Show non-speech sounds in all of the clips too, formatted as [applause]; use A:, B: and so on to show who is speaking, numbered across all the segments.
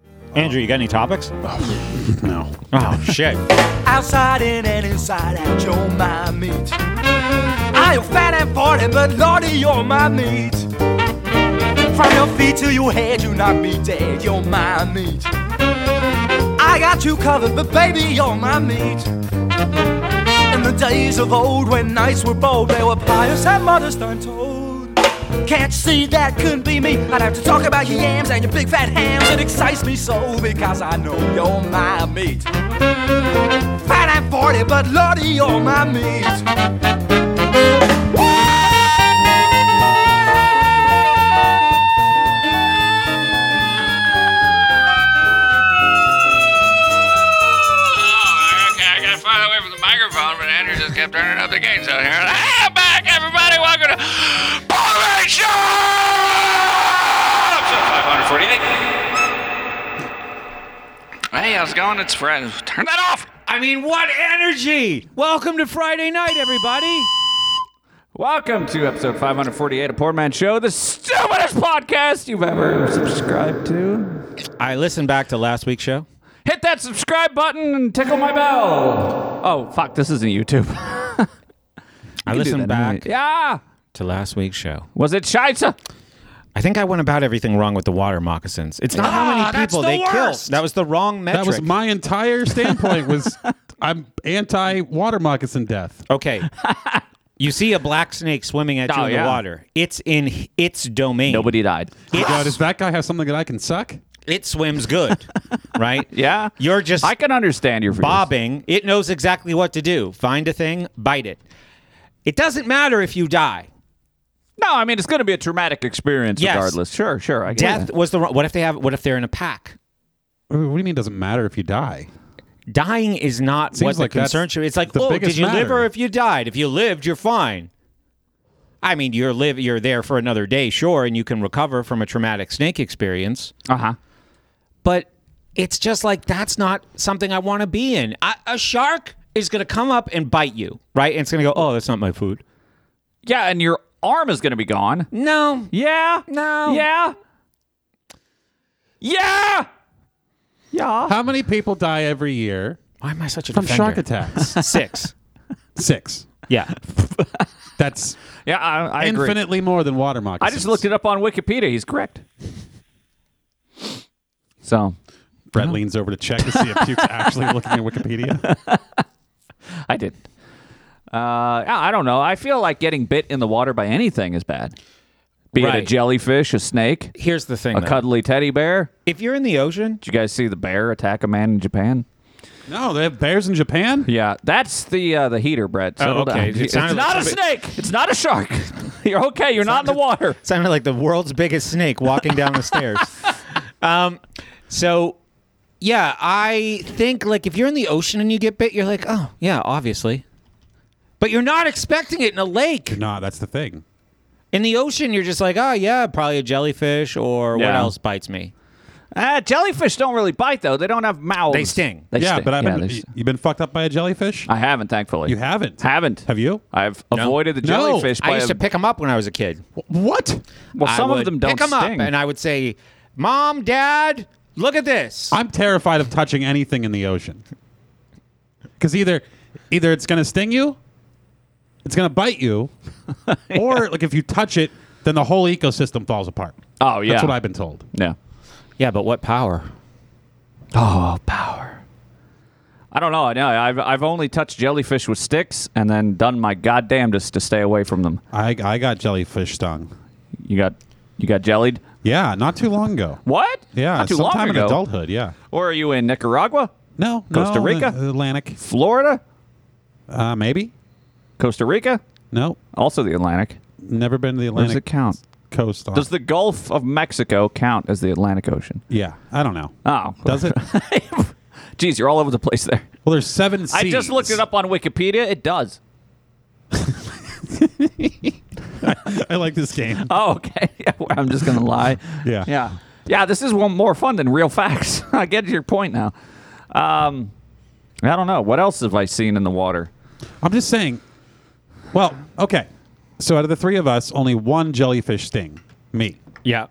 A: Oh.
B: Andrew, you got any
A: [laughs]
B: topics?
C: No.
B: Oh, shit.
D: Outside in and inside out, you're my meat. I am fat and farting, but Lordy, you're my meat. From your feet to your head, you knock me dead, you're my meat. I got you covered, but baby, you're my meat. In the days of old, when nights were bold, they were pious and modest, I'm told. Can't you see that couldn't be me? I'd have to talk about your yams and your big fat hams. It excites me so because I know you're my meat. Fat and 40, but Lordy, you're my meat.
E: Oh, okay, I gotta find a way from the microphone, but Andrew just kept turning up the gains out here. Hey, I'm back, everybody! Welcome to Pulling Show! Episode 548. Hey, how's it going? It's Fred. Turn that off!
B: I mean, what energy! Welcome to Friday night, everybody.
A: Welcome to episode 548 of Poor Man Show, the stupidest podcast you've ever subscribed to.
B: I listened back to last week's show.
A: Hit that subscribe button and tickle my bell. Oh, fuck, this isn't YouTube.
B: I listened back
A: Yeah.
B: to last week's show.
A: Was it Scheitzer?
B: I think I went about everything wrong with the water moccasins. It's not how
A: Ah,
B: many people they killed. That was the wrong metric.
C: That was my entire standpoint was
A: [laughs]
C: I'm anti water moccasin death.
A: [laughs]
B: okay. you see a black snake swimming at you
A: Oh,
B: in
A: yeah.
B: the water. It's in h- its domain.
A: Nobody died.
C: Oh God, does that guy have something that I can suck?
B: It swims
A: [laughs]
B: good, right?
A: Yeah.
B: You're just
A: I can understand your views.
B: bobbing. It knows exactly what to do. Find a thing, bite it. It doesn't matter if you die.
A: No, I mean, it's going to be a traumatic experience
B: Yes.
A: regardless. Sure, sure. I get
B: Death
A: it.
B: was the wrong. What if they have? What if they're in a pack?
C: What do you mean? Doesn't matter if you die.
B: Dying is not
C: Seems
B: what the
C: like that's
B: concern should. It's like,
C: the
B: oh,
C: biggest
B: did you live
C: matter.
B: or if you died? If you lived, you're fine. I mean, you're live. You're there for another day, sure, and you can recover from a traumatic snake experience.
A: Uh huh.
B: But it's just like that's not something I want to be in. I, a shark is going to come up and bite you, right? And it's going to go, oh, that's not my food.
A: Yeah, and your arm is going to be gone.
B: No,
A: Yeah.
B: No.
A: Yeah. Yeah. Yeah.
C: How many people die every year
B: why am I such a
C: from
B: defender?
C: shark
A: [laughs]
C: attacks?
B: [laughs] Six.
C: Six.
B: Yeah.
C: That's
A: Yeah, I, I agree.
C: infinitely more than water
A: I
C: moccasins.
A: just looked it up on Wikipedia. He's correct. [laughs] So
C: Brett leans over to check to see if Puke's actually looking
A: [laughs]
C: at Wikipedia.
A: I did. Uh, I I don't know. I feel like getting bit in the water by anything is bad. Be it a
B: Right.
A: jellyfish, a snake,
B: Here's the thing.
A: a
B: though.
A: cuddly teddy bear.
B: If you're in the ocean,
A: Did you guys see the bear attack a man in Japan?
C: No, they have bears in Japan.
A: Yeah, that's the uh, the heater, Brett. Settle
B: okay.
A: down.
B: It
A: It's
B: sounded
A: not
B: like
A: a snake. It's not a shark. [laughs] You're okay. You're not in the water.
B: sounded like the world's biggest snake walking down [laughs] the stairs. Um, so yeah, I think like if you're in the ocean and you get bit, you're like, oh yeah, obviously. But you're not expecting it in a lake.
C: You're not. That's the thing.
B: In the ocean, you're just like, oh yeah, probably a jellyfish or what
A: Yeah.
B: else bites me.
A: Uh, jellyfish don't really bite though. They don't have mouths.
B: They sting.
A: They
C: yeah,
A: sting.
C: but I've been,
A: they
C: you-
A: st-
C: you've been fucked up by a jellyfish.
A: I haven't, thankfully.
C: you haven't.
A: Haven't.
C: Have you?
A: I've avoided the
C: No.
A: jellyfish. by
B: I used
A: a-
B: to pick them up when I was a kid.
C: What?
A: Well, some
B: I
A: of
B: would
A: them don't
B: pick 'em
A: sting.
B: up, and I would say, "Mom, Dad, look at this."
C: I'm terrified of touching anything in the ocean. Because either, either it's gonna sting you, it's gonna bite
A: [laughs]
C: you, or like if you touch it, then the whole ecosystem falls apart.
A: oh yeah.
C: That's what I've been told.
A: Yeah.
B: yeah, but what power?
A: Oh, power. I don't know. I know. I've I've only touched jellyfish with sticks and then done my goddamnedest to stay away from them.
C: I I got jellyfish stung.
A: You got you got jellied.
C: Yeah, not too long ago.
A: What?
C: Yeah,
A: [laughs] Not too long
C: sometime
A: ago.
C: in adulthood. Yeah.
A: Or are you in Nicaragua,
C: No,
A: Costa
C: no,
A: Rica?
C: uh, Atlantic,
A: Florida,
C: uh, maybe.
A: Costa Rica,
C: No,
A: also the Atlantic?
C: never been to the
A: Or Does it
C: Atlantic
A: count?
C: coast. on-
A: Does the Gulf of Mexico count as the Atlantic Ocean?
C: yeah, I don't know.
A: Oh,
C: Does
A: [laughs]
C: it? well,
A: Geez, you're all over the place there.
C: there's seven seas.
A: I just looked it up on Wikipedia. It does.
C: [laughs] I like this game.
A: Oh, okay. [laughs] Yeah, well, I'm just gonna lie.
B: [laughs]
C: Yeah.
A: yeah, yeah. This is one more fun than real facts. [laughs] I get your point now. Um, I don't know what else have I seen in the water.
C: I'm just saying. Well, okay. So out of the three of us, only one jellyfish sting. Me.
B: Yeah,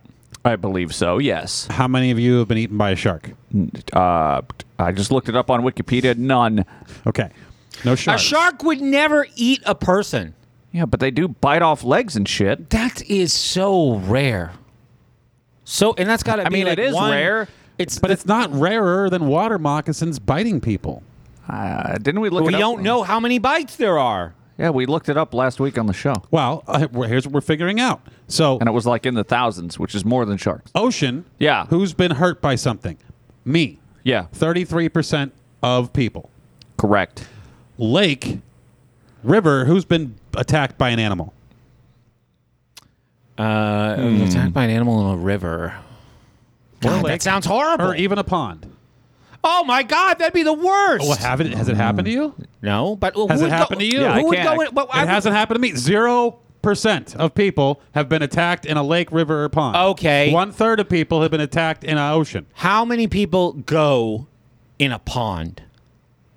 A: I believe so. Yes.
C: How many of you have been eaten by a shark?
A: Uh, I just looked it up on Wikipedia. None.
C: Okay. No
B: A
C: shark.
B: shark would never eat a person.
A: Yeah, but they do bite off legs and shit.
B: That is so rare. So, and that's got to
A: I
B: be.
A: mean,
B: like
A: it is
B: one-
A: rare.
B: It's
C: but it's not rarer than water moccasins biting people.
A: Uh, didn't we look?
B: we
A: it up?
B: don't know how many bites there are.
A: Yeah, we looked it up last week on the show,
C: Well, uh, we're- here's what we're figuring out. So,
A: and it was like in the thousands, which is more than sharks.
C: ocean.
A: Yeah.
C: Who's been hurt by something? Me.
A: Yeah,
C: 33% of people.
A: correct.
C: Lake. River. Who's been attacked by an animal?
B: Uh, Attacked by an animal in a river. God, that sounds horrible.
C: Or even a pond.
B: oh my God, that'd be the worst.
C: Well, have it, has it happened to you?
B: no, but well,
C: Has
B: who
C: it
B: would go-
C: happened to you?
A: Yeah, I
B: Who would
A: can't-
B: go in? But I
C: It
B: would-
C: hasn't happened to me. Zero percent of people have been attacked in a lake, river, or pond.
B: Okay.
C: One third of people have been attacked in an ocean.
B: How many people go in a pond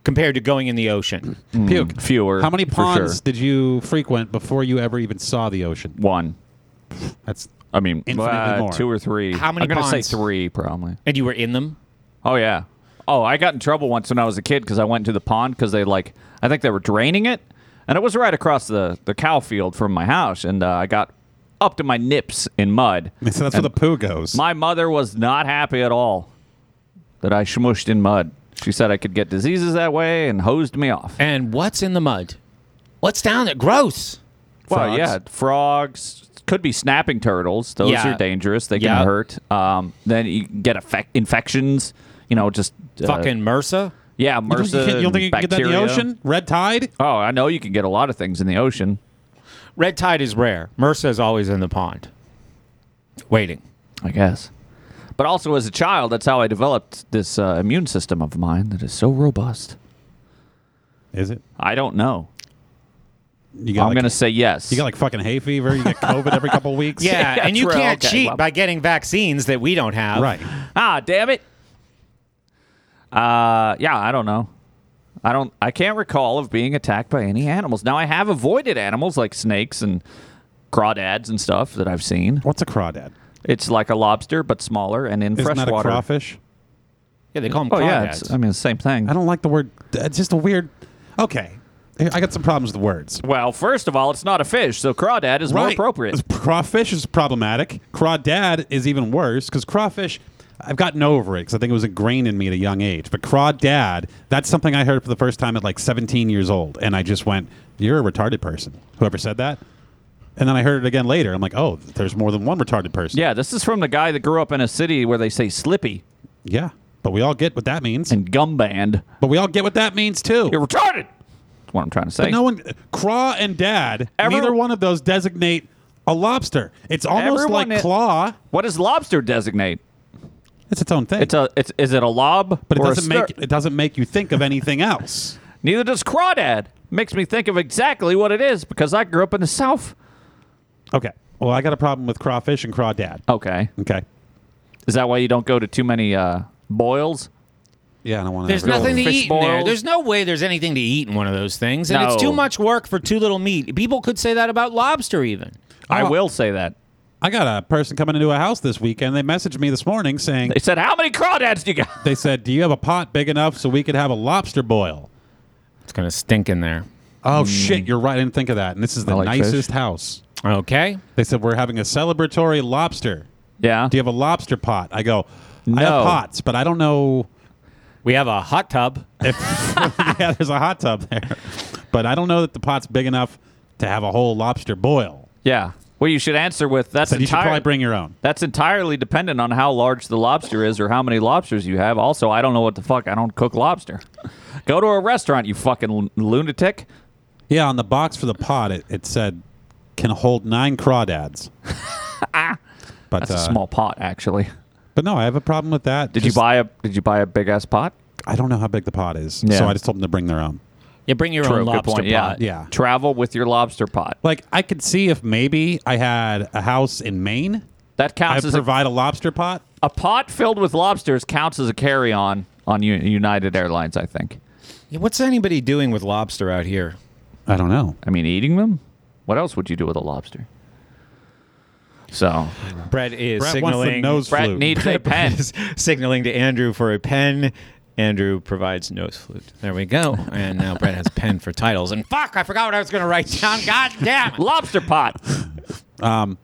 B: compared to going in the ocean?
C: Puke.
A: Fewer.
C: How many
A: Hmm. for
C: ponds
A: sure.
C: did you frequent before you ever even saw the ocean?
A: One.
C: That's
A: I mean,
C: Infinitely
A: uh,
C: more.
A: two or three.
B: How many
A: I'm gonna
B: ponds?
A: say three, probably.
B: and you were in them?
A: Oh yeah. Oh, I got in trouble once when I was a kid because I went to the pond because they like I think they were draining it, and it was right across the the cow field from my house, and uh, I got up to my nips in mud.
C: so that's where the poo goes.
A: My mother was not happy at all that I smushed in mud. She said I could get diseases that way and hosed me off.
B: And what's in the mud? What's down there? Gross.
A: Well,
C: Frogs.
A: yeah, frogs could be snapping turtles. Those
B: Yeah.
A: are dangerous. They can
B: Yeah.
A: hurt. Um, then you can get affec- infections. You know, just uh,
B: Fucking MRSA.
A: yeah,
C: you don't,
A: MRSA.
C: you don't
A: and
C: think you can get that in the
A: bacteria.
C: ocean? Red tide?
A: Oh, I know you can get a lot of things in the ocean.
B: Red tide is rare. MRSA is always in the pond, waiting.
A: I guess. But also, as a child, that's how I developed this uh, immune system of mine that is so robust.
C: Is it?
A: I don't know.
C: You got
A: I'm
C: like,
A: gonna say yes.
C: you got like fucking hay fever. You get COVID every [laughs] couple
B: [laughs]
C: weeks.
B: Yeah,
A: Yeah,
B: and you
A: true.
B: can't
A: Okay,
B: cheat
A: well-
B: by getting vaccines that we don't have.
C: Right.
A: ah, damn it. Uh, yeah, I don't know. I don't. I can't recall of being attacked by any animals. Now I have avoided animals like snakes and crawdads and stuff that I've seen.
C: What's a crawdad?
A: It's like a lobster but smaller and in
C: Isn't that a
A: freshwater.
C: crawfish?
B: Yeah, they call them
A: oh
B: crawdads.
A: yeah, it's, I mean it's the same thing.
C: I don't like the word. It's just a weird. Okay. I got some problems with words.
A: well, first of all, it's not a fish, so crawdad is more appropriate.
C: [laughs] Crawfish is problematic. Crawdad is even worse because crawfish, I've gotten over it because I think it was ingrained in me at a young age. But crawdad, that's something I heard for the first time at like 17 years old. And I just went, You're a retarded person. Whoever said that. And then I heard it again later. I'm like, Oh, there's more than one retarded person.
A: Yeah, this is from the guy that grew up in a city where they say slippy
C: Yeah. But we all get what that means.
A: and gum band.
C: but we all get what that means too.
A: You're retarded. That's what I'm trying to say.
C: But no one, craw and dad,
A: Ever-
C: neither one of those designate a lobster. It's almost
A: Everyone
C: like
A: i-
C: claw.
A: what does lobster designate?
C: It's its own thing.
A: It's a. It's is it a lob?
C: but it
A: or a
C: doesn't
A: stir-
C: make it doesn't make you think of anything else.
A: [laughs] Neither does crawdad. Makes me think of exactly what it is because I grew up in the South.
C: Okay. Well, I got a problem with crawfish and crawdad.
A: Okay,
C: Okay.
A: is that why you don't go to too many uh, boils?
C: Yeah, I don't want
B: There's nothing to
A: Fish
B: eat in there.
A: boils.
B: There's no way there's anything to eat in one of those things, and it's
A: No.
B: too much work for too little meat. People could say that about lobster, even.
A: I
C: Oh.
A: will say that.
C: I got a person coming into a house this weekend. They messaged me this morning saying
A: They said, "How many crawdads do you got?"
C: they said, "Do you have a pot big enough so we could have a lobster boil?"
B: It's gonna stink in there.
C: Oh shit, you're right. I didn't think of that. And this is the
A: Hmm. I like
C: nicest
A: fish.
C: house.
B: Okay.
C: They said we're having a celebratory lobster.
A: Yeah.
C: Do you have a lobster pot? I go,
A: No.
C: I have pots, but I don't know
B: We have a hot tub.
C: if [laughs] yeah, there's a hot tub there. But I don't know that the pot's big enough to have a whole lobster boil.
A: Yeah. Well, you should answer with that's
C: So you should
A: entire-
C: probably bring your own.
A: That's entirely dependent on how large the lobster is or how many lobsters you have. Also, I don't know what the fuck. I don't cook lobster. Go to a restaurant, you fucking l- lunatic.
C: Yeah, on the box for the pot, it, it said can hold
A: [laughs]
C: nine crawdads. but
A: That's
C: uh,
A: a small pot, actually.
C: But no, I have a problem with that.
A: Did
C: Just-
A: you buy a Did you buy a big ass pot?
C: I don't know how big the pot is,
A: Yeah.
C: so I just told them to bring their own.
B: You bring your own lobster pot.
A: Yeah.
C: Yeah.
A: Travel with your lobster pot.
C: Like I could see if maybe I had a house in Maine,
A: That
C: I
A: counts as a,
C: provide a lobster pot.
A: a pot filled with lobsters counts as a carry on on U- United Airlines. I think.
B: Yeah, What's anybody doing with lobster out here?
C: I don't know.
A: I mean, eating them. What else would you do with a lobster? So
B: Brett is
C: Brett wants the
B: signaling.
C: nose
A: Brett
C: flute.
B: [laughs]
A: needs a pen.
B: is signaling to Andrew for a pen. Andrew provides nose flute. There we go. And now Brett has pen for titles. And fuck, I forgot what I was going to write down. God damn. it.
A: Lobster pot.
C: I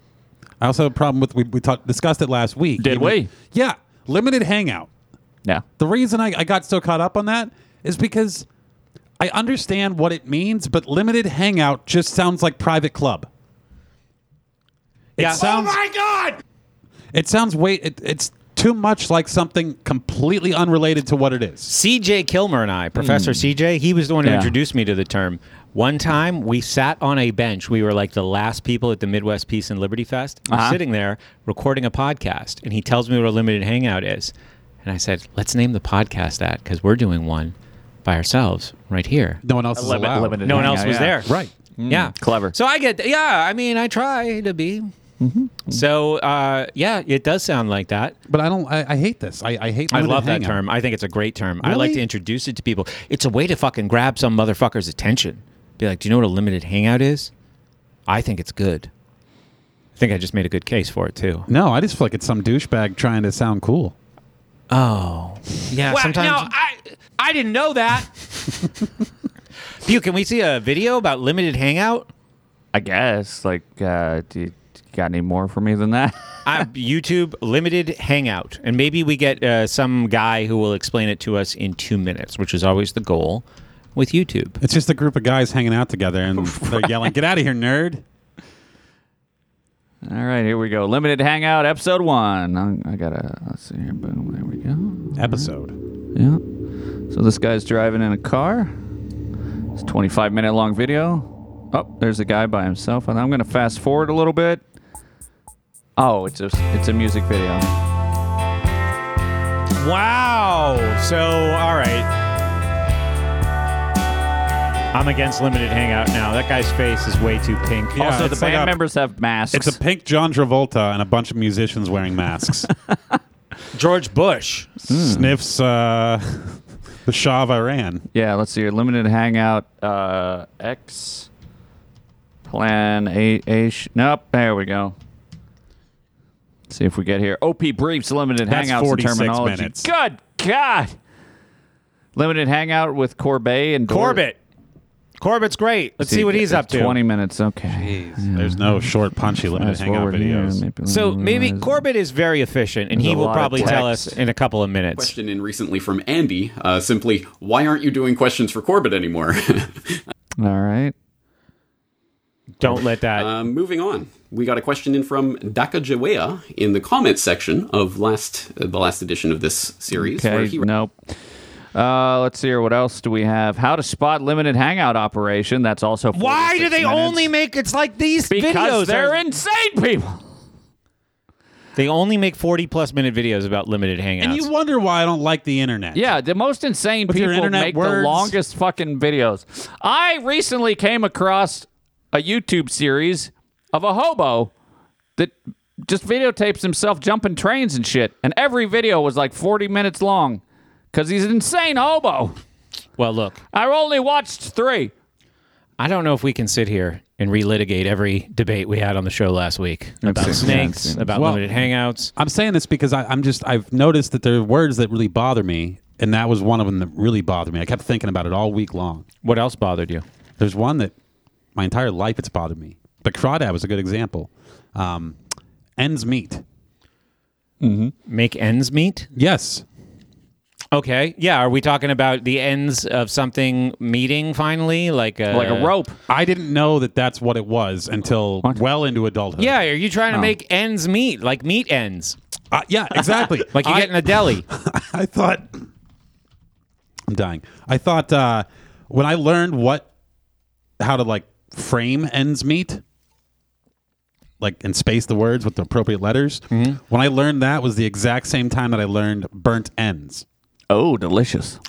C: also have a problem with we we talked discussed it last week.
A: Did
C: You know-
A: we?
C: Yeah, limited hangout.
A: Yeah.
C: The reason I, I got so caught up on that is because I understand what it means, but limited hangout just sounds like private club. It
B: Yeah. Oh
C: sounds,
B: God!
C: It sounds way. It, it's too much like something completely unrelated to what it is.
B: CJ Kilmer and I, Professor CJ, he was the one who
A: Hmm. Yeah.
B: introduced me to the term. One time we sat on a bench. We were like the last people at the Midwest Peace and Liberty Fest. We're
A: Uh-huh.
B: sitting there recording a podcast, and he tells me what a limited hangout is. And I said, let's name the podcast that because we're doing one by ourselves right here.
C: No one else is allowed.
B: No one else was there.
C: Right.
B: yeah.
A: clever.
B: So I get, yeah, I mean, I try to be. Mm-hmm. So, uh, yeah, it does sound like that.
C: But I don't. I, I hate this. I, I hate.
B: I
C: limited
B: love that
C: hangout.
B: term. I think it's a great term. I like
C: Really?
B: to introduce it to people. It's a way to fucking grab some motherfucker's attention. Be like, do you know what a limited hangout is? I think it's good. I think I just made a good case for it too.
C: No, I just feel like it's some douchebag trying to sound cool.
B: Oh, yeah. sometimes I I didn't know [laughs] that. Pew, can we see a video about limited hangout?
A: I guess. Like, uh, do you, do you got any more for me than that? [laughs]
B: I, YouTube limited hangout, and maybe we get uh, some guy who will explain it to us in two minutes, which is always the goal with YouTube.
C: It's just a group of guys hanging out together and they're
B: [laughs]
C: yelling, "Get out of here, nerd!"
A: All right, here we go. Limited Hangout, episode one. I, I gotta, let's see here. Boom, there we go.
C: Episode.
A: Yeah. So this guy's driving in a car. It's a 25 minute long video. Oh, there's a guy by himself, and I'm gonna fast forward a little bit. Oh, it's a, it's a music video.
B: Wow. So, all right. I'm against limited hangout now. That guy's face is way too pink.
C: Yeah,
A: also, the
C: it's like
A: band
C: a-
A: members have masks.
C: It's a pink John Travolta and a bunch of musicians wearing masks.
B: George Bush.
C: Sniffs uh, [laughs] the Shah of Iran.
A: Yeah, let's see here. Limited hangout uh, X plan A. a sh- nope, there we go. see if we get here. OP briefs limited
C: That's
A: hangouts and
C: 46
A: terminology.
C: minutes.
A: Good God. Limited hangout with Corbet and Dor-
B: Corbett. Corbett's great. Let's see what he's up to.
A: Twenty minutes. Okay.
C: There's no short, punchy limited
A: Fast
C: hangout
A: forward here,
C: videos.
A: maybe-
B: So maybe Corbett is very efficient, and he
A: a
B: will
A: lot of
B: probably tell us
A: text.
B: in a couple of minutes.
F: question in recently from Andy, uh, simply, why aren't you doing questions for Corbett anymore? [laughs]
A: All right.
B: Don't let that.
F: um, moving on, we got a question in from Dakajawea in the comments section of last uh, the last edition of this series. where
A: Okay.
F: he-
A: Nope. Uh, let's see here. What else do we have? How to spot limited hangout operation. That's also.
B: Why do
A: 46
B: they
A: minutes.
B: only make it's like these
A: Because
B: videos?
A: they're
B: are-
A: insane people.
B: they only make 40 plus minute videos about limited hangouts.
C: And you wonder why I don't like the internet.
A: Yeah, the most insane
C: With your
A: people
C: internet
A: make the
C: words.
A: longest fucking videos. I recently came across a YouTube series of a hobo that just videotapes himself jumping trains and shit, and every video was like 40 minutes long because he's an insane hobo.
B: well, look,
A: I only watched three.
B: I don't know if we can sit here and relitigate every debate we had on the show last week about
A: That's-
B: snakes,
A: that's-
B: about
C: Well-
B: limited hangouts.
C: I'm saying this because I, I'm just I've noticed that there are words that really bother me, and that was one of them that really bothered me. I kept thinking about it all week long.
B: What else bothered you?
C: There's one that my entire life it's bothered me. The crawdad was a good example. Um, ends meet.
B: Make ends meet?
C: Yes.
B: Okay. Yeah. Are we talking about the ends of something meeting finally? Like uh, a,
A: Like a
C: Uh,
A: rope.
C: I didn't know that that's what it was until well into adulthood.
B: Yeah. Are you trying to
A: Oh.
B: make ends meet? Like meat ends?
C: Uh, yeah, exactly.
B: [laughs] Like you
C: I,
B: get in a deli.
A: [laughs]
C: I thought I'm dying. I thought uh, when I learned what how to like frame ends meet, like and space the words with the appropriate letters.
A: Mm-hmm.
C: When I learned that was the exact same time that I learned burnt ends.
A: Oh, delicious.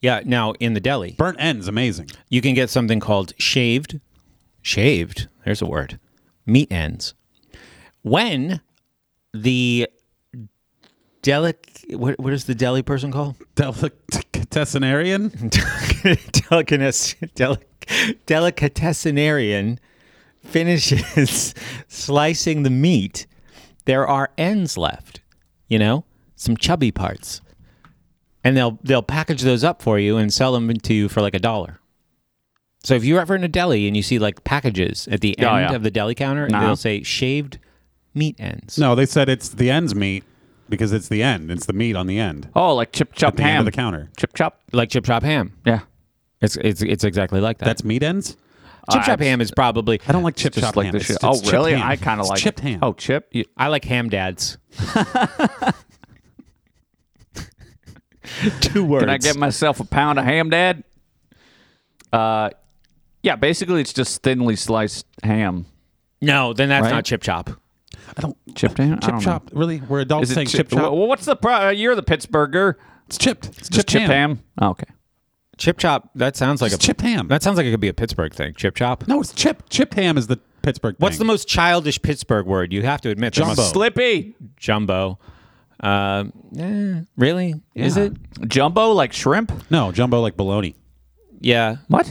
B: yeah. Now, in the deli,
C: Burnt ends, amazing.
B: you can get something called shaved. Shaved. There's a word. Meat ends. When the delic what, what is the deli person called?
A: [laughs]
C: Delicatessenarian.
B: Delicates- delic- delicatessenarian finishes [laughs] slicing the meat, there are ends left, you know, some chubby parts, and they'll they'll package those up for you and sell them to you for like a dollar. So if you're ever in a deli and you see like packages at the end
A: Oh, yeah.
B: of the deli counter, and
A: Uh-huh.
B: they'll say shaved meat ends.
C: No, they said it's the ends meat because it's the end. It's the meat on the end.
A: Oh, like chip chop
C: the end
A: ham.
C: of the counter.
A: Chip chop.
B: like chip chop ham.
A: Yeah.
B: It's it's it's exactly like that.
C: That's meat ends.
B: chip chop
A: I-
B: ham is probably
C: I don't like chip
A: Just
C: chop
A: like
C: ham.
A: the
C: It's-
A: shit.
C: it's
A: Oh,
C: chipped
A: really?
C: ham.
A: I kind of
C: It's
A: like
C: chipped ham.
A: Oh, chip. You,
B: I like ham [laughs] dads. Two words.
A: can I get myself a pound of ham, Dad? Uh, yeah. Basically, it's just thinly sliced ham.
B: no, then that's
A: Right?
B: not chip chop.
C: I don't
A: Chipped ham. I
C: chip
A: don't
C: chop. Really, we're
A: Know.
C: adults
A: Is it
C: saying chip
A: chip-
C: chop.
A: Well, what's the pro- uh, you're the Pittsburgher?
C: It's chipped. It's
A: Just
C: chipped ham.
A: Oh, okay.
B: Chip chop. That sounds like
C: It's
B: a
C: chipped ham.
B: That sounds like it could be a Pittsburgh thing. Chip chop.
C: No, it's chip. Chipped ham is the Pittsburgh.
B: What's the
C: thing.
B: most childish Pittsburgh word? You have to admit, there must-
C: Jumbo.
A: Slippy.
B: Jumbo. Um, eh, really? Is
C: Yeah.
B: it?
A: Jumbo like shrimp?
C: No, jumbo like bologna.
B: Yeah.
A: What?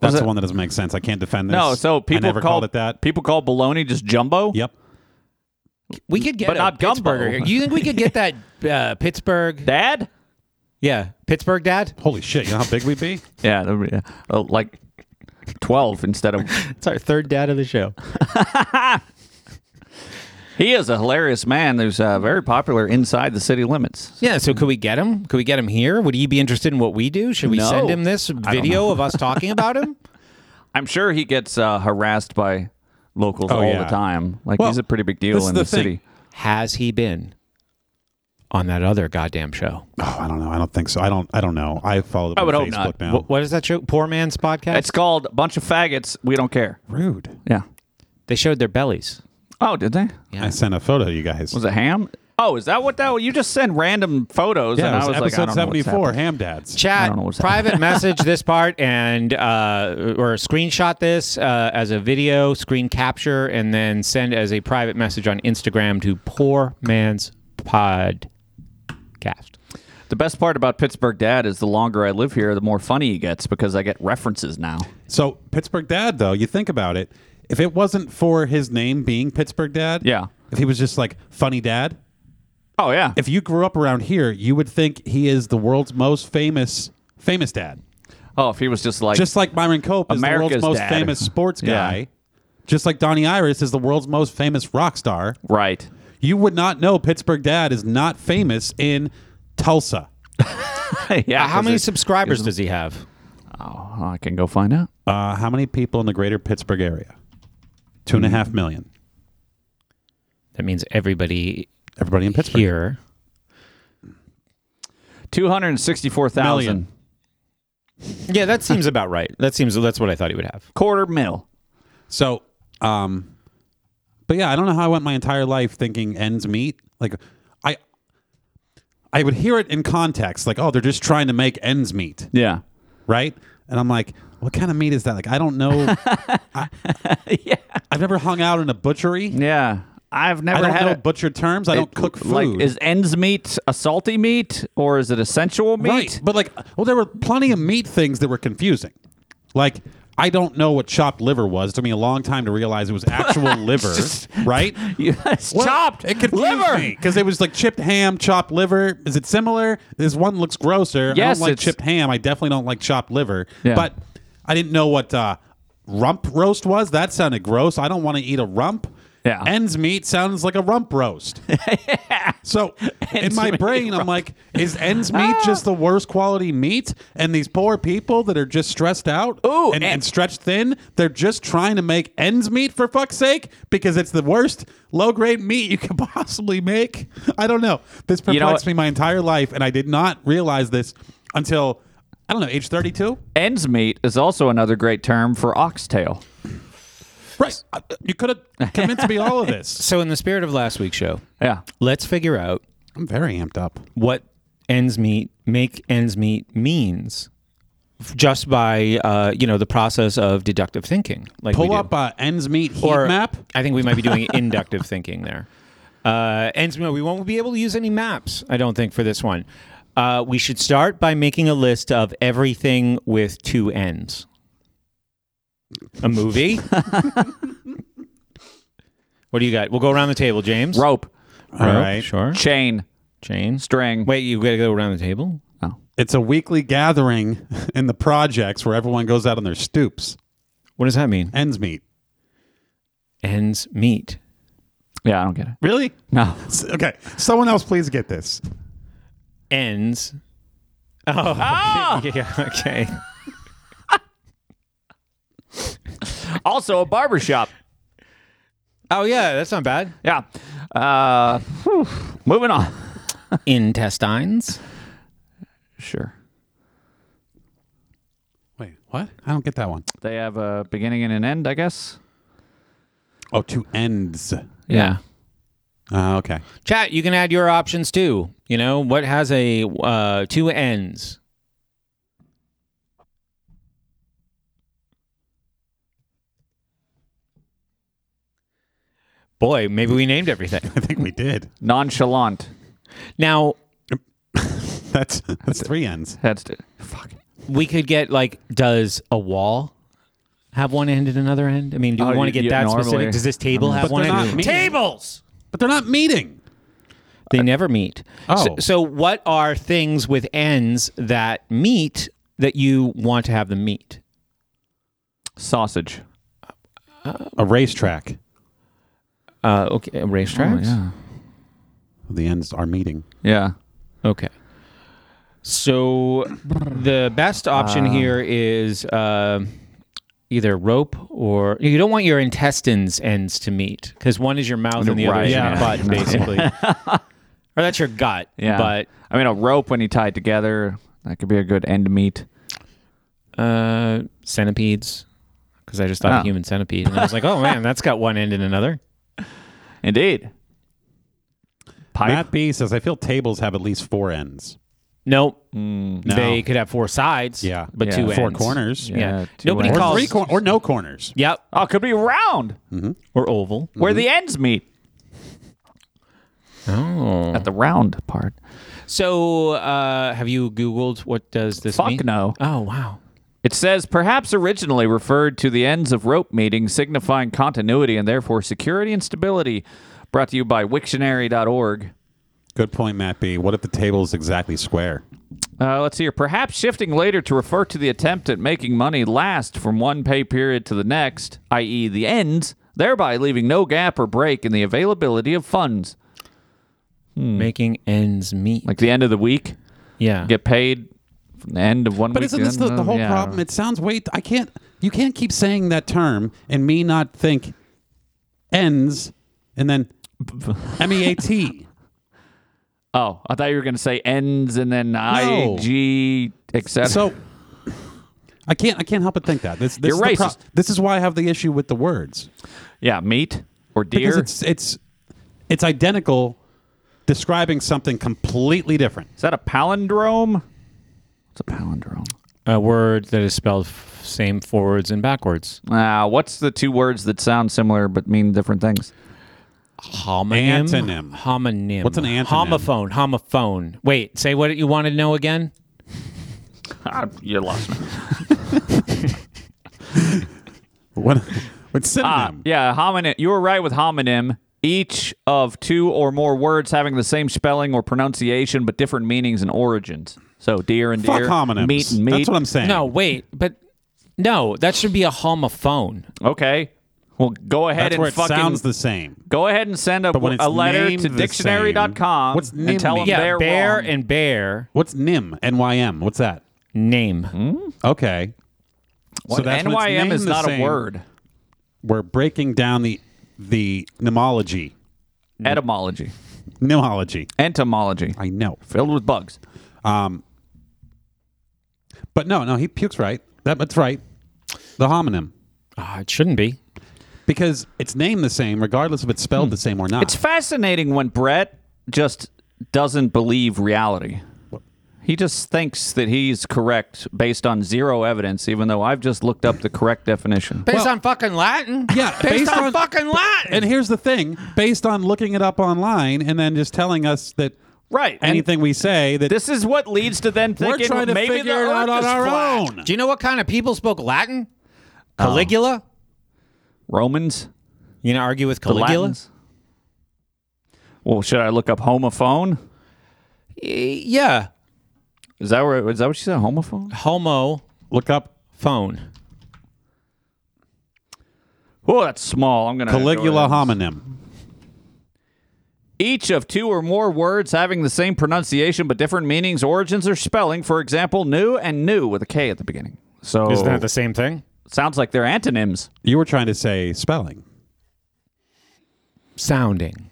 C: That's
A: Was
C: the
A: it-
C: one that doesn't make sense. I can't defend this.
A: No, so people
C: I never
A: call
C: called it that.
A: People call bologna just jumbo.
C: Yep.
B: We could get,
A: But
B: a
A: not gumbo.
B: Pittsburgher here. You think we could get that uh, Pittsburgh?
A: Dad?
B: [laughs] yeah, Pittsburgh dad.
C: Holy shit! You know how big
A: [laughs]
C: we'd be?
A: Yeah, that'd be-
C: Oh,
A: uh, like twelve instead of.
B: It's our third dad of the show.
A: [laughs] He is a hilarious man. Who's uh, very popular inside the city limits.
B: Yeah, so could we get him? Could we get him here? Would he be interested in what we do? Should we
A: No.
B: send him this video of us talking about
A: [laughs]
B: him?
A: I'm sure he gets uh, harassed by locals
C: Oh,
A: all
C: yeah.
A: the time. Like
C: Well,
A: he's a pretty big deal
C: this is
A: in
C: the
A: the,
C: thing.
A: city.
B: Has he been on that other goddamn show?
C: Oh, I don't know. I don't think so. I don't. I don't know. I follow.
A: I would hope not.
C: Facebook Now.
B: Wh- what is that show? Poor Man's Podcast?
A: It's called a bunch of faggots. We don't care.
C: Rude.
A: Yeah.
B: they showed their bellies.
A: Oh, did they?
B: Yeah.
C: I sent a photo to you guys.
A: Was it ham? Oh, is that what that? You just send random photos,
C: yeah,
A: and
C: it
A: I
C: was
A: was like, I
C: episode
A: don't know what's
C: seventy-four.
A: happening.
C: Ham dads.
A: I
B: Chat,
A: don't know what's
B: private
A: [laughs]
B: message this part and uh, or screenshot this uh, as a video, screen capture, and then send as a private message on Instagram to Poor Man's Podcast.
A: The best part about Pittsburgh Dad is the longer I live here, the more funny he gets because I get references now.
C: So Pittsburgh dad, though, you think about it. If it wasn't for his name being Pittsburgh dad,
A: Yeah.
C: If he was just like funny dad,
A: Oh yeah.
C: if you grew up around here, you would think he is the world's most famous famous dad.
A: oh, if he was just like
C: Just like Byron Cope is the
A: America's
C: world's most
A: dad.
C: famous sports guy.
A: [laughs] Yeah.
C: Just like Donnie Iris is the world's most famous rock star.
A: right. [laughs]
C: You would not know Pittsburgh dad is not famous in Tulsa. Uh,
A: yeah.
B: Uh, How
A: 'cause
B: many
A: it's-
B: subscribers does he have?
A: Oh, I can go find out.
C: Uh, how many people in the greater Pittsburgh area? Two and a half million.
B: That means everybody
C: Everybody in Pittsburgh.
B: here.
A: Two hundred sixty-four
C: Million.
A: thousand.
B: Yeah, that seems about right. That seems that's what I thought he would have.
A: Quarter mil.
C: So, um, but yeah, I don't know how I went my entire life thinking ends meet. Like, I, I would hear it in context, like, oh, they're just trying to make ends meet,
A: Yeah.
C: right? And I'm like, what kind of meat is that? Like, I don't know.
A: [laughs]
C: I, I've never hung out in a butchery.
A: Yeah. I've never
C: I don't
A: had
C: know
A: a
C: butcher terms. I don't cook food.
A: Like, is ends meat a salty meat or is it a sensual meat?
C: Right. But like, well, there were plenty of meat things that were confusing. Like, I don't know what chopped liver was. It took me a long time to realize it was
A: [laughs]
C: actual liver, right?
A: [laughs] You- it's
C: Well,
A: chopped.
C: It confused
A: liver.
C: because it was like chipped ham, chopped liver. Is it similar? This one looks grosser. I
A: Yes,
C: don't like
A: it's-
C: chipped ham. I definitely don't like chopped liver.
A: Yeah.
C: But I didn't know what uh, rump roast was. That sounded gross. I don't want to eat a rump.
A: Yeah.
C: Ends meat sounds like a rump
A: [laughs]
C: roast. So in my brain, I'm like, is ends meat
A: Ah.
C: just the worst quality meat? And these poor people that are just stressed out
A: Ooh,
C: and,
A: and-
C: and stretched thin, they're just trying to make ends meet for fuck's sake because it's the worst low grade meat you [laughs] could possibly make. I don't know. This
A: You know
C: perplexed
A: what?
C: me my entire life, and I did not realize this until I don't know, age 32.
A: Ends meat is also another great term for oxtail.
C: Right, I- you could
A: [laughs]
C: have convinced me all of this.
B: So in the spirit of last week's show,
A: Yeah.
B: let's figure out
C: [laughs] I'm very amped up.
B: what ends meet make ends meet means f- just by uh, you know the process of deductive thinking. Like we
C: Pull
B: do.
C: up uh, ends meat heat
B: or
C: map.
B: I think we might be doing [laughs] inductive thinking there. Uh, ends meet. We won't be able to use any maps. I don't think for this one. Uh, we should start by making a list of everything with two [laughs] ends. A movie. What do you got? We'll go around the table, James.
A: Rope,
B: All right,
C: right.
B: Sure.
A: chain,
B: Chains.
A: string.
B: Wait, you gotta go around the table?
C: It's a weekly gathering [laughs] in the projects where everyone goes out on their stoops.
B: What does that mean?
C: Ends meet.
B: Ends meet.
A: Yeah, I don't get it.
C: Really?
A: No.
C: S- Okay. Someone else, please get this.
B: Ends. Oh, ah! [laughs] yeah, okay.
A: [laughs] Also, a barbershop.
B: Oh, yeah, that's not bad.
A: Yeah. Uh, whew. moving on.
B: Intestines.
A: Sure.
C: Wait, what? I don't get that one.
A: They have a beginning and an end, I guess.
C: Oh, two ends.
A: Yeah.
C: Uh, okay.
B: Chat, you can add your options too. You know, what has a uh, two ends? Boy, maybe we named everything.
C: I think we did. [laughs]
A: Nonchalant.
B: Now,
C: That's that's three ends.
A: That's fuck.
B: we could get like, does a wall have one end and another end? I mean, do we
A: Oh,
B: want to
A: you-
B: get
A: you-
B: that
A: normally-
B: specific? Does this table have
C: But
B: one
C: they're not
B: end?
C: meeting.
B: Tables!
C: But they're not meeting.
B: They never meet. So,
C: Oh.
B: so what are things with ends that meet that you want to have them meet?
A: Sausage.
C: A racetrack.
B: Uh, okay,
A: Oh,
B: racetracks.
C: The ends are meeting.
A: Yeah.
B: Okay. So the best option here is uh, either rope or you don't want your intestines ends to meet because one is your mouth and the other is
A: Right,
B: your
A: yeah. [laughs]
B: butt, basically. or that's your gut.
A: Yeah.
B: But
A: I mean, a rope when you tie it together, that could be a good end meet.
B: Uh, centipedes. Because I just thought
A: Oh.
B: of human centipede, and I was like, "Oh man, that's got one end and another."
A: Indeed. Pipe.
C: Matt B says, I feel tables have at least four ends.
B: Nope,
C: No.
B: they could have four sides.
C: Yeah.
B: but
A: Yeah.
B: two
A: Four
B: ends.
C: Four corners.
B: Yeah,
A: Yeah, two
B: nobody
A: ends.
C: Or
B: calls.
C: three cor- or no corners.
B: Yep,
A: oh, could be round
B: or oval.
A: where the ends meet.
B: Oh,
A: At the round part.
B: so uh, have you Googled what does this
A: Fuck
B: mean?
A: no.
B: Oh wow.
A: It says perhaps originally referred to the ends of rope meetings, signifying continuity and therefore security and stability. Brought to you by Wiktionary.org.
C: Good point, Matt B. What if the table is exactly square?
A: Uh, let's hear. Perhaps shifting later to refer to the attempt at making money last from one pay period to the next, i.e., the ends, thereby leaving no gap or break in the availability of funds.
B: Making ends meet.
A: Hmm. Like the end of the week,
B: yeah.
A: get paid from the end of one
C: But
A: week.
C: isn't
A: to
C: this the,
A: end
C: the
A: of-
C: whole
A: yeah.
C: problem? It sounds way. I can't. You can't keep saying that term and me not think ends and then M E A T.
A: Oh, I thought you were going to say ends and then
C: No.
A: IG, etc.
C: So I can't. I can't help but think that this. this
A: You're
C: is the pro-
A: racist.
C: this is why I have the issue with the words
A: yeah, meat or
C: because
A: deer.
C: it's it's it's identical, describing something completely different.
A: Is that a palindrome? What's a palindrome?
B: A word that is spelled f- same forwards and backwards.
A: Ah, what's the two words that sound similar but mean different things?
B: Homonym.
C: Antonym.
B: Homonym.
C: What's an antonym?
B: Homophone. Homophone. Wait, say what you want to know again.
A: Ah, you lost me.
C: What? What
A: Ah,
C: synonym?
A: yeah, homonym. You were right with homonym. Each of two or more words having the same spelling or pronunciation but different meanings and origins. So deer and
C: Fuck
A: deer,
C: homonyms.
A: meat and meat.
C: That's what I'm saying.
B: No, wait, but no, that should be a homophone.
A: Okay. Well, go ahead
C: that's
A: and
C: where it
A: fucking
C: sounds the same.
A: go ahead and send a,
C: But when it's
A: a letter
C: named
A: to
C: the same-
A: dictionary.com
C: What's
A: and
C: named
A: tell
C: mean?
A: them
C: Yeah,
A: they're
B: bear
A: wrong.
B: and bear
C: What's nim? N Y M. What's that?
B: name.
A: Hmm.
C: Okay.
A: What-
C: when it's
A: NYM is
C: named the
A: not
C: same,
A: a word.
C: We're breaking down the the nomology.
A: Etymology.
C: Nomology.
A: Entomology.
C: I know.
A: Filled with bugs.
C: Um But no, no, he pukes right. That, that's right. The homonym.
B: Ah, it shouldn't be.
C: Because it's named the same regardless if it's spelled
B: Hmm.
C: the same or not.
A: It's fascinating when Brett just doesn't believe reality. He just thinks that he's correct based on zero evidence, even though I've just looked up the correct definition.
B: Based on fucking Latin.
C: Yeah,
B: based,
C: based
B: on,
C: on-
B: fucking Latin.
C: and here's the thing, based on looking it up online and then just telling us that
A: Right. and
C: anything we say that
A: This is what leads to then
C: we're
A: thinking
C: trying to
A: maybe the
C: figure it out
A: Earth
C: on
A: is
C: our
A: flat.
C: own.
B: Do you know what kind of people spoke Latin? Caligula.
A: Romans.
B: Oh. You gonna argue with
A: The
B: Caligula?
A: Latins. Well, should I look up homophone?
B: Y- yeah,
A: Is that where? Is that what you said? Homophone?
B: homo
C: Look up
B: phone.
A: Oh, that's small. I'm gonna
C: Caligula
A: go with-
C: homonym.
A: Each of two or more words having the same pronunciation but different meanings, origins, or spelling. For example, new and new with a K at the beginning. So
B: Isn't that the same thing?
A: sounds like they're antonyms.
C: You were trying to say spelling.
B: Sounding.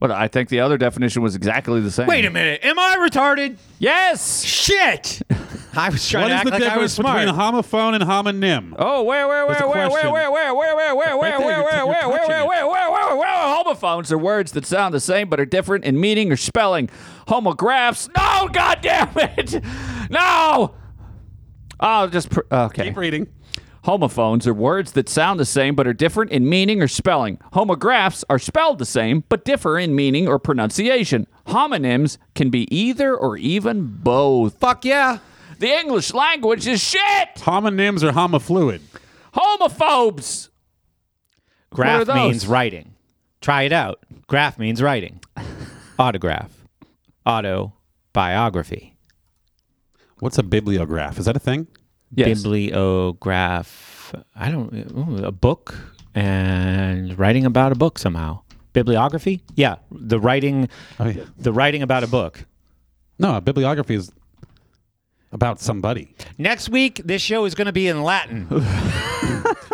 A: But I think the other definition was exactly the same.
B: Wait a minute. Am I retarded?
A: Yes.
B: Shit. [laughs] I was trying
C: What
B: to
C: is
B: act
C: the
B: like I was
C: difference
B: smart.
C: between homophone and homonym?
A: Oh, where, where, where,
C: That's a
A: where, where,
C: question.
A: where, where, where, where, where, where, where,
C: Right there, you're-
A: where,
C: you're
A: where, where,
C: touching
A: where,
C: it.
A: where, where, where, where? Homophones are words that sound the same but are different in meaning or spelling. Homographs. No, [laughs] goddamn it. No. Oh, just pr- okay.
C: Keep reading.
A: Homophones are words that sound the same but are different in meaning or spelling. Homographs are spelled the same but differ in meaning or pronunciation. Homonyms can be either or even both.
B: Fuck yeah.
A: The English language is shit.
C: Homonyms are homofluid.
A: Homophobes.
B: Graph
A: those?
B: means writing. Try it out. Graph means [laughs] writing. Autograph. Autobiography.
C: What's a bibliograph? Is that a thing?
A: Yes.
B: Bibliograph. I don't. ooh, a book and writing about a book somehow. Bibliography. Yeah, the writing.
C: Oh, yeah.
B: The writing about a book.
C: No, a bibliography is about somebody.
B: Next week, this show is going to be in [laughs] Latin,
C: No,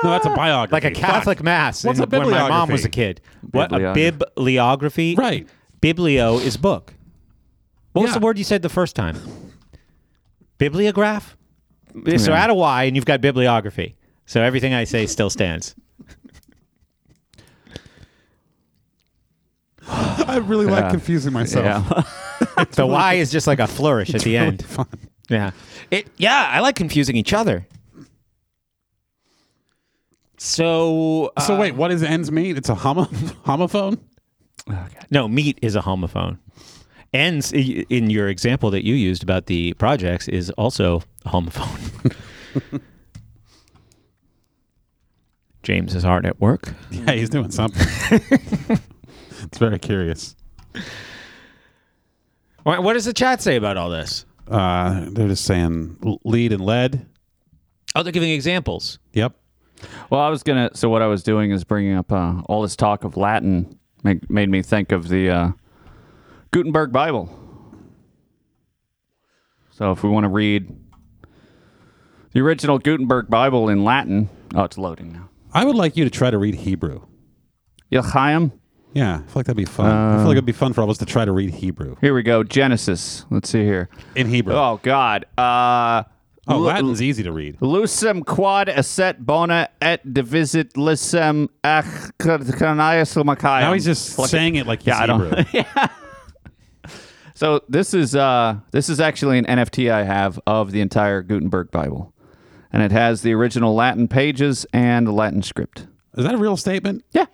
C: that's a biography.
B: Ah, like a Catholic mass.
C: What's
B: in-
C: a
B: when my mom
C: bibliography?
B: was a kid. What a bibliography.
C: Right.
B: Biblio is book. What was
C: Yeah.
B: the word you said the first time? Bibliograph? So add a Y and you've got bibliography. So everything I say still stands.
C: I really like confusing myself.
A: Yeah.
B: The Y is just like a flourish at the end. Yeah. It yeah, I like confusing each other. So uh,
C: So wait, what is ends mean? It's a homo [laughs] homophone.
B: no, meat is a homophone. Ends i- in your example that you used about the projects is also a homophone. [laughs] James is hard at work.
C: [laughs] Yeah, he's doing something. it's very curious.
B: Wha- What does the chat say about all this?
C: Uh, they're just saying l- lead and lead.
B: Oh, they're giving examples.
C: Yep.
A: well, I was gonna. So what I was doing is bringing up uh, all this talk of Latin make, made me think of the uh, Gutenberg Bible. So if we want to read the original Gutenberg Bible in Latin, oh, it's loading now.
C: I would like you to try to read Hebrew.
A: Yochaim.
C: Yeah, I feel like that'd be fun. I feel like it'd be fun for all of us to try to read Hebrew
A: Here we go. Genesis. Let's see here.
C: in Hebrew. Oh,
A: Oh God. Uh, Lu-
C: Latin's e- easy to read.
A: Lucem quad esset bona et divisit licem ach canias lumacai.
C: Now he's just saying it like he's
A: Yeah, I don't-
C: Hebrew.
A: [laughs] So this is uh, this is actually an NFT I have of the entire Gutenberg Bible, and it has the original Latin pages and the Latin script.
C: Is that a real statement?
A: Yeah.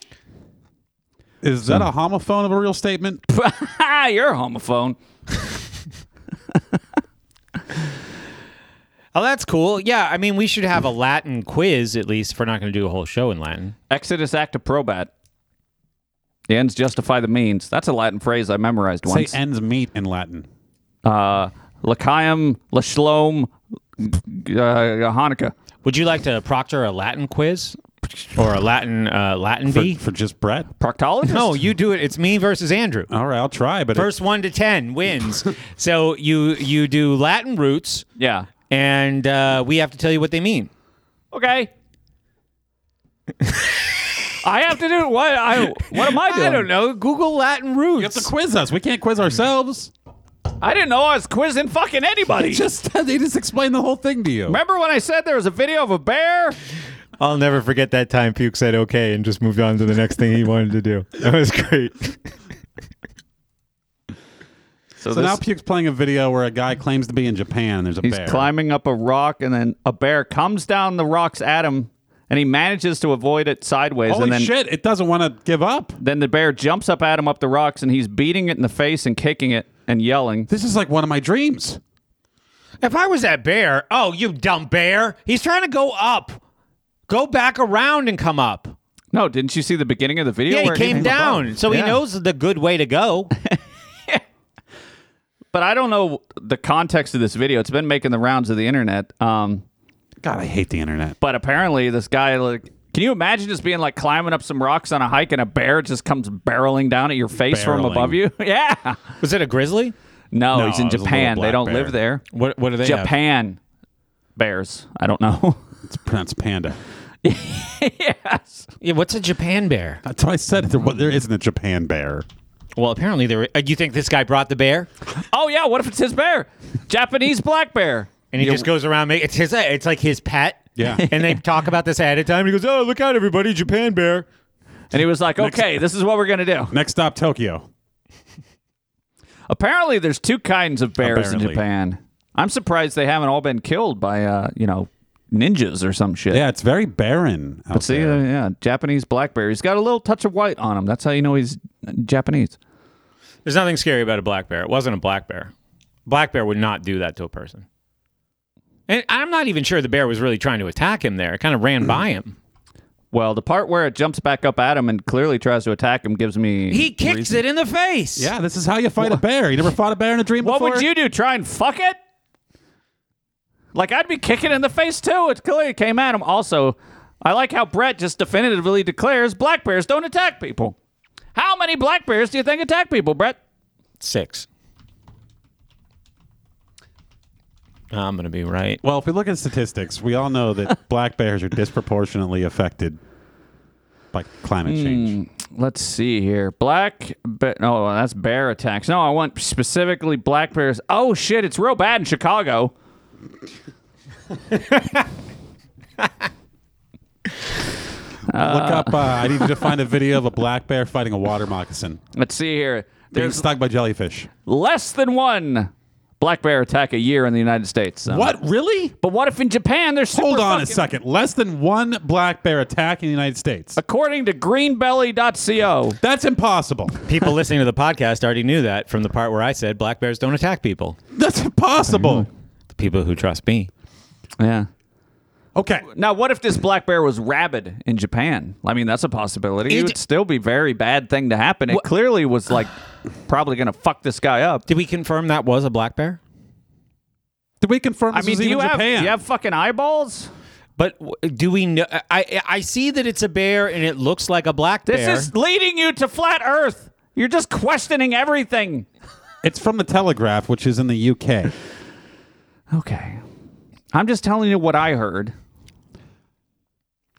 C: Is
A: Hmm.
C: that a homophone of a real statement?
A: You're a homophone.
B: Oh, that's cool. Yeah, I mean, we should have a Latin quiz at least if we're not going to do a whole show in Latin.
A: Exodus acta probat. The ends justify the means. That's a Latin phrase I memorized
C: Say
A: once.
C: ends meet in Latin.
A: uh, Lacaim, Lashlom, uh, Hanukkah.
B: Would you like to proctor a Latin quiz or a Latin uh, Latin
C: For,
B: bee?
C: for just Brett?
A: Proctologist?
B: No, you do it. It's me versus Andrew.
C: All right, I'll try, Uh, but
B: First one to ten wins. so you you do Latin roots,
A: [laughs] Yeah.
B: and uh, we have to tell you what they mean.
A: Okay. [laughs] I have to do what? I what am I doing?
B: I don't know. Google Latin
C: you have to
B: roots.
C: quiz us. We can't quiz ourselves.
A: I didn't know I was quizzing fucking [laughs] anybody.
C: Just [laughs] they just explained the whole thing to you.
A: Remember when I said there was a video of a bear?
B: I'll never forget that time Puke said okay and just moved on to the next thing he wanted to do. That was great.
C: So now Puke's playing a video where a guy claims to be in Japan and there's a
A: He's
C: bear.
A: climbing up a rock, and then a bear comes down the rock's at him, and he manages to avoid it sideways.
C: Holy
A: and then,
C: shit, it doesn't want to give up.
A: then the bear jumps up at him up the rocks, and he's beating it in the face and kicking it and yelling.
C: This is like one of my dreams.
B: If I was that bear, oh, you dumb bear. He's trying to go up. Go back around and come up.
A: No, didn't you see the beginning of the video?
B: Yeah,
A: where
B: he came down,
A: above?
B: so
A: Yeah.
B: he knows the good way to go.
A: But I don't know the context of this video. It's been making the rounds of the internet. Um,
C: God, I hate the internet.
A: but apparently, this guy like. Can you imagine just being like climbing up some rocks on a hike and a bear just comes barreling down at your face from
C: Barreling.
A: above you? [laughs] yeah.
B: Was it a grizzly?
A: No,
C: No,
A: he's in
C: it was a little
A: Japan. They
C: black
A: don't
C: bear.
A: live there.
B: What What are they? have?
A: Japan bears. I don't know. [laughs]
C: It's pronounced panda.
A: yes.
B: Yeah, what's a Japan bear?
C: That's what I said. There, wa- there isn't a Japan bear.
B: Well, apparently there. Uh, you think this guy brought the bear,
A: Oh yeah. What if it's his bear? Japanese black bear.
B: and he just goes around. Make, it's his. uh, It's like his pet.
C: Yeah.
A: [laughs]
B: and they talk about this ahead of time. He goes, "Oh, look out, everybody! Japan bear."
A: And he was like, "Okay, this is what we're gonna do."
C: Next stop, Tokyo.
A: Apparently, there's two kinds of bears in
C: Apparently.
A: Japan. I'm surprised they haven't all been killed by, uh, you know, ninjas or some shit.
C: Yeah, it's very barren. Out
A: See,
C: there.
A: uh, yeah, Japanese black bear. He's got a little touch of white on him. That's how you know he's Japanese.
B: There's nothing scary about a black bear. It wasn't a black bear. Black bear would not do that to a person. And I'm not even sure the bear was really trying to attack him there. It kind of ran by him.
A: Well, the part where it jumps back up at him and clearly tries to attack him gives me.
B: He kicks it in the face.
C: yeah, this is how
A: [laughs]
C: you fight a bear. You never fought a bear in a dream
A: What
C: before.
A: would you do? Try and fuck it? Like I'd be kicking in the face too. It clearly came at him. Also, I like how Brett just definitively declares black bears don't attack people. How many black bears do you think attack people, Brett?
B: Six. I'm going to be right.
C: Well, if we look at statistics, we all know
A: [laughs]
C: that black bears are disproportionately affected by climate
A: Hmm,
C: change.
A: Let's see here. Black bear. No, that's bear attacks. No, I want specifically black bears. Oh shit, it's real bad in Chicago.
C: look up. Uh, I need you to find a video of a black bear fighting a water moccasin
A: Let's see here.
C: being
A: There's
C: stung by jellyfish.
A: less than one black bear attack a year in the United States. So-
C: What? Really?
A: But what if in Japan there's
C: Hold on a second. Less than one black bear attack in the United States.
A: According to greenbelly.co, [laughs]
C: That's impossible.
B: People listening to the podcast already knew that from the part where I said black bears don't attack people.
C: That's impossible.
B: The people who trust me.
A: yeah.
C: Okay.
A: Now, what if this black bear was rabid in Japan? I mean, that's a possibility. It,
B: It-
A: would still be very bad thing to happen. It clearly was like probably going to fuck this guy up.
B: Did we confirm that was a black bear?
C: Did we confirm
A: I
C: this
A: mean,
C: was
A: do
C: even
A: you have
C: Japan?
A: do you have fucking eyeballs?
B: But w- do we know? I- I I see that it's a bear and it looks like a black
A: This
B: bear.
A: is leading you to flat Earth. You're just questioning everything.
C: It's from the Telegraph, which is in the UK.
A: Okay, I'm just telling you what I heard.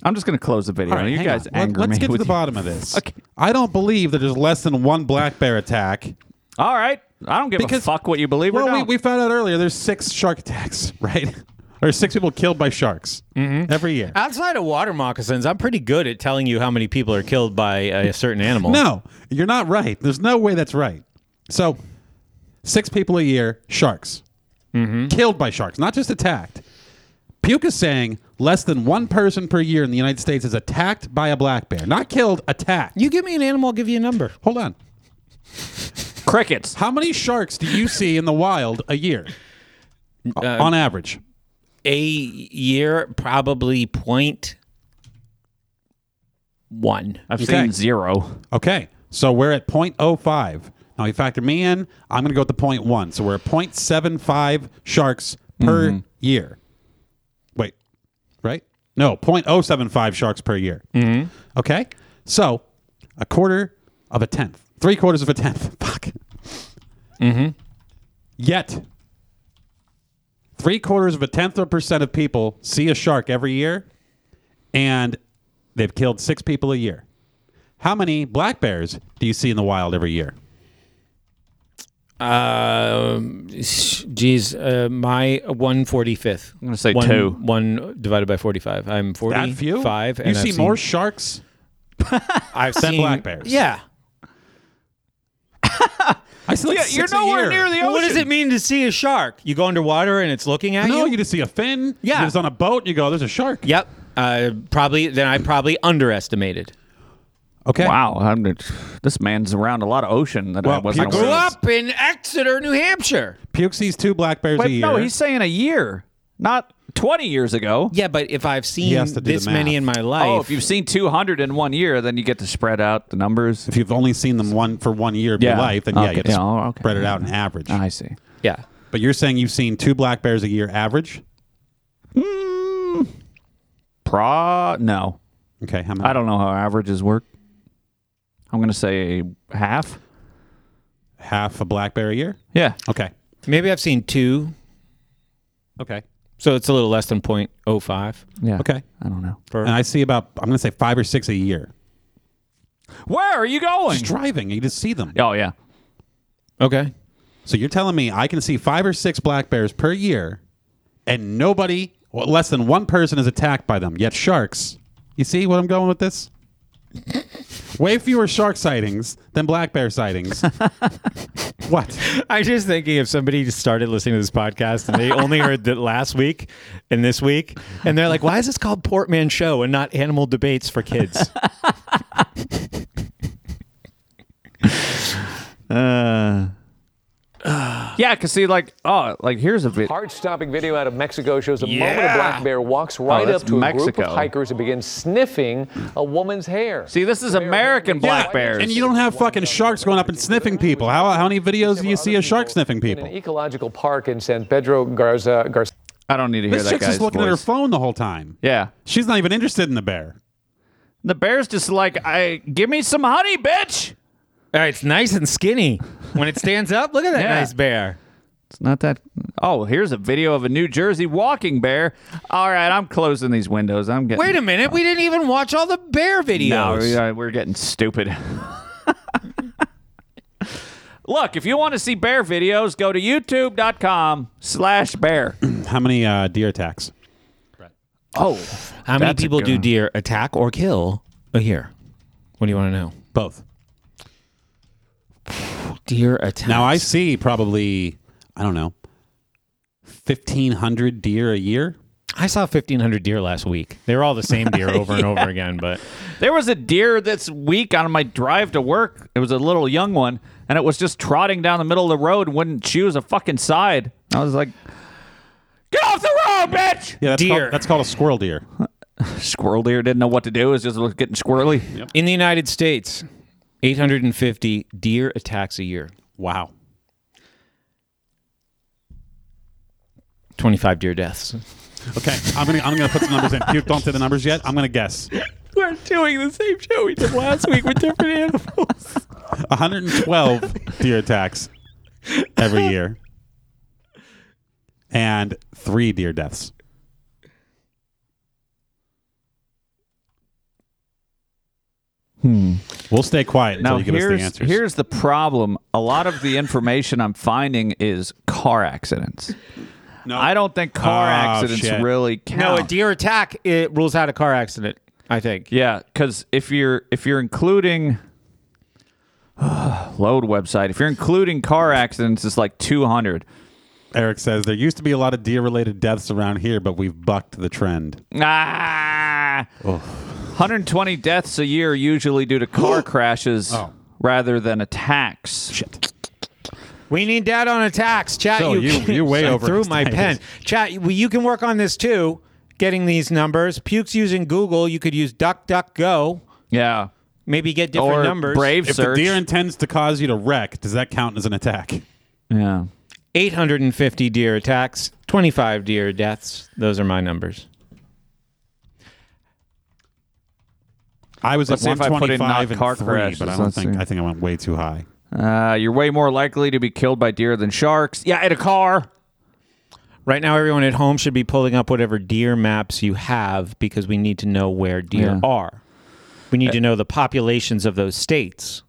A: I'm just going to close the video.
C: All right,
A: you
C: hang
A: guys
C: on. Let-
A: anger
C: Let's
A: me
C: get to
A: with
C: the
A: you-
C: bottom of this.
A: Okay.
C: I don't believe that there's less than one black bear attack.
A: All right, I don't give
C: Because-
A: a fuck what you believe or
C: Well, we,
A: don't.
C: we found out earlier there's six shark attacks, [laughs] right? or six people killed by sharks
A: Mm-hmm.
C: every year.
B: Outside of water moccasins, I'm pretty good at telling you how many people are killed by a certain animal.
C: No, you're not right. There's no way that's right. So, six people a year, sharks. Killed by sharks, not just attacked. Puke is saying less than one person per year in the United States is attacked by a black bear. Not killed, attacked.
B: You give me an animal, I'll give you a number.
C: Hold on.
A: Crickets.
C: How many sharks do you see in the wild a year? on average.
B: A year, probably point one.
A: I've
C: Okay.
A: seen zero.
C: Okay. So we're at 0.05. Now you factor me in, I'm going to go with the 0.1. So we're at 0.75 sharks per year. Wait, right? No, 0.075 sharks per year. Mm-hmm. Okay. So a quarter of a tenth, three quarters of a tenth. [laughs] Fuck. Mm-hmm. Yet, three quarters of a tenth of a percent of people see a shark every year, and they've killed six people a year. How many black bears do you see in the wild every year?
B: Um, sh- geez, uh, my one forty fifth. I'm
A: gonna say two.
B: One divided by forty five. I'm forty
C: That few?
B: five.
C: You
B: and
C: see
B: I've
C: more
B: Seen,
C: sharks?
B: I've
C: than
B: seen
C: black bears.
B: Yeah.
C: I see like six
A: you're
C: a
A: nowhere
C: year.
A: near the
B: Well, what does
A: ocean.
B: it mean to see a shark? You go underwater and it's looking at
C: No,
B: you.
C: you just see a fin.
B: Yeah.
C: You're just on a boat and you go, there's a shark.
B: Yep. Uh, probably. Then I probably underestimated.
C: Okay.
A: Wow, I'm, this man's around a lot of ocean that I
C: Well,
A: wasn't
C: you
A: aware
B: Grew
A: of.
B: up in Exeter, New Hampshire.
C: Puke sees two black bears a
A: Wait,
C: year.
A: no, he's saying a year, Not 20 years ago.
B: Yeah, but if I've
C: He
B: seen
C: has to do the
B: this many
C: math.
B: in my life,
A: Oh, if you've seen 200 in one year, then you get to spread out the numbers.
C: If you've only seen them one for one year of your
A: Yeah.
C: life, then yeah,
A: Okay.
C: you have to
A: Yeah, oh, okay.
C: spread it out and average.
A: I see.
B: yeah,
C: But you're saying you've seen two black bears a year average?
A: Pro? No.
C: Okay, how many?
A: I don't know how averages work. I'm going to say half.
C: half a black bear a year.
A: Yeah.
C: Okay,
B: maybe I've seen two,
C: okay,
B: so it's a little less than 0.05.
A: Yeah.
C: okay.
A: I don't know.
C: And I see about I'm going to say five or six a year.
A: Where are you going?
C: Just driving, you just see them.
A: Oh, yeah.
B: Okay,
C: So you're telling me I can see five or six black bears per year, and nobody, well, less than one person, is attacked by them. Yet sharks. You see what I'm going
A: [laughs]
C: with this? Way fewer shark sightings than black
A: [laughs]
C: bear sightings. what?
B: I'm just thinking if somebody just started listening to this podcast and they only heard that last week and this week, and they're like, "Why is this called Portman Show and not Animal Debates for Kids?"
A: Yeah, because see, like, oh, like, here's a bit.
G: Heart-stopping video out of Mexico shows a moment a black bear walks right
A: Oh, that's
G: up to a group
A: Mexico.
G: of hikers and begins sniffing a woman's hair.
A: See, this is American black bears.
C: And you don't have fucking sharks going up and sniffing people. How, how many videos do you see of shark sniffing
G: in an
C: people?
G: ecological park in San Pedro Garza Garcia.
A: I don't need to hear
C: This
A: that
C: chick's
A: guy's
C: just looking
A: voice.
C: at her phone the whole time.
A: Yeah.
C: She's not even interested in the bear.
A: The bear's just like, I give me some honey, bitch.
B: All right, it's nice and skinny. When it stands up, look at that
A: Yeah.
B: nice bear.
A: It's not that. Oh, here's a video of a New Jersey walking bear. All right, I'm closing these windows. I'm getting.
B: Wait a minute, we didn't even watch all the bear
A: No,
B: videos.
A: yeah, we're getting stupid. [laughs] Look, if you want to see bear videos, go to youtube.com slash bear.
C: How many uh, deer attacks?
A: Oh,
B: How many
A: That's a
B: people
A: good
B: do
A: one.
B: deer attack or kill a year? What do you want to know?
C: Both.
B: Deer attack.
C: Now I see probably I don't know, fifteen hundred deer a year.
B: I saw 1,500 deer last week. They were all the same
A: [laughs]
B: deer over and over again, but
A: there was a deer this week on my drive to work. It was a little young one, and it was just trotting down the middle of the road and wouldn't choose a fucking side. I was like, get off the road, bitch!
C: Yeah, that's
B: Deer.
C: Called, that's called a squirrel deer.
A: Squirrel deer didn't know what to do. It was just getting squirrely.
B: in the United States, 850 deer attacks a year.
C: Wow.
B: 25 deer deaths.
C: Okay, I'm gonna I'm gonna put some numbers in. You don't do the numbers yet. I'm gonna guess.
B: We're doing the same show we did last week with different animals.
C: 112 deer attacks every year, and three deer deaths. Hmm. We'll stay quiet until
A: Now
C: you give us
A: here's
C: the answers.
A: here's the problem. A lot of the information I'm finding is car accidents.
C: no,
A: I don't think car
C: Oh,
A: accidents
C: shit.
A: really count.
B: No, a deer attack, it rules out a car accident, I think.
A: Yeah, because if you're if you're including [sighs] load website, if you're including car accidents, it's like 200.
C: Eric says there used to be a lot of deer related deaths around here, but we've bucked the trend.
A: Ah, 120 deaths a year usually due to
C: [gasps]
A: car crashes
C: Oh.
A: rather than attacks.
B: We need data on attacks, chat.
C: So
B: you,
C: you-
B: [laughs]
C: you're way
B: I
C: over
B: threw my pen,
C: excited.
B: chat. You, you can work on this too, getting these numbers. Pukes using Google. You could use DuckDuckGo.
A: Yeah,
B: Maybe get different
A: or
B: numbers.
A: Brave
C: If
A: Search.
C: the deer intends to cause you to wreck, does that count as an attack?
A: yeah.
B: 850 deer attacks, 25 deer deaths. Those are my numbers.
C: I was
A: Let's see
C: at
A: if I put in
C: 125
A: not car
C: and three,
A: crashes.
C: but I don't
A: Let's
C: think
A: see.
C: I think I went way too high.
A: Uh, you're way more likely to be killed by deer than sharks. Yeah, in a car.
B: Right now, everyone at home should be pulling up whatever deer maps you have because we need to know where deer
A: Yeah.
B: are. We need to know the populations of those states.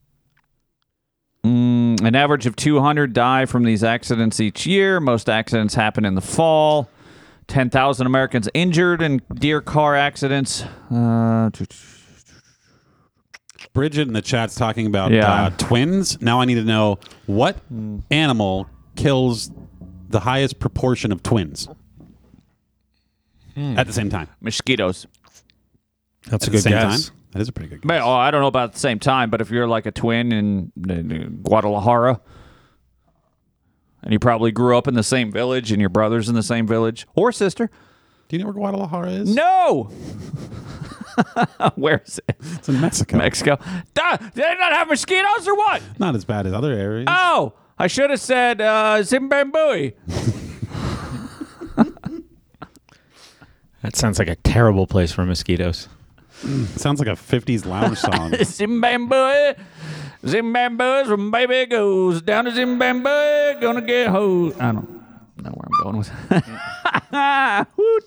A: An average of 200 die from these accidents each year. Most accidents happen in the fall. 10,000 Americans injured in deer car accidents. Uh, t- t-
C: Bridget in the chat's talking about
A: Yeah.
C: uh, twins. Now I need to know what animal kills the highest proportion of twins at the same time.
A: mosquitoes.
C: That's
B: Hmm. a
C: at the
B: good
C: same
B: guess.
C: Time? That is a pretty good
A: May-
C: guess.
A: Oh, I don't know about at the same time, but if you're like a twin in, in Guadalajara and you probably grew up in the same village, and your brother's in the same village or sister.
C: Do you know where Guadalajara is?
A: No. [laughs] Where is it?
C: It's in Mexico.
A: Mexico. Duh, do they not have mosquitoes or what?
C: Not as bad as other areas.
A: Oh, I should have said uh, Zimbabwe.
B: That sounds like a terrible place for mosquitoes.
C: It sounds like a 50s
A: [laughs]
C: lounge song.
A: Zimbabwe. Zimbabwe's when baby goes down to Zimbabwe, gonna get hosed. I don't know where I'm going with that. [laughs] Woot.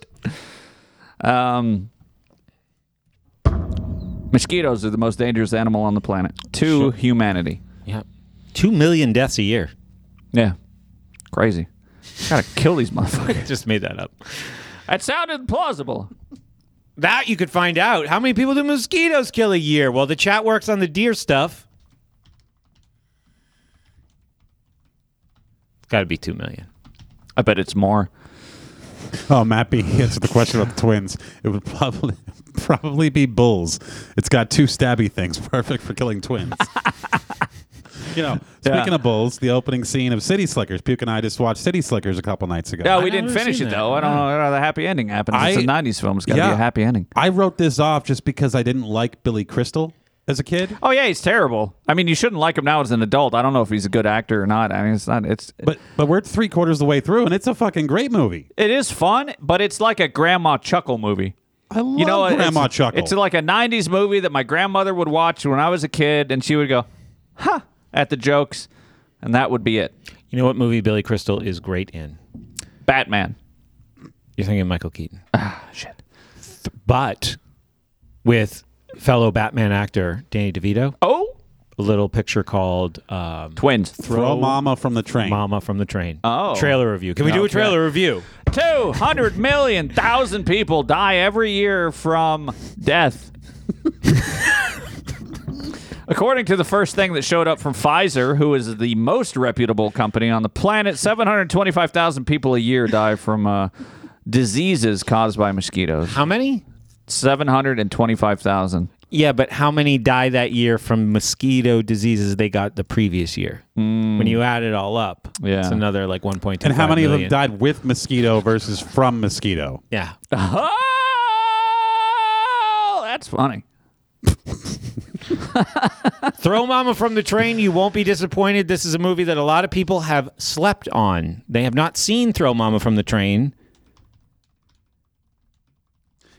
A: Um, mosquitoes are the most dangerous animal on the planet to humanity.
B: Yeah. Two million deaths a year.
A: Yeah. Crazy. Gotta kill these
B: [laughs]
A: motherfuckers.
B: Just made that up.
A: [laughs] That sounded plausible.
B: That you could find out. How many people do mosquitoes kill a year? Well, the chat works on the deer stuff. It's got to be two million.
A: I bet it's more.
C: oh, Matt B. [laughs] answered the question about the twins. It would probably [laughs] probably be bulls. It's got two stabby things, [laughs] perfect for killing
A: [laughs]
C: twins. you know, speaking
A: Yeah.
C: of bulls, the opening scene of City Slickers. Puke and I just watched City Slickers a couple nights ago.
A: No, we
B: I've
A: didn't
B: never
A: finish it
B: seen that.
A: though. I don't know how the happy ending happens. it's
C: I-
A: a '90s film. It's got to be
C: Yeah.
A: a happy ending.
C: I wrote this off just because I didn't like Billy Crystal as a kid.
A: Oh yeah, he's terrible. I mean, you shouldn't like him now as an adult. I don't know if he's a good actor or not. I mean, it's not. It's
C: But but we're three quarters of the way through, and it's a fucking great movie.
A: it is fun, but it's like a grandma chuckle movie.
C: I love
A: You know,
C: Grandma
A: it's,
C: Chuckle.
A: It's like a '90s movie that my grandmother would watch when I was a kid, and she would go, "Ha!" at the jokes, and that would be it.
B: You know what movie Billy Crystal is great in?
A: Batman.
B: You're thinking Michael Keaton,
A: Ah, Shit.
B: but with fellow Batman actor Danny DeVito,
A: Oh,
B: a little picture called um,
A: twins.
C: Throw Mama from the Train.
B: "Mama from the Train."
A: Oh.
B: trailer review. Can we do a
A: Okay.
B: trailer review?
A: Two hundred million thousand people die every year from death. According to the first thing that showed up from Pfizer, who is the most reputable company on the planet, 725,000 people a year die from uh, diseases caused by mosquitoes.
B: How many?
A: 725,000.
B: Yeah, but how many die that year from mosquito diseases they got the previous year? When you add it all up,
A: Mm. Yeah.
B: it's another like one point two.
C: and how many of them died with mosquito versus from mosquito?
B: Yeah,
A: [laughs] Oh, that's funny.
B: throw Mama from the train. You won't be disappointed. This is a movie that a lot of people have slept on. They have not seen Throw Mama from the Train.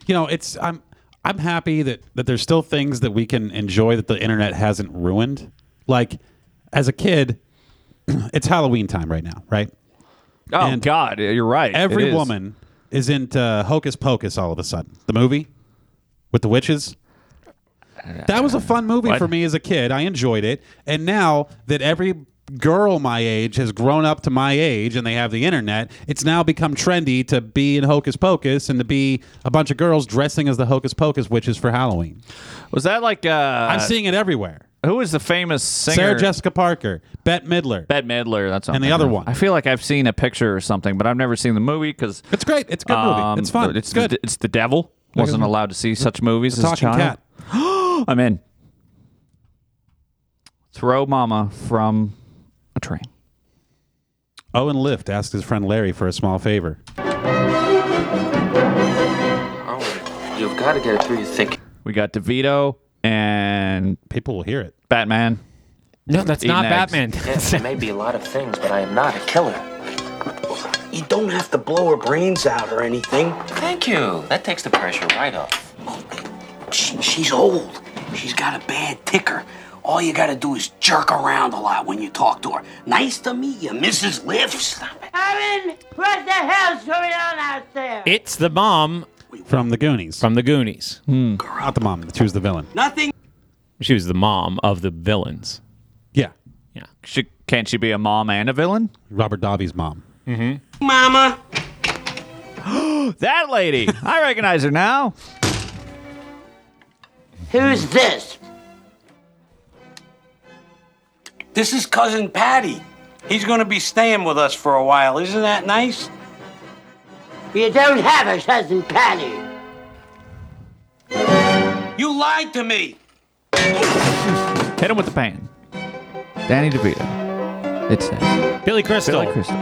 C: you know it's i'm i'm happy that that there's still things that we can enjoy that the internet hasn't ruined like as a kid [clears throat] it's halloween time right now right
A: Oh,
C: And
A: God, you're right. It
C: every
A: is.
C: woman is into hocus pocus all of a sudden the movie with the witches that was a fun movie
A: What?
C: for me as a kid i enjoyed it and now that every girl my age has grown up to my age and they have the internet it's now become trendy to be in hocus pocus and to be a bunch of girls dressing as the hocus pocus witches for halloween
A: Was that like, uh,
C: I'm seeing it everywhere.
A: who was the famous singer?
C: Sarah Jessica Parker, Bette Midler.
A: Bette Midler. That's what
C: And
A: I'm
C: the other
A: thinking of. I
C: one.
A: feel like I've seen a picture or something, but I've never seen the movie because
C: It's great. It's a good movie. It's fun. It's good.
A: The, Um, it's the devil. Wasn't allowed to see such movies as a
C: Talking
A: child.
C: cat.
A: I'm in. Throw Mama from a train.
C: Owen Lift asked his friend Larry for a small favor.
H: You've got to get it through your thinking.
A: We got DeVito and
C: People will hear it.
A: Batman.
B: No, that's
A: Eating
B: not
A: eggs.
B: Batman.
A: [laughs]
H: Yes, it may be a lot of things, but I am not a killer.
I: You don't have to blow her brains out or anything. Oh,
H: Thank you. That takes the pressure right off.
I: She, she's old. She's got a bad ticker. All you gotta do is jerk around a lot when you talk to her. Nice to meet you, Mrs. Lifts.
J: Aaron, what the hell's going on out there?
B: It's the mom
C: From the Goonies.
B: from the Goonies.
C: Not the mom. Choose the villain.
I: Nothing.
B: She was the mom of the villains.
C: Yeah.
A: She, can't she be a mom and a villain?
C: Robert Dobby's mom.
I: Mama.
A: That lady. I recognize her now.
J: Who's this?
I: This is cousin Patty. He's gonna be staying with us for a while. Isn't that nice?
J: You don't have a cousin Patty.
I: You lied to me.
A: Hit him with the pan. Danny DeVito. It says.
B: Billy Crystal.
A: Billy Crystal.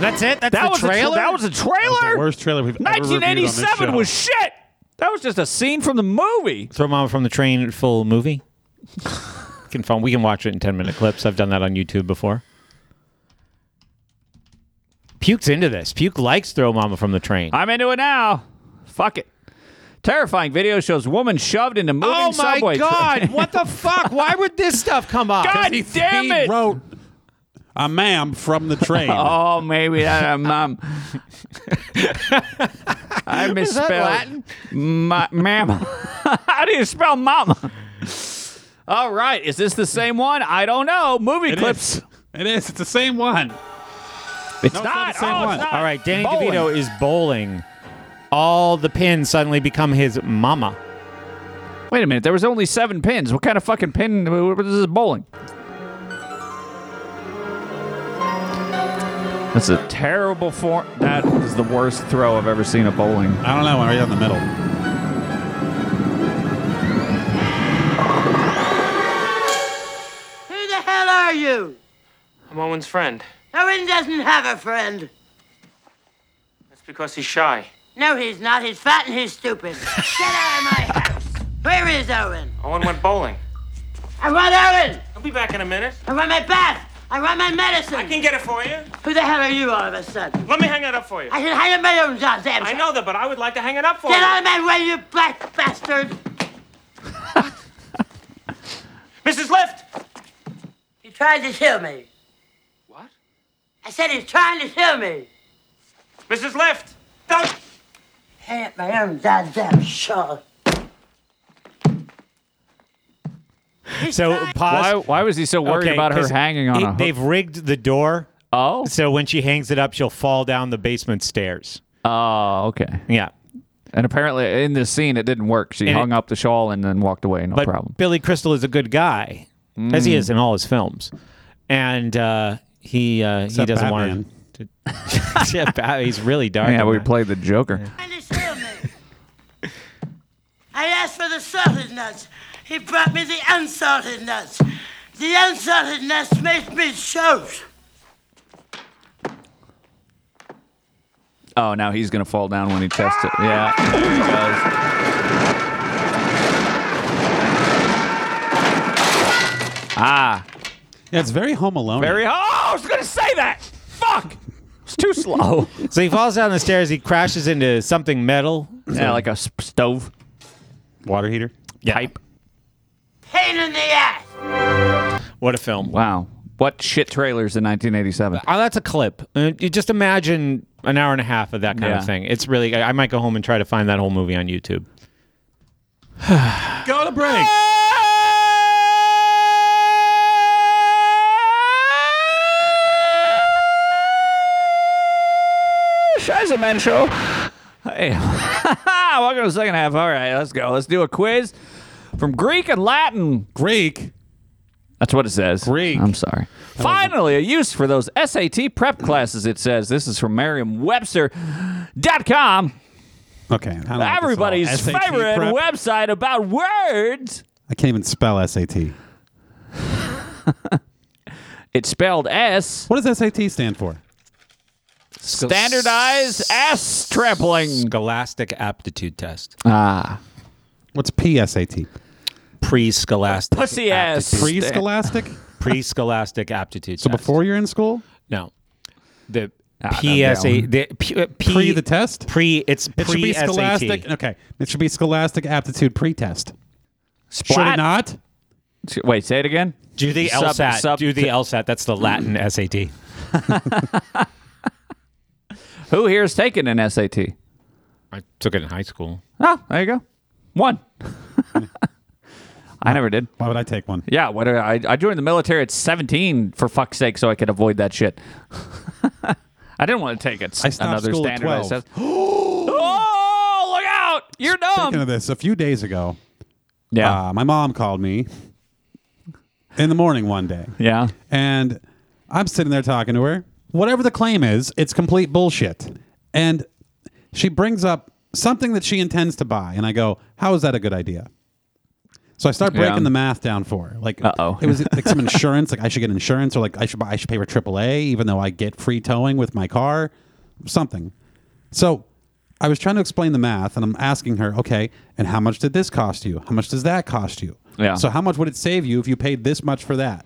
B: That's it. That's
A: That
B: the
A: was a tra-
B: trailer.
A: that was a trailer?
C: That was the worst trailer we've ever reviewed on this
A: 1987
C: show.
A: was shit. That was just a scene from the movie.
B: Throw Mama from the Train full movie. [laughs] can phone. We can watch it in ten minute clips. I've done that on YouTube before. Puke's into this. Puke likes Throw Mama from the Train.
A: I'm into it now. Fuck it. Terrifying video shows woman shoved into moving
B: oh my
A: subway. tra-
B: god! what the fuck? Why would this stuff come up?
A: [laughs] God damn
C: he
A: it!
C: wrote a ma'am from the
A: [laughs]
C: train.
A: Oh, maybe that um, [laughs] um, I misspelled
B: Latin?
A: Ma- mama. [laughs] How do you spell mama? All right, is this the same one? I don't know. Movie
C: It
A: clips.
C: is. It is. It's the same one.
A: It's,
C: No, it's not
A: not.
C: the same
A: oh,
C: one.
A: It's
B: [laughs]
A: not.
B: All right, Danny
A: Bowling.
B: DeVito is bowling. All the pins suddenly become his mama.
A: Wait a minute. There was only seven pins. What kind of fucking pin? This is bowling. That's a terrible form. That is the worst throw I've ever seen at bowling.
C: I don't know. Right down the middle.
J: Who the hell are you?
H: I'm Owen's friend.
J: Owen doesn't have a friend.
H: That's because he's shy.
J: No, he's not. He's fat and he's
H: [laughs]
J: stupid. Get out of my house. Where is Owen?
H: Owen went bowling.
J: I want Owen.
H: He'll be back in a minute.
J: I want my bath. I want my medicine.
H: I can get it for you.
J: Who the hell are you all of a sudden?
H: Let me hang it up for you.
J: I can hang up my own job, damn
H: I
J: it.
H: know that, but I would like to hang it up for
J: Get
H: you.
J: out of my way, you black bastard.
H: Mrs. Lift!
J: He tried to kill me.
H: What?
J: I said he's trying to kill me.
H: Mrs. Lift! Don't!
J: Hang up my own goddamn shawl.
B: So
A: Why,
B: pause.
A: why was he so worried
B: Okay,
A: about her
B: 'cause
A: hanging on
B: it-
A: a hook?
B: They've rigged the door
A: oh?
B: so when she hangs it up, she'll fall down the basement stairs.
A: Oh, okay.
B: Yeah,
A: And apparently in this scene, it didn't work. She
B: And
A: hung
B: it-
A: up the shawl and then walked away. No
B: but
A: problem. Mm.
B: Billy Crystal is a good guy, as he is in all his films, and uh, he uh, he
C: Except
B: doesn't
C: Batman.
B: want to. [laughs] Yeah, Bat- he's really dark.
A: Yeah,
B: in
A: we
B: that.
A: played the Joker.
J: Trying to kill me.
H: [laughs]
J: I asked for the salted nuts. He brought me the unsalted nuts. The unsalted nuts makes me choke.
A: Oh, now he's gonna fall down when he tests it. Yeah, there he goes. Ah,
C: Yeah, it's very Home Alone.
A: very. Oh, I was gonna say that. Fuck, it's too slow.
B: So he falls down the stairs. He crashes into something metal.
A: [laughs] yeah, like a s- stove
C: water heater.
A: pipe.
J: Pain in the ass.
B: What a film!
A: Wow, what shit trailers in 1987?
B: Oh, that's a clip. Uh, you just imagine an hour and a half of that kind
A: Yeah.
B: of thing. It's really. I I might go home and try to find that whole movie on YouTube.
C: Go to break.
A: Shazam Show. Hey, [laughs] welcome to the second half. All right, let's go. Let's do a quiz from Greek and Latin.
C: Greek.
A: That's what it says.
C: Greek.
A: I'm sorry. Finally, a use for those SAT prep classes, it says. This is from Merriam-Webster.com.
C: Okay. I don't like this at all.
A: Everybody's
C: SAT
A: favorite
C: prep.
A: website about words.
C: I can't even spell SAT.
A: It's spelled S.
C: What does SAT stand for?
A: Standardized ass trampling.
B: Scholastic aptitude test.
A: Ah.
C: What's PSAT?
B: Pre-scholastic.
A: Pussy ass.
B: aptitude-
C: Pre-scholastic.
B: Pre-scholastic aptitude.
C: so
B: test.
C: before you're in school,
B: No. The
A: not that
B: PSA.
A: one.
B: The P, uh, P-
C: pre the test.
B: Pre. It's
C: it should
B: pre
C: be
B: SAT.
C: scholastic. Okay. It should be scholastic aptitude pretest. Should
A: Splat.
C: it not?
A: Wait, say it again.
B: Do the
A: Sub-
B: LSAT.
A: sub-
B: do the LSAT. That's the Latin SAT.
A: Who here has taken an SAT?
B: I took it in high school.
A: Oh, there you go. One. [laughs] I never did.
C: Why would I take one?
A: Yeah, what uh, I I joined the military at 17 for fuck's sake so I could avoid that shit. [laughs] I didn't want to take it.
C: I stopped
A: another
C: school at
A: standardized
C: 12.
A: test. [gasps] oh, look out! You're dumb.
C: Speaking of this, a few days ago,
A: yeah,
C: uh, my mom called me in the morning one day, [clears throat]
A: yeah.
C: and I'm sitting there talking to her. Whatever the claim is, it's complete bullshit. And she brings up something that she intends to buy, and I go, "How is that a good idea?" So I start breaking
A: Yeah.
C: the math down for her. Like,
A: Uh-oh. [laughs]
C: it was like some insurance. Like I should get insurance, or like I should buy, I should pay for AAA, even though I get free towing with my car, something. So I was trying to explain the math, and I'm asking her, okay, and how much did this cost you? How much does that cost you?
A: Yeah.
C: So how much would it save you if you paid this much for that?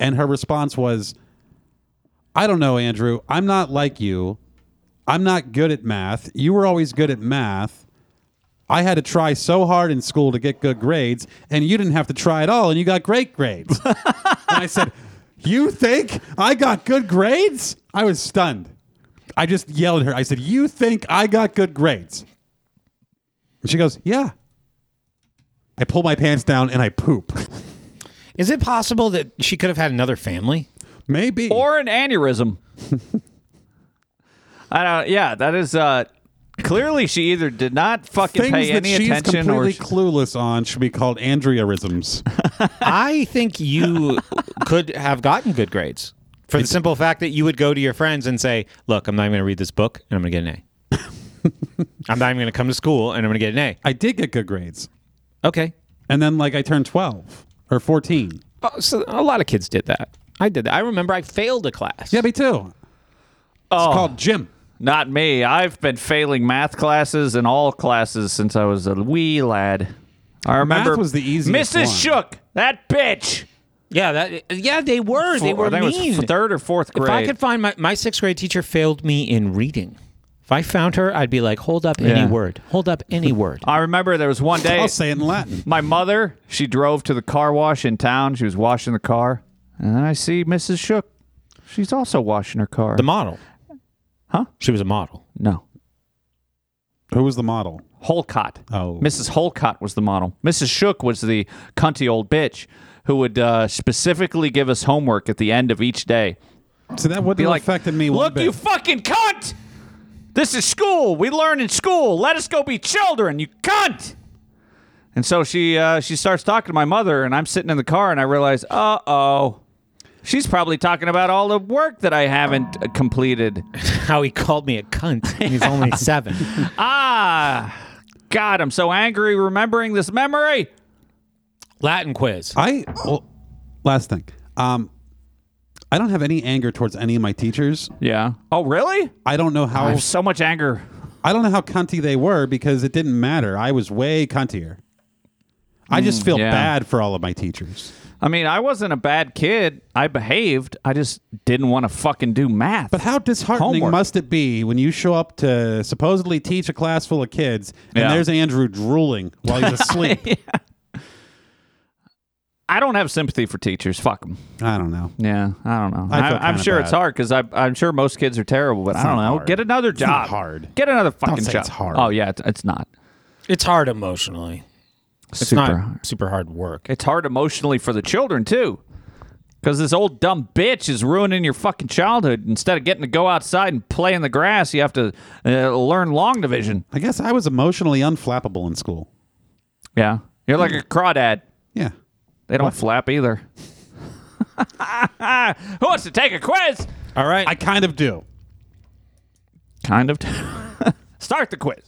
C: And her response was, I don't know, Andrew. I'm not like you. I'm not good at math. You were always good at math. I had to try so hard in school to get good grades, and you didn't have to try at all, and you got great grades. and I said, You think I got good grades? I was stunned. I just yelled at her. I said, You think I got good grades? And she goes, Yeah. I pull my pants down and I poop.
B: Is it possible that she could have had another family?
C: Maybe.
A: Or an aneurysm. [laughs] I don't. Yeah, that is. uh Clearly, she either did not fucking
C: Things
A: pay
C: that
A: any
C: she's
A: attention or
C: completely
A: she-
C: clueless on should be called
A: [laughs]
C: Andreaisms.
B: [laughs] I think you could have gotten good grades for the simple fact that you would go to your friends and say, "Look, I'm not even going to read this book, and I'm going to get an A. I'm not even going to come to school, and I'm going to get an A."
C: I did get good grades.
B: Okay,
C: And then like I turned 12 or 14.
B: oh, so a lot of kids did that. I did that. I remember I failed a class.
C: Yeah, me too.
A: Oh.
C: It's called gym.
A: Not me. I've been failing math classes and all classes since I was a wee lad. I remember
C: was the easiest
A: Mrs.
C: one.
A: Shook, that bitch.
B: yeah, that, yeah, they were. they were
A: I think
B: mean.
A: It was f- third or fourth grade.
B: If I could find my, my sixth grade teacher failed me in reading. If I found her, I'd be like, hold up
A: Yeah.
B: any word. Hold up any word.
A: I remember there was one day
C: [laughs] I'll say it in Latin.
A: my mother. She drove to the car wash in town. She was washing the car, and I see Mrs. Shook. She's also washing her car.
B: The model.
A: Huh?
B: She was a model.
A: no,
C: Who was the model?
A: Holcott.
C: Oh.
A: Mrs. Holcott was the model. Mrs. Shook was the cunty old bitch who would uh, specifically give us homework at the end of each day.
C: So that wouldn't
A: Be
C: have
A: like,
C: affected me one
A: Look,
C: bit.
A: you fucking cunt! This is school. We learn in school. Let us go be children, you cunt! And so she uh, she starts talking to my mother, and I'm sitting in the car, and I realize, uh oh, she's probably talking about all the work that I haven't uh, completed.
B: [laughs] How he called me a cunt and he's only seven.
A: ah, God, I'm so angry remembering this memory.
B: Latin quiz.
C: I well, last thing. Um I don't have any anger towards any of my teachers.
A: Yeah. Oh, really?
C: I don't know
A: I
C: how
A: have so much anger.
C: I don't know how cunty they were because it didn't matter. I was way cuntier. I just feel
A: Mm, yeah.
C: bad for all of my teachers.
A: I mean, I wasn't a bad kid. I behaved. I just didn't want to fucking do math.
C: But how disheartening
A: Homework.
C: must it be when you show up to supposedly teach a class full of kids and
A: Yeah.
C: there's Andrew drooling while he's asleep?
A: [laughs] I don't have sympathy for teachers. Fuck them.
C: I don't know.
A: Yeah, I don't know.
C: I
A: I
C: feel
A: am
C: kinda
A: sure it's
C: bad.
A: hard because I'm sure most kids are terrible. But I don't
C: not
A: know.
C: hard.
A: Get another
C: not
A: job.
C: hard.
A: Get another fucking
C: say
A: job.
C: it's hard.
A: Oh yeah, it's, it's not.
B: It's hard emotionally. It's
A: super
B: not
A: hard.
B: super hard work.
A: It's hard emotionally for the children too. Because this old dumb bitch is ruining your fucking childhood. Instead of getting to go outside and play in the grass, you have to uh, learn long division.
C: I guess I was emotionally unflappable in school.
A: Yeah. You're like a crawdad.
C: Yeah.
A: They don't flap either. [laughs] Who wants to take a quiz?
B: All right.
C: I kind of do.
A: Kind of. [laughs] Start the quiz.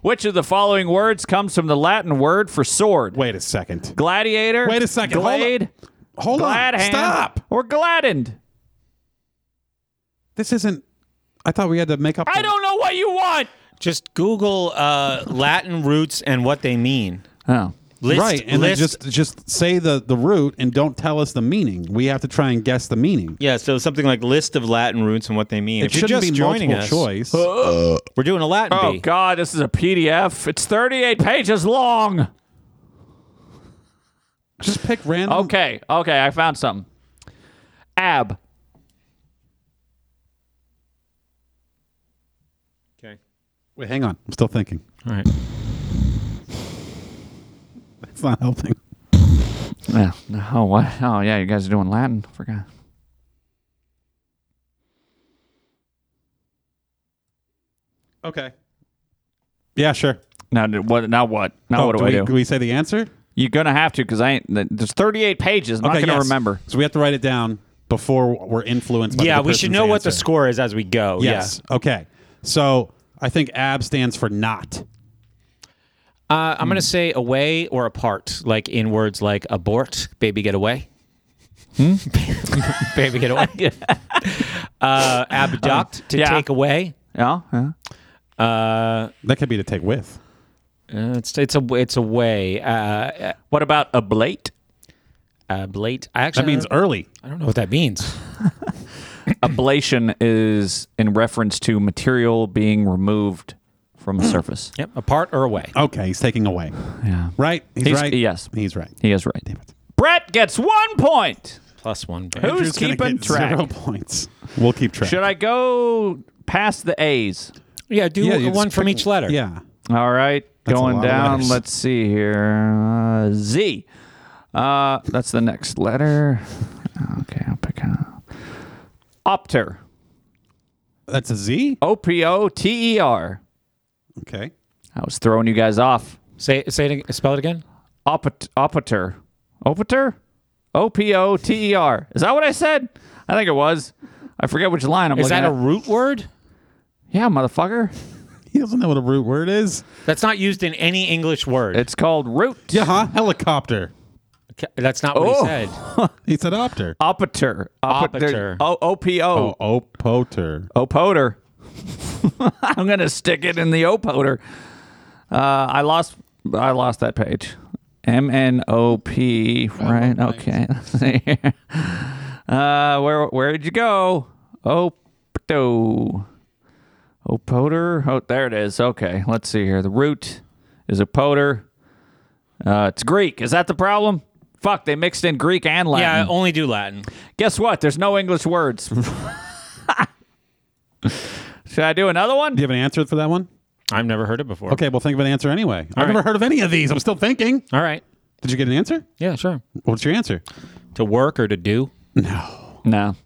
A: Which of the following words comes from the Latin word for sword?
C: Wait a second.
A: Gladiator.
C: Wait a second, hold on.
A: Glade.
C: Hold
A: glad
C: on.
A: hand.
C: Stop.
A: Or gladdened.
C: This isn't. I thought we had to make up.
A: I
C: the-
A: don't know what you want.
B: Just Google uh, Latin roots and what they mean.
A: Oh.
B: List,
C: right, and then
B: list.
C: just just say the the root and don't tell us the meaning. We have to try and guess the meaning.
B: yeah, so something like list of Latin roots and what they mean.
C: It
B: if you're
C: shouldn't
B: just
C: be
B: joining
C: multiple
B: us,
C: choice.
B: [gasps] we're doing a Latin
A: Oh
B: bee.
A: God, this is a PDF. It's 38 pages long.
C: Just pick random.
A: Okay, okay, I found something. Ab.
C: Wait, hang on. I'm still thinking.
B: All right.
C: It's not helping.
A: Yeah. Oh what? Oh yeah, you guys are doing Latin. Forgot.
C: Okay. Yeah, sure.
A: Now d- what? Now what? Now
C: Oh,
A: what do, I
C: we,
A: do?
C: we say the answer?
A: You're gonna have to because I ain't. There's 38 pages. I'm not gonna
C: yes.
A: remember.
C: So we have to write it down before we're influenced. By
B: Yeah,
C: the
B: we should
C: person's
B: know what the
C: answer.
B: score is as we go.
C: Yes. Okay. So I think AB stands for not.
B: Uh, I'm gonna say away or apart, like in words like abort, baby get away, Hmm? [laughs] baby get [laughs] away, uh, abduct to
A: yeah.
B: take away.
A: Yeah, yeah.
B: Uh,
C: that could be to take with.
B: Uh, it's it's a it's a way. Uh,
A: what about ablate?
B: Ablate. I actually
A: That means
B: I don't-
A: early.
B: I don't know what that means.
A: Ablation is in reference to material being removed from
C: Mm.
A: the surface.
B: Yep, apart or away.
C: Okay, he's taking
A: [sighs]
C: away. Yeah. Right? He's,
A: He's-
C: right.
A: yes.
C: He's right.
A: He is right. Damn it. Brett gets one point.
B: Plus one.
A: Who's
C: Andrew's gonna
A: keeping
C: get
A: track?
C: Zero points. We'll keep track.
A: Should I go past the A's?
B: Yeah, do
C: Yeah, you
B: one
C: just
B: from
C: pick-
B: each letter.
C: Yeah.
A: All right,
C: That's a
A: going
C: lot of
A: down.
C: letters.
A: Let's see here. Uh, Z. Uh, that's the next letter. Okay, I'll pick up. Opter.
C: That's a Z?
A: O P O T E R.
C: Okay.
A: I was throwing you guys off.
B: Say say it, ag- spell it again.
A: Opet- Opter. Opter? O P O T E R. Is that what I said? I think it was. I forget which line I'm
B: Is
A: looking
B: that
A: at.
B: a root word?
A: yeah, motherfucker.
C: He doesn't know what a root word is.
B: That's not used in any English word.
A: It's called root.
C: Yeah, huh? Helicopter.
B: Ca- That's not what
A: Oh.
B: he said.
C: He said opter.
A: Opter.
B: Opter.
A: O O P O.
C: Oh, opoter.
A: Opoter. [laughs] I'm gonna stick it in the opoter. Uh, I lost. I lost that page. M N O P. Right. Okay. [laughs] Let's see here. Uh, where Where did you go? Opto. Opoter. Oh, there it is. Okay. Let's see here. The root is opoter. Uh, it's Greek. Is that the problem? Fuck. They mixed in Greek and Latin.
B: Yeah, I only do Latin.
A: Guess what? There's no English words. [laughs] Should I do another one?
C: Do you have an answer for that one?
B: I've never heard it before.
C: Okay, well, think of an answer anyway. I've
B: right.
C: never heard of any of these. I'm still thinking.
B: All right.
C: Did you get an answer?
B: Yeah, sure.
C: What's your answer?
B: To work or to do?
A: No.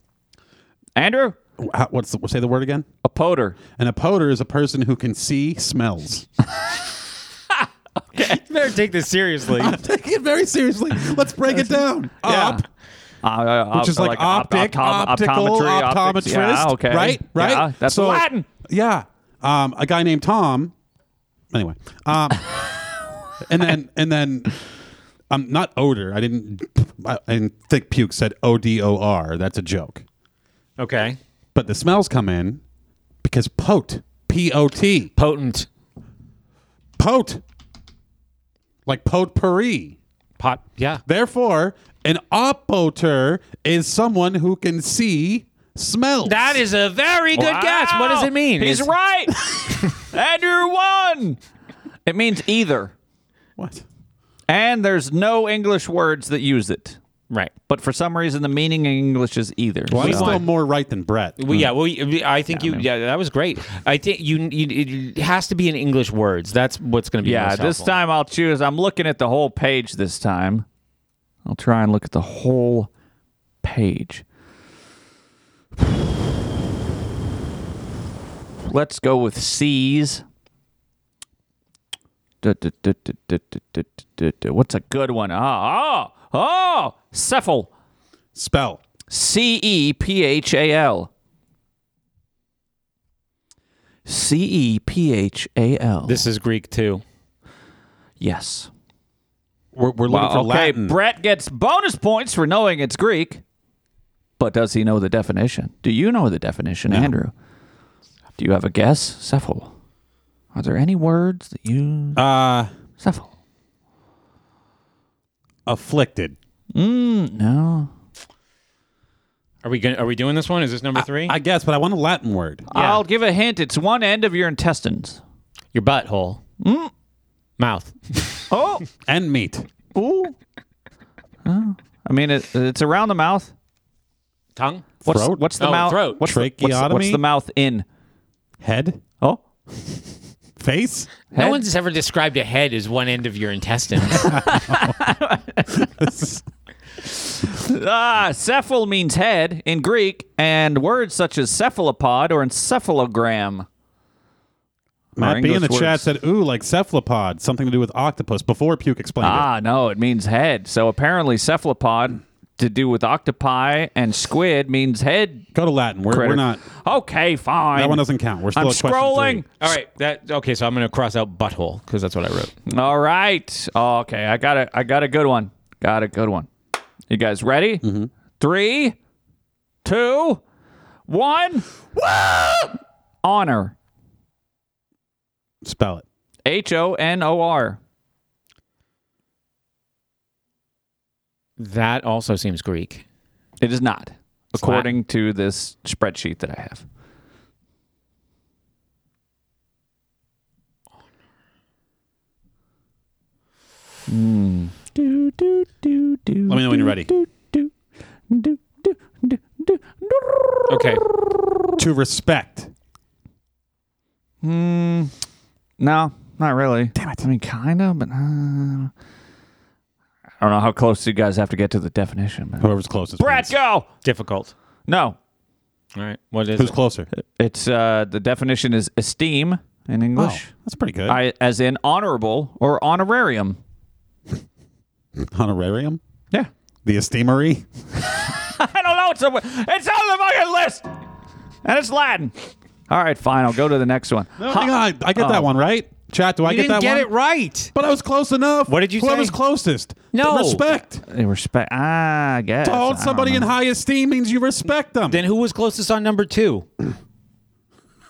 A: Andrew?
C: Wh- how- What's the, say the word again?
A: A poter.
C: And a poter is a person who can see
A: [laughs]
C: smells. [laughs]
B: You better take this seriously.
C: Take it very seriously. Let's break it down. Up.
A: Uh, uh,
C: Which is like,
A: op-
C: optic,
A: optom-
C: optical,
A: optometry, optics.
C: optometrist.
A: Yeah, okay.
C: Right? Right?
A: Yeah, that's
C: So-
A: Latin.
C: Yeah. Um, a guy named Tom. Anyway.
A: [laughs]
C: Um, and then and then um, not odor. I didn't I didn't think puke said O D O R. That's a joke.
B: [laughs] okay.
C: But the smells come in because pote. P O T.
B: Potent.
C: Pote. Like potpourri.
B: Pot. Yeah.
C: Therefore, an opoter is someone who can see smells.
B: That is a very good
A: Wow.
B: guess. What does it mean?
A: He's
B: It's-
A: [laughs] right. Andrew won. It means either.
C: what?
A: And there's no English words that use it.
B: Right.
A: But for some reason, the meaning in English is either.
C: Well, I'm
A: So-
C: still more right than Brett.
B: Well, yeah, well, y- y- I think you. Yeah, that was great. I think you. you it has to be in English words. That's what's going to be.
A: Yeah,
B: most
A: this
B: helpful.
A: time I'll choose. I'm looking at the whole page this time. I'll try and look at the whole page. [sighs] Let's go with C's. Du- du- du- du- du- du- du- du- du- du. What's a good one? Oh, oh, oh, cephal.
C: Spell.
A: C E P H A L. C E P H A L.
B: This is Greek too.
A: yes.
C: We're, we're looking for
A: okay,
C: Latin.
A: Brett gets bonus points for knowing it's Greek, but does he know the definition? Do you know the definition, Andrew? Do you have a guess, Cephal? Are there any words that you
C: Uh,
A: Cephal?
C: afflicted.
A: Mm, no.
B: Are we going? Are we doing this one? Is this number three?
C: I guess, but I want a Latin word.
A: I'll give a hint. It's one end of your intestines.
B: Your butthole. Mouth.
A: Oh,
C: And meat.
A: ooh. Oh. I mean, it, it's around the mouth.
B: Tongue.
A: What's,
C: Throat?
A: what's the
B: Oh,
A: mouth?
B: throat.
A: What's the- what's the- What's the,
C: Tracheotomy?
A: mouth in?
C: Head.
A: Oh,
C: Face.
B: No
A: Head?
B: one's ever described a head as one end of your intestines.
A: ah, cephal means head in Greek, and words such as cephalopod or encephalogram.
C: Matt B in the
A: English
C: chat
A: words.
C: said, ooh, like cephalopod, something to do with octopus, before Puke explained it.
A: Ah, no, it means head. So apparently, cephalopod to do with octopi and squid means head.
C: Go to Latin. We're, we're
A: critter.
C: not.
A: Okay, fine.
C: That one doesn't count. We're still
A: I'm
C: at question
A: scrolling.
B: [laughs] All right. That okay. So I'm gonna cross out butthole because that's what I wrote.
A: All right. Oh, okay, I got a I got a good one. Got a good one. You guys ready?
C: Mm-hmm.
A: Three, two, one. Honor.
C: Spell it.
A: H O N O R.
B: That also seems Greek.
A: It is not, according to this spreadsheet that I have. Hmm.
C: Let me know when you're ready.
B: Okay.
C: To respect.
A: Hmm. No, not really. Damn it. I mean, kind of, but uh, I don't know how close you guys have to get to the definition. But...
C: Whoever's closest.
A: Brett,
C: wins.
A: go.
B: Difficult.
A: No,
B: All right. What is
C: Who's
B: it?
C: closer?
A: it's uh, the definition is esteem in English,
C: Oh, that's pretty good.
A: I, as in honorable or honorarium.
C: Honorarium?
A: Yeah.
C: The esteemery?
A: I don't know. It's, a, it's on the fucking list, and it's Latin. All right, fine. I'll go to the next one.
C: No, hang on. Oh I get
A: Oh.
C: that one, right? Chat, do I
B: You
C: get
B: didn't
C: that
B: get
C: one?
B: it right.
C: But I was close enough.
B: What did you
C: Whoever's
B: say?
C: closest.
B: No.
C: Respect.
A: They respect. Ah, I guess.
C: To hold
A: I
C: somebody in
A: don't know.
C: high esteem means you respect them. [laughs]
B: Then who was closest on number two?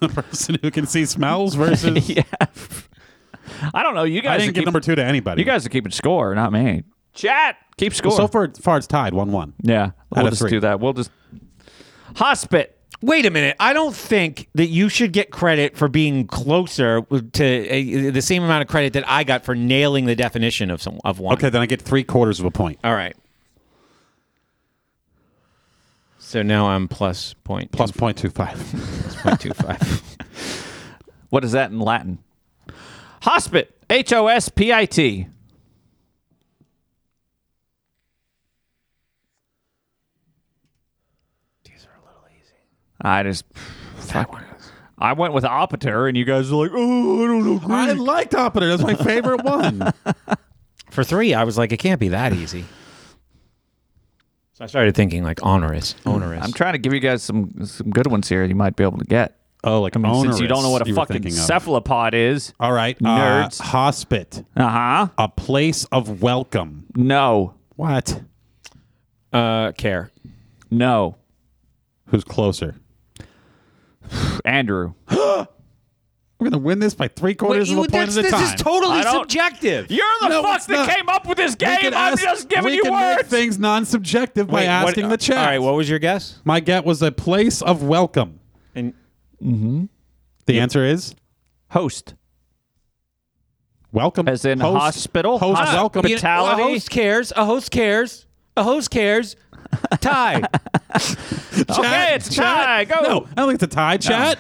C: the person who can see [laughs] smells versus.
A: I don't know. You guys.
C: I
A: are
C: didn't give
A: keep-
C: number two to anybody.
A: You guys are keeping score, not me. Chat, keep score.
C: Well, so far, far it's tied 1 1.
A: yeah,
C: Out
A: we'll
C: of
A: just
C: three.
A: do that. We'll just hospit.
B: Wait a minute. I don't think that you should get credit for being closer to uh, the same amount of credit that I got for nailing the definition of some of one.
C: Okay, then I get three quarters of a point.
B: All right. So now I'm plus point
C: Plus [laughs] 0.25.
B: point two five.
A: What is that in Latin? Hospit. H O S P I T. These are a little easy. I just. Fuck. I went with opiter, and you guys are like, oh, I don't know. Greek."
C: I liked Operator. That's my
A: [laughs]
C: favorite one.
B: For three, I was like, it can't be that easy. So I started thinking like onerous, onerous.
A: I'm trying to give you guys some some good ones here. You might be able to get.
C: Oh, like
A: I mean, since you
C: onerous,
A: don't know what a
C: you were
A: fucking
C: thinking of.
A: cephalopod is.
C: All right. uh,
A: Nerds.
C: hospit.
A: Uh huh.
C: A place of welcome.
A: No.
C: What?
B: uh, care.
A: No.
C: Who's closer?
A: Andrew.
C: We're gonna win this by three quarters of a point at a
B: this is
C: time.
B: totally
A: I don't-
B: subjective.
A: You're the
C: No,
A: fuck
C: it's
A: that
C: not.
A: came up with this
C: We
A: game.
C: can
A: I'm
C: ask-
A: just giving
C: we
A: you
C: can Make
A: words.
C: things non-subjective by
B: Wait, what-
C: asking the chat.
B: All right, what was your guess?
C: My get was a place of welcome.
B: And
C: The answer is
A: Host.
C: welcome.
A: As in
C: host,
A: hospital?
C: Host
A: Hosp-
B: Oh,
C: welcome.
A: you- Fatality?
B: a host cares. A host cares. A host cares. [laughs] Tie.
C: Chat,
A: Okay, it's tie.
C: chat.
A: Go.
C: No, I don't think it's a tie. Chat.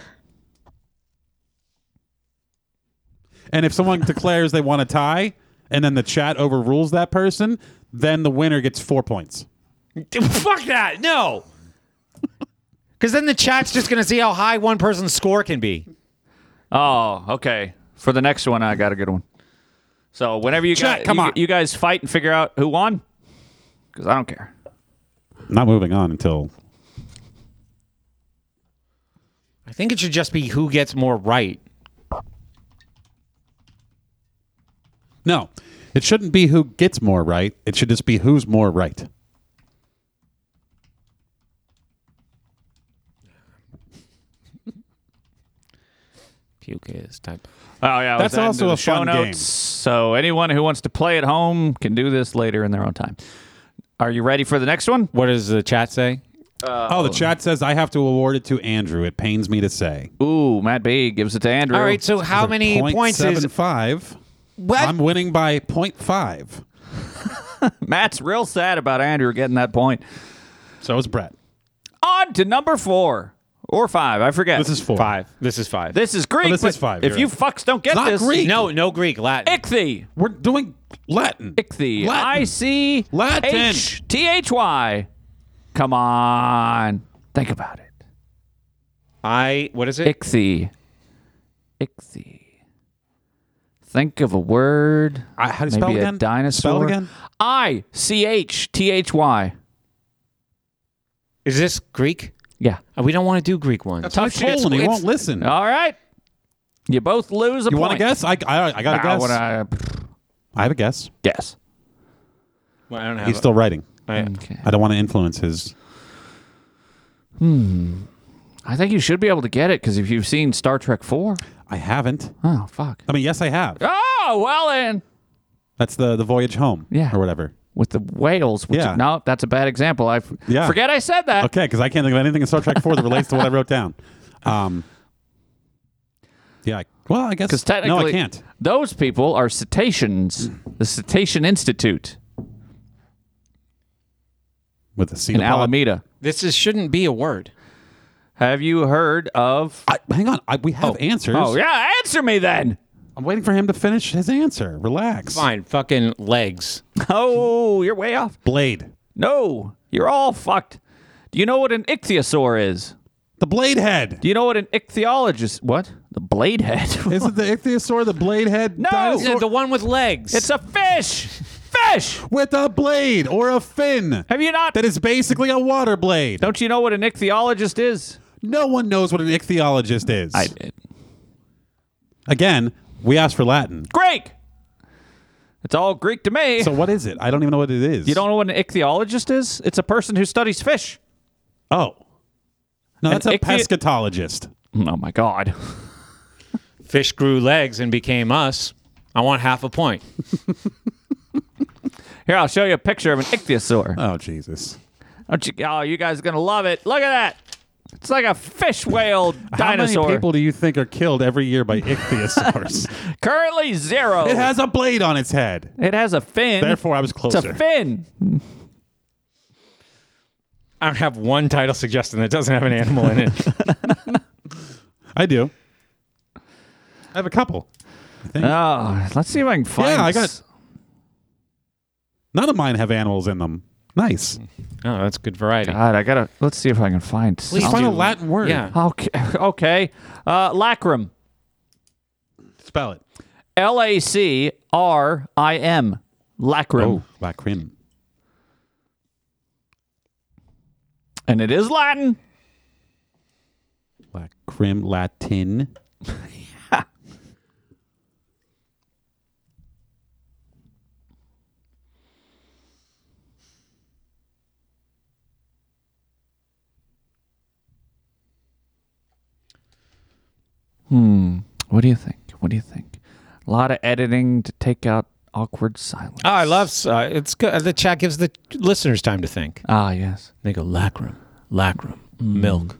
C: And if someone declares they want a tie, and then the chat overrules that person, then the winner gets four points.
B: Fuck that. No. [laughs] Because then the chat's just gonna see how high one person's score can be.
A: Oh, okay. For the next one, I got a good one. So whenever you
C: Chat,
A: guys,
C: come
A: you,
C: on.
A: you guys fight and figure out who won, because I don't care.
C: Not moving on until
B: I think it should just be who gets more right.
C: No, it shouldn't be who gets more right. It should just be who's more right.
B: Puke is type.
A: Oh yeah,
C: That's
A: we'll add
C: also
A: to the
C: a
A: show
C: fun
A: notes.
C: game.
A: So anyone who wants to play at home can do this later in their own time. Are you ready for the next one?
B: What does the chat say?
C: oh, the chat says I have to award it to Andrew. It pains me to say.
A: Ooh, Matt B gives it to Andrew.
B: All right, so how many points is
C: five?
B: what?
C: I'm winning by point five.
A: Matt's real sad about Andrew getting that point.
C: So is Brett.
A: On to number four or five, I forget.
C: This is four.
B: five. This is five.
A: This is Greek.
C: Oh, this
A: but
C: is five,
A: If
C: you're
A: you
C: right.
A: fucks don't get
C: Not
A: this,
C: Greek.
B: no, no Greek Latin.
A: ichthy,
C: We're doing Latin.
A: ichthy,
C: Latin.
A: I C
C: Latin.
A: H T H Y. Come on, think about it.
B: I what is it?
A: Ichthy, ichthy. Think of a word.
C: I- how do
A: maybe
C: you spell
A: a
C: again?
A: dinosaur.
C: Spell again.
A: I C H T H Y.
B: Is this Greek? Uh,
A: Yeah.
B: We don't want to do Greek ones.
C: That's what I told him. He won't listen.
A: All right. You both lose a
C: You
A: Oh, point.
C: want to guess? I, I, I got a
A: I
C: guess.
A: wanna-
C: I have a guess.
A: Guess.
B: Well, I don't have
C: He's
B: a-
C: still writing.
A: Oh, Okay.
C: I don't want to influence his.
A: Hmm. I think you should be able to get it because if you've seen Star Trek 4.
C: I haven't.
A: Oh, fuck.
C: I mean, yes, I have.
A: Oh, well then.
C: That's the the voyage home.
A: Yeah.
C: Or whatever.
A: With the whales. Which
C: Yeah.
A: no, that's a bad example. I f-
C: Yeah.
A: forget I said that.
C: Okay, because I can't think of anything in Star Trek Four that relates to what I wrote down. Um. Yeah. I- Well, I guess.
A: Because technically,
C: no, I can't.
A: those people are cetaceans. The Cetacean Institute
C: With the C.
A: in Alameda.
B: This is, shouldn't be a word.
A: Have you heard of?
C: I, hang on. I, we have answers.
A: Oh yeah, answer me then.
C: I'm waiting for him to finish his answer. Relax.
B: Fine. Fucking legs.
A: [laughs] Oh, you're way off.
C: Blade.
A: No, you're all fucked. Do you know what an ichthyosaur is?
C: The blade head.
A: Do you know what an ichthyologist? What the blade head? [laughs]
C: Is it the ichthyosaur, the blade head
A: No!
C: dinosaur?
B: The one with legs.
A: it's a fish. Fish.
C: with a blade or a fin
A: Have you not?
C: that is basically a water blade.
A: Don't you know what an ichthyologist is?
C: No one knows what an ichthyologist is.
A: did.
C: Again, we asked for Latin.
A: Greek. It's all Greek to me.
C: So what is it? I don't even know what it is.
A: you don't know what an ichthyologist is? It's a person who studies fish.
C: Oh. No, that's a
A: ichthy-
C: pescatologist.
A: Oh my god. [laughs]
B: Fish grew legs and became us. I want half a point.
A: Here, I'll show you a picture of an ichthyosaur.
C: Oh Jesus.
A: Aren't you, oh, you guys are gonna love it. Look at that. It's like a fish whale
C: [laughs] How
A: dinosaur.
C: many people do you think are killed every year by
A: [laughs]
C: ichthyosaurs?
A: Currently zero.
C: it has a blade on its head.
A: It has a fin.
C: Therefore I was
A: Oh. it's
C: closer.
A: a fin.
B: I don't have one title suggestion that doesn't have an animal in it.
C: I do. I have a couple.
A: Oh, let's see if I can find.
C: Yeah, I got-
A: s-
C: None of mine have animals in
A: Mm.
C: them. Nice.
B: [laughs] oh, that's good variety.
A: God, I gotta. Let's see if I can find.
B: Please
A: some-
C: Find a
B: do-
C: Latin word.
B: Yeah.
A: Okay. [laughs] Okay. Uh, lacrim.
C: Spell it.
A: L A C R I M. Lacrim.
C: Oh, lacrim.
A: And it is Latin.
C: Lacrim Latin.
A: What do you think? What do you think? A lot of editing to take out awkward silence.
B: Oh, I love uh, it's good. The chat gives the listeners time to think. Mm.
A: Ah, yes.
B: They go lacrim, lacrim, milk.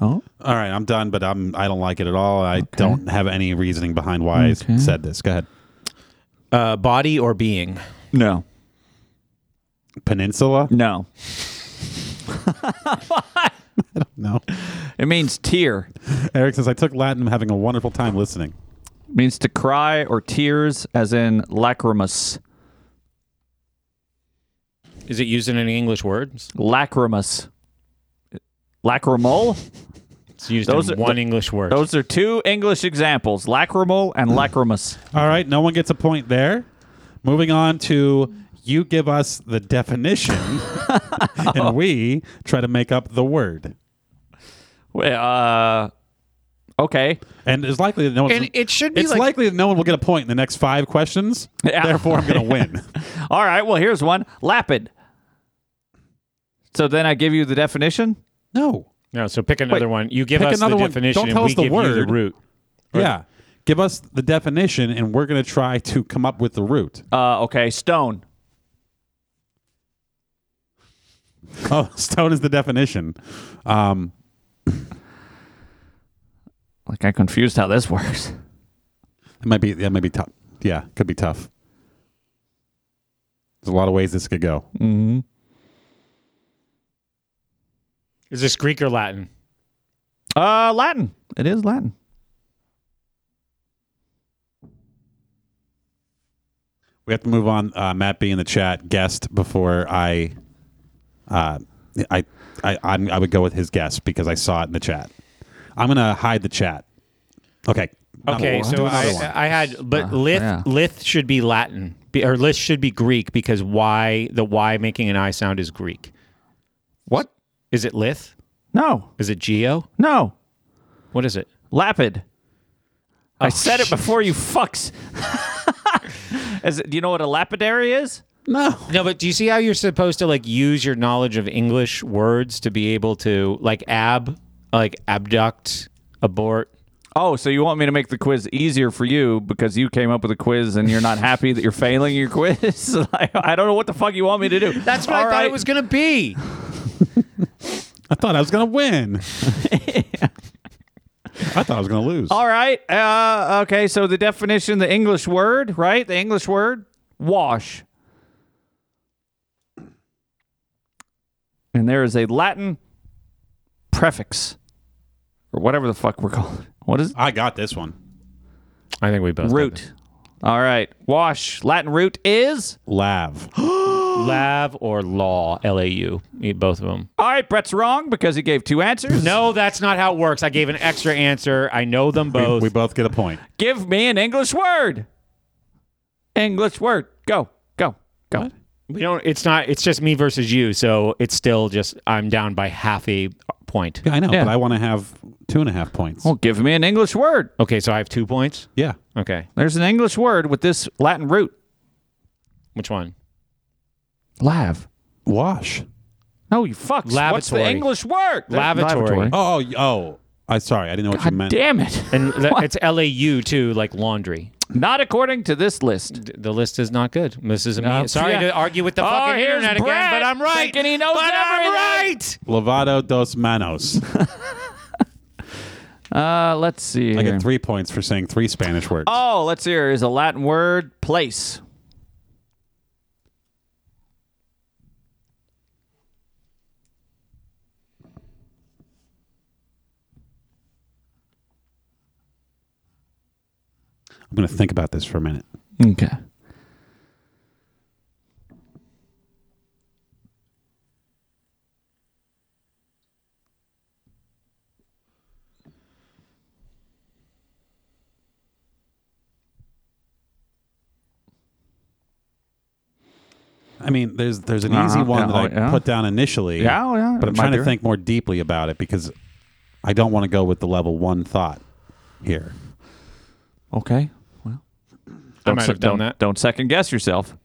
A: Oh.
C: All right, I'm done, but I'm I don't like it at all. I don't have any reasoning behind why I
A: Okay.
C: s- said this. Go ahead.
B: Uh, body or being?
A: No.
C: Peninsula?
A: No.
C: No.
A: It means tear.
C: [laughs] Eric says I took Latin. I'm having a wonderful time listening.
A: It means to cry or tears, as in lacrimus.
B: Is it used in any English words?
A: Lacrimus. Lacrimal?
B: It's used
A: Those
B: in
A: are-
B: one
A: th-
B: English word.
A: Those are two English examples lacrimal and lacrimus.
C: All right, no one gets a point there. Moving on to you give us the [laughs] definition and we try to make up the word.
A: Well, uh, okay.
C: And it's likely that no one
B: And it should be
C: It's
B: like-
C: likely that no one will get a point in the next 5 questions.
A: Yeah.
C: Therefore, I'm [laughs] going to win.
A: All right. Well, here's one lapid. So then I give you the definition?
C: no.
B: no, so pick another
C: Wait,
B: one. You give
C: pick
B: us the
C: another one.
B: definition,
C: Don't
B: and
C: tell
B: we
C: us the
B: give you
C: word.
B: the root.
C: Yeah. Give us the definition and we're going to try to come up with the root. [laughs]
A: Uh, okay. Stone.
C: Oh, stone is the definition. Um,
A: Like, I confused how this works.
C: it might be that might be tough. Yeah, could be tough. There's a lot of ways this could go.
A: Mm-hmm.
B: Is this Greek or Latin?
A: Uh, Latin. It is Latin.
C: We have to move on. Uh, Matt B in the chat guessed before I, uh, I, I, I'm, I would go with his guess because I saw it in the chat. I'm gonna hide the chat. Okay.
B: Okay,
C: Another
B: so
C: one. Another
B: I,
C: one.
B: I had, but
A: Uh,
B: lith
A: yeah.
B: lith should be Latin, be, or lith should be Greek because why the y making an i sound is Greek.
A: What?
B: Is it lith?
A: No.
B: Is it Geo?
A: No.
B: What is it?
A: Lapid. I said it before you fucks. [laughs] Is it, do you know what a lapidary is?
C: No.
B: No, but do you see how you're supposed to like use your knowledge of English words to be able to like ab, like abduct, abort?
A: Oh, so you want me to make the quiz easier for you because you came up with a quiz and you're not happy that you're failing your quiz? [laughs] I, I don't know what the fuck you want me to do.
B: That's what I
A: All
B: thought
A: right.
B: it was gonna be.
C: I thought I was going
A: [laughs]
C: to win. I thought I was going to lose.
A: All right. Uh, okay. So the definition, the English word, right? The English word, wash. And there is a Latin prefix, or whatever the fuck we're calling. it. What is it?
C: I got this one.
B: I think we both
A: root? All right. Wash. Latin root is.
C: Lav.
B: Lav or law, L A U, both of them.
A: All right. Brett's wrong because he gave two answers.
B: No, that's not how it works. I gave an extra answer. I know them
A: Oh,
B: both.
C: We both get a point.
A: Give me an English word. English word. Go. Go. Go.
B: We don't. It's not. It's just me versus you. So it's still just I'm down by half a point.
C: Yeah, I know,
A: Yeah.
C: but I want to have two and a half points.
A: Well, give me an English word.
B: Okay, so I have two points.
C: Yeah.
B: Okay,
A: There's an English word with this Latin root.
B: which one?
A: Lav.
C: Wash.
A: No, you fucks. What's the
B: Lavatory.
A: English word?
B: Lavatory.
C: Oh, oh, oh. I sorry, I didn't know what you
A: God
C: meant.
A: damn
C: [laughs]
A: it.
B: And th- it's L A U too, like laundry.
A: Not according to this list.
B: D- The list is not good. This is a me.
A: No.
B: Sorry
A: Yeah.
B: to argue with the
A: Oh,
B: fucking
A: here's
B: internet again,
A: Brett
B: but I'm right.
A: thinking he knows
B: but I'm
A: everything.
B: right.
C: Lovato dos manos.
A: Uh, let's see.
C: I
A: here.
C: get three points for saying three Spanish words.
A: Oh, let's see. Here is a Latin word place.
C: I'm gonna think about this for a minute.
A: Okay.
C: I mean, there's there's an
A: Uh-huh.
C: easy one
A: Yeah,
C: that
A: oh,
C: I
A: yeah.
C: put down initially.
A: Yeah, oh, yeah,
C: But
A: it
C: I'm
A: might
C: trying
A: be
C: to
A: right.
C: think more deeply about it because I don't want to go with the level one thought here.
A: Okay. Well, don't,
B: might
A: se-
B: have done
A: don't-
B: that.
A: Don't second guess yourself.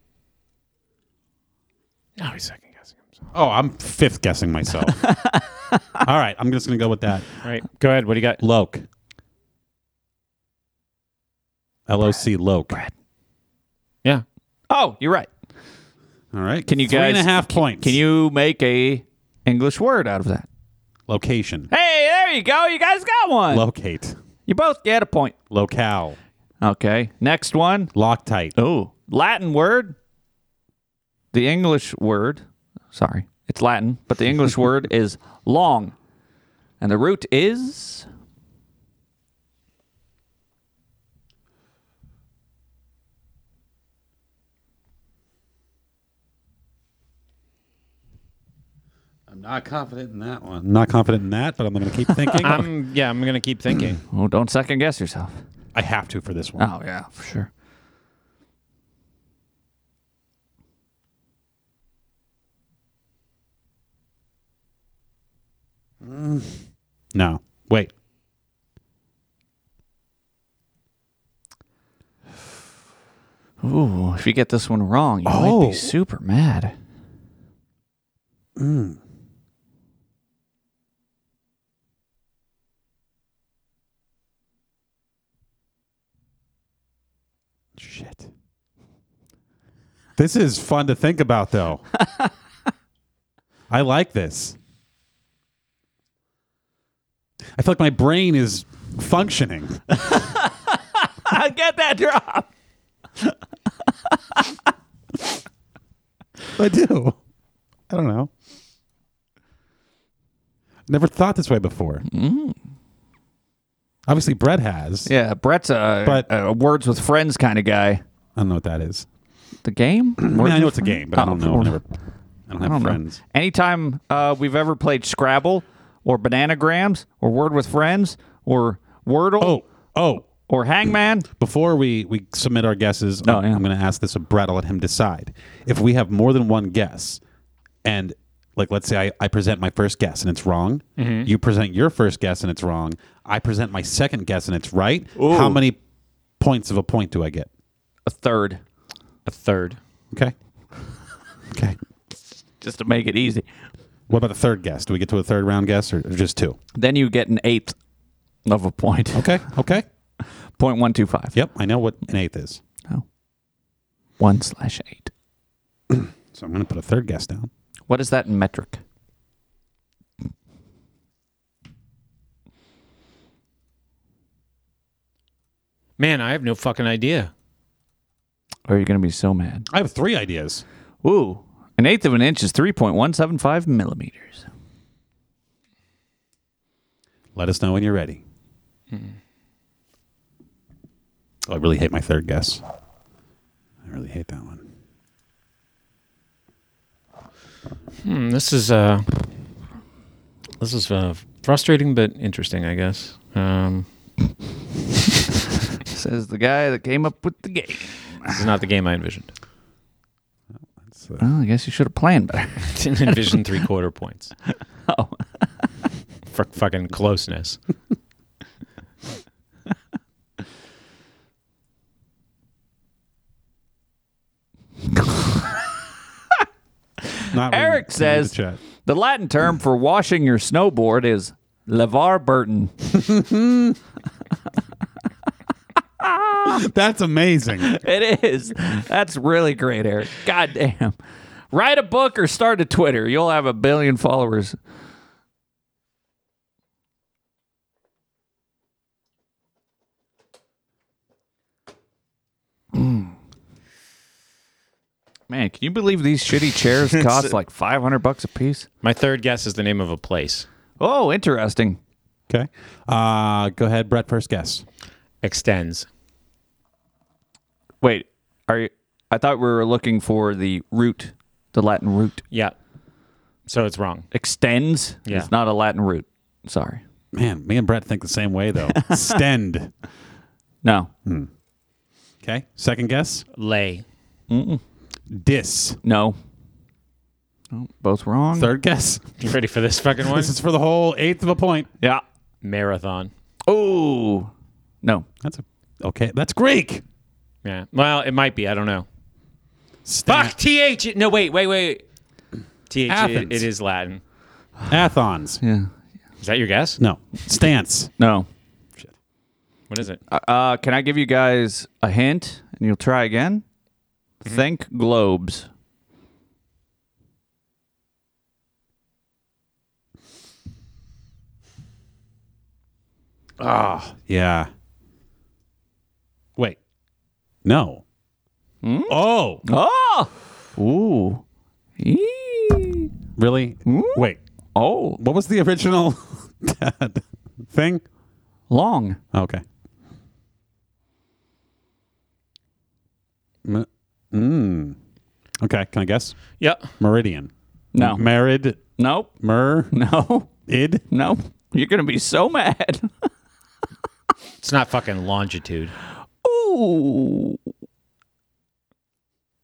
B: No, he's second guessing himself.
C: Oh, I'm fifth
A: [laughs]
C: guessing myself. All right, I'm just gonna go with that.
B: All right, go ahead. What do you got?
C: Loke. L O C Loke.
B: Yeah.
A: Oh, you're right.
C: All right.
A: Can you
C: Three and a
A: guys-
C: half points?
A: Can you make a English word out of that?
C: location?
A: Hey, there you go. You guys got one.
C: Locate.
A: you both get a point.
C: Locale.
A: Okay. Next one.
C: Loctite.
A: Oh, Latin word. The English word, sorry, it's Latin, but the
C: [laughs]
A: English word is long, and the root is
C: I'm not confident in that one. not confident in that, but I'm going to keep
A: [laughs]
C: thinking.
B: I'm Um, yeah. I'm gonna keep thinking.
A: oh, don't second guess yourself.
C: I have to for this one.
A: Oh yeah, for sure.
C: No. Wait.
A: Ooh, if you get this one wrong, you might
C: Oh.
A: be super
C: [laughs]
A: mad.
C: Shit. This is fun to think
A: [laughs]
C: about, though. I like this. I feel like my brain is functioning.
A: I get that drop.
C: I do. I don't know. Never thought this way before. Obviously, Brett has.
A: Mm-hmm. Yeah, Brett's a
C: But-
A: a words with friends kind of guy.
C: I don't know what that is.
A: The
C: [clears throat]
A: game?
C: I, mean, I know it's a game, but I
A: Oh,
C: don't know. I,
A: or-
C: never, I don't have
A: I don't know.
C: friends.
A: Anytime uh, we've ever played Scrabble or Bananagrams or Word with Friends or Wordle
C: Oh, oh.
A: or Hangman,
C: Before we, we submit our guesses,
A: Oh,
C: I'm-
A: yeah.
C: I'm going to ask this of Brett. I'll let him decide. If we have more than one guess and like let's say I, I present my first guess and it's wrong.
K: Mhm.
C: You present your first guess and it's wrong. I present my second guess and it's right. How many points of a point do I get?
A: A third.
B: A third.
C: Okay.
A: Just to make it easy.
C: What about the third guess? Do we get to a third round guess or, or just two?
A: Then you get an eighth of a point.
C: Okay. Okay.
A: Point one two five.
C: Yep. I know what an eighth is.
A: Oh. One slash eight.
C: So I'm going to put a third guess down.
A: What is that in metric?
B: Man, I have no fucking idea.
A: Or you're going to be so mad.
C: I have three ideas.
A: Ooh. An eighth of an inch is 3.175 millimeters.
C: Let us know when you're ready.
A: Mm-hmm.
C: Oh, I really hate my third guess. I really hate that one.
B: Hmm, this is uh, this is uh, frustrating but interesting, I guess. Um,
A: Says the guy that came up with the game.
B: This is not the game I [laughs] envisioned.
A: Well, I guess you should have planned better.
B: Didn't envision three quarter points. [laughs] Oh, for fucking closeness.
C: Not reading-
A: Eric
C: reading the
A: says
C: chat.
A: the, Latin term for washing your snowboard is levar burton. [laughs]
C: That's amazing.
A: it is. That's really great, Eric. God damn. Write a book or start a Twitter. You'll have a billion followers. Mm. Man, can you believe these shitty chairs cost like 500 bucks a piece?
B: My third guess is the name of a place.
A: Oh, interesting.
C: Okay. Uh, go ahead, Brett. First guess.
B: Extends.
A: Wait, are you? I thought we were looking for the root, the Latin root.
B: Yeah. So it's wrong.
A: Extends.
B: Yeah.
A: It's not a Latin root. Sorry.
C: Man, me and Brett think the same way
A: [laughs]
C: though. Stend.
A: No.
C: Okay. Second guess.
B: Lay.
A: Mm-mm.
C: Dis.
A: No. Oh, Both wrong. [laughs]
C: Third guess.
B: You ready for this fucking one? [laughs]
C: This is for the whole eighth of a point.
A: Yeah.
B: Marathon.
A: Oh. No.
C: That's a, okay. That's Greek.
B: Yeah. Well, it might be. I don't know. Fuck th. Ah, No, wait, wait, wait. Th.
C: Athens.
B: It, it is Latin.
C: Athons.
A: Yeah.
B: Is that your guess?
C: No. Stance.
A: No.
B: What is it?
A: Uh, can I give you guys a hint and you'll try again? Think globes.
C: Ah. Yeah. Wait. No. Oh.
A: Oh. Ooh.
C: Really? Wait.
A: Oh.
C: What was the original [laughs] thing?
A: Long.
C: Okay. M- Mm. Okay. Can I guess?
B: Yeah.
C: Meridian.
A: No.
C: Married.
A: Nope. [laughs]
C: Mer.
A: No.
C: Id.
A: No. You're gonna be so mad. [laughs]
B: It's not fucking longitude.
A: Ooh.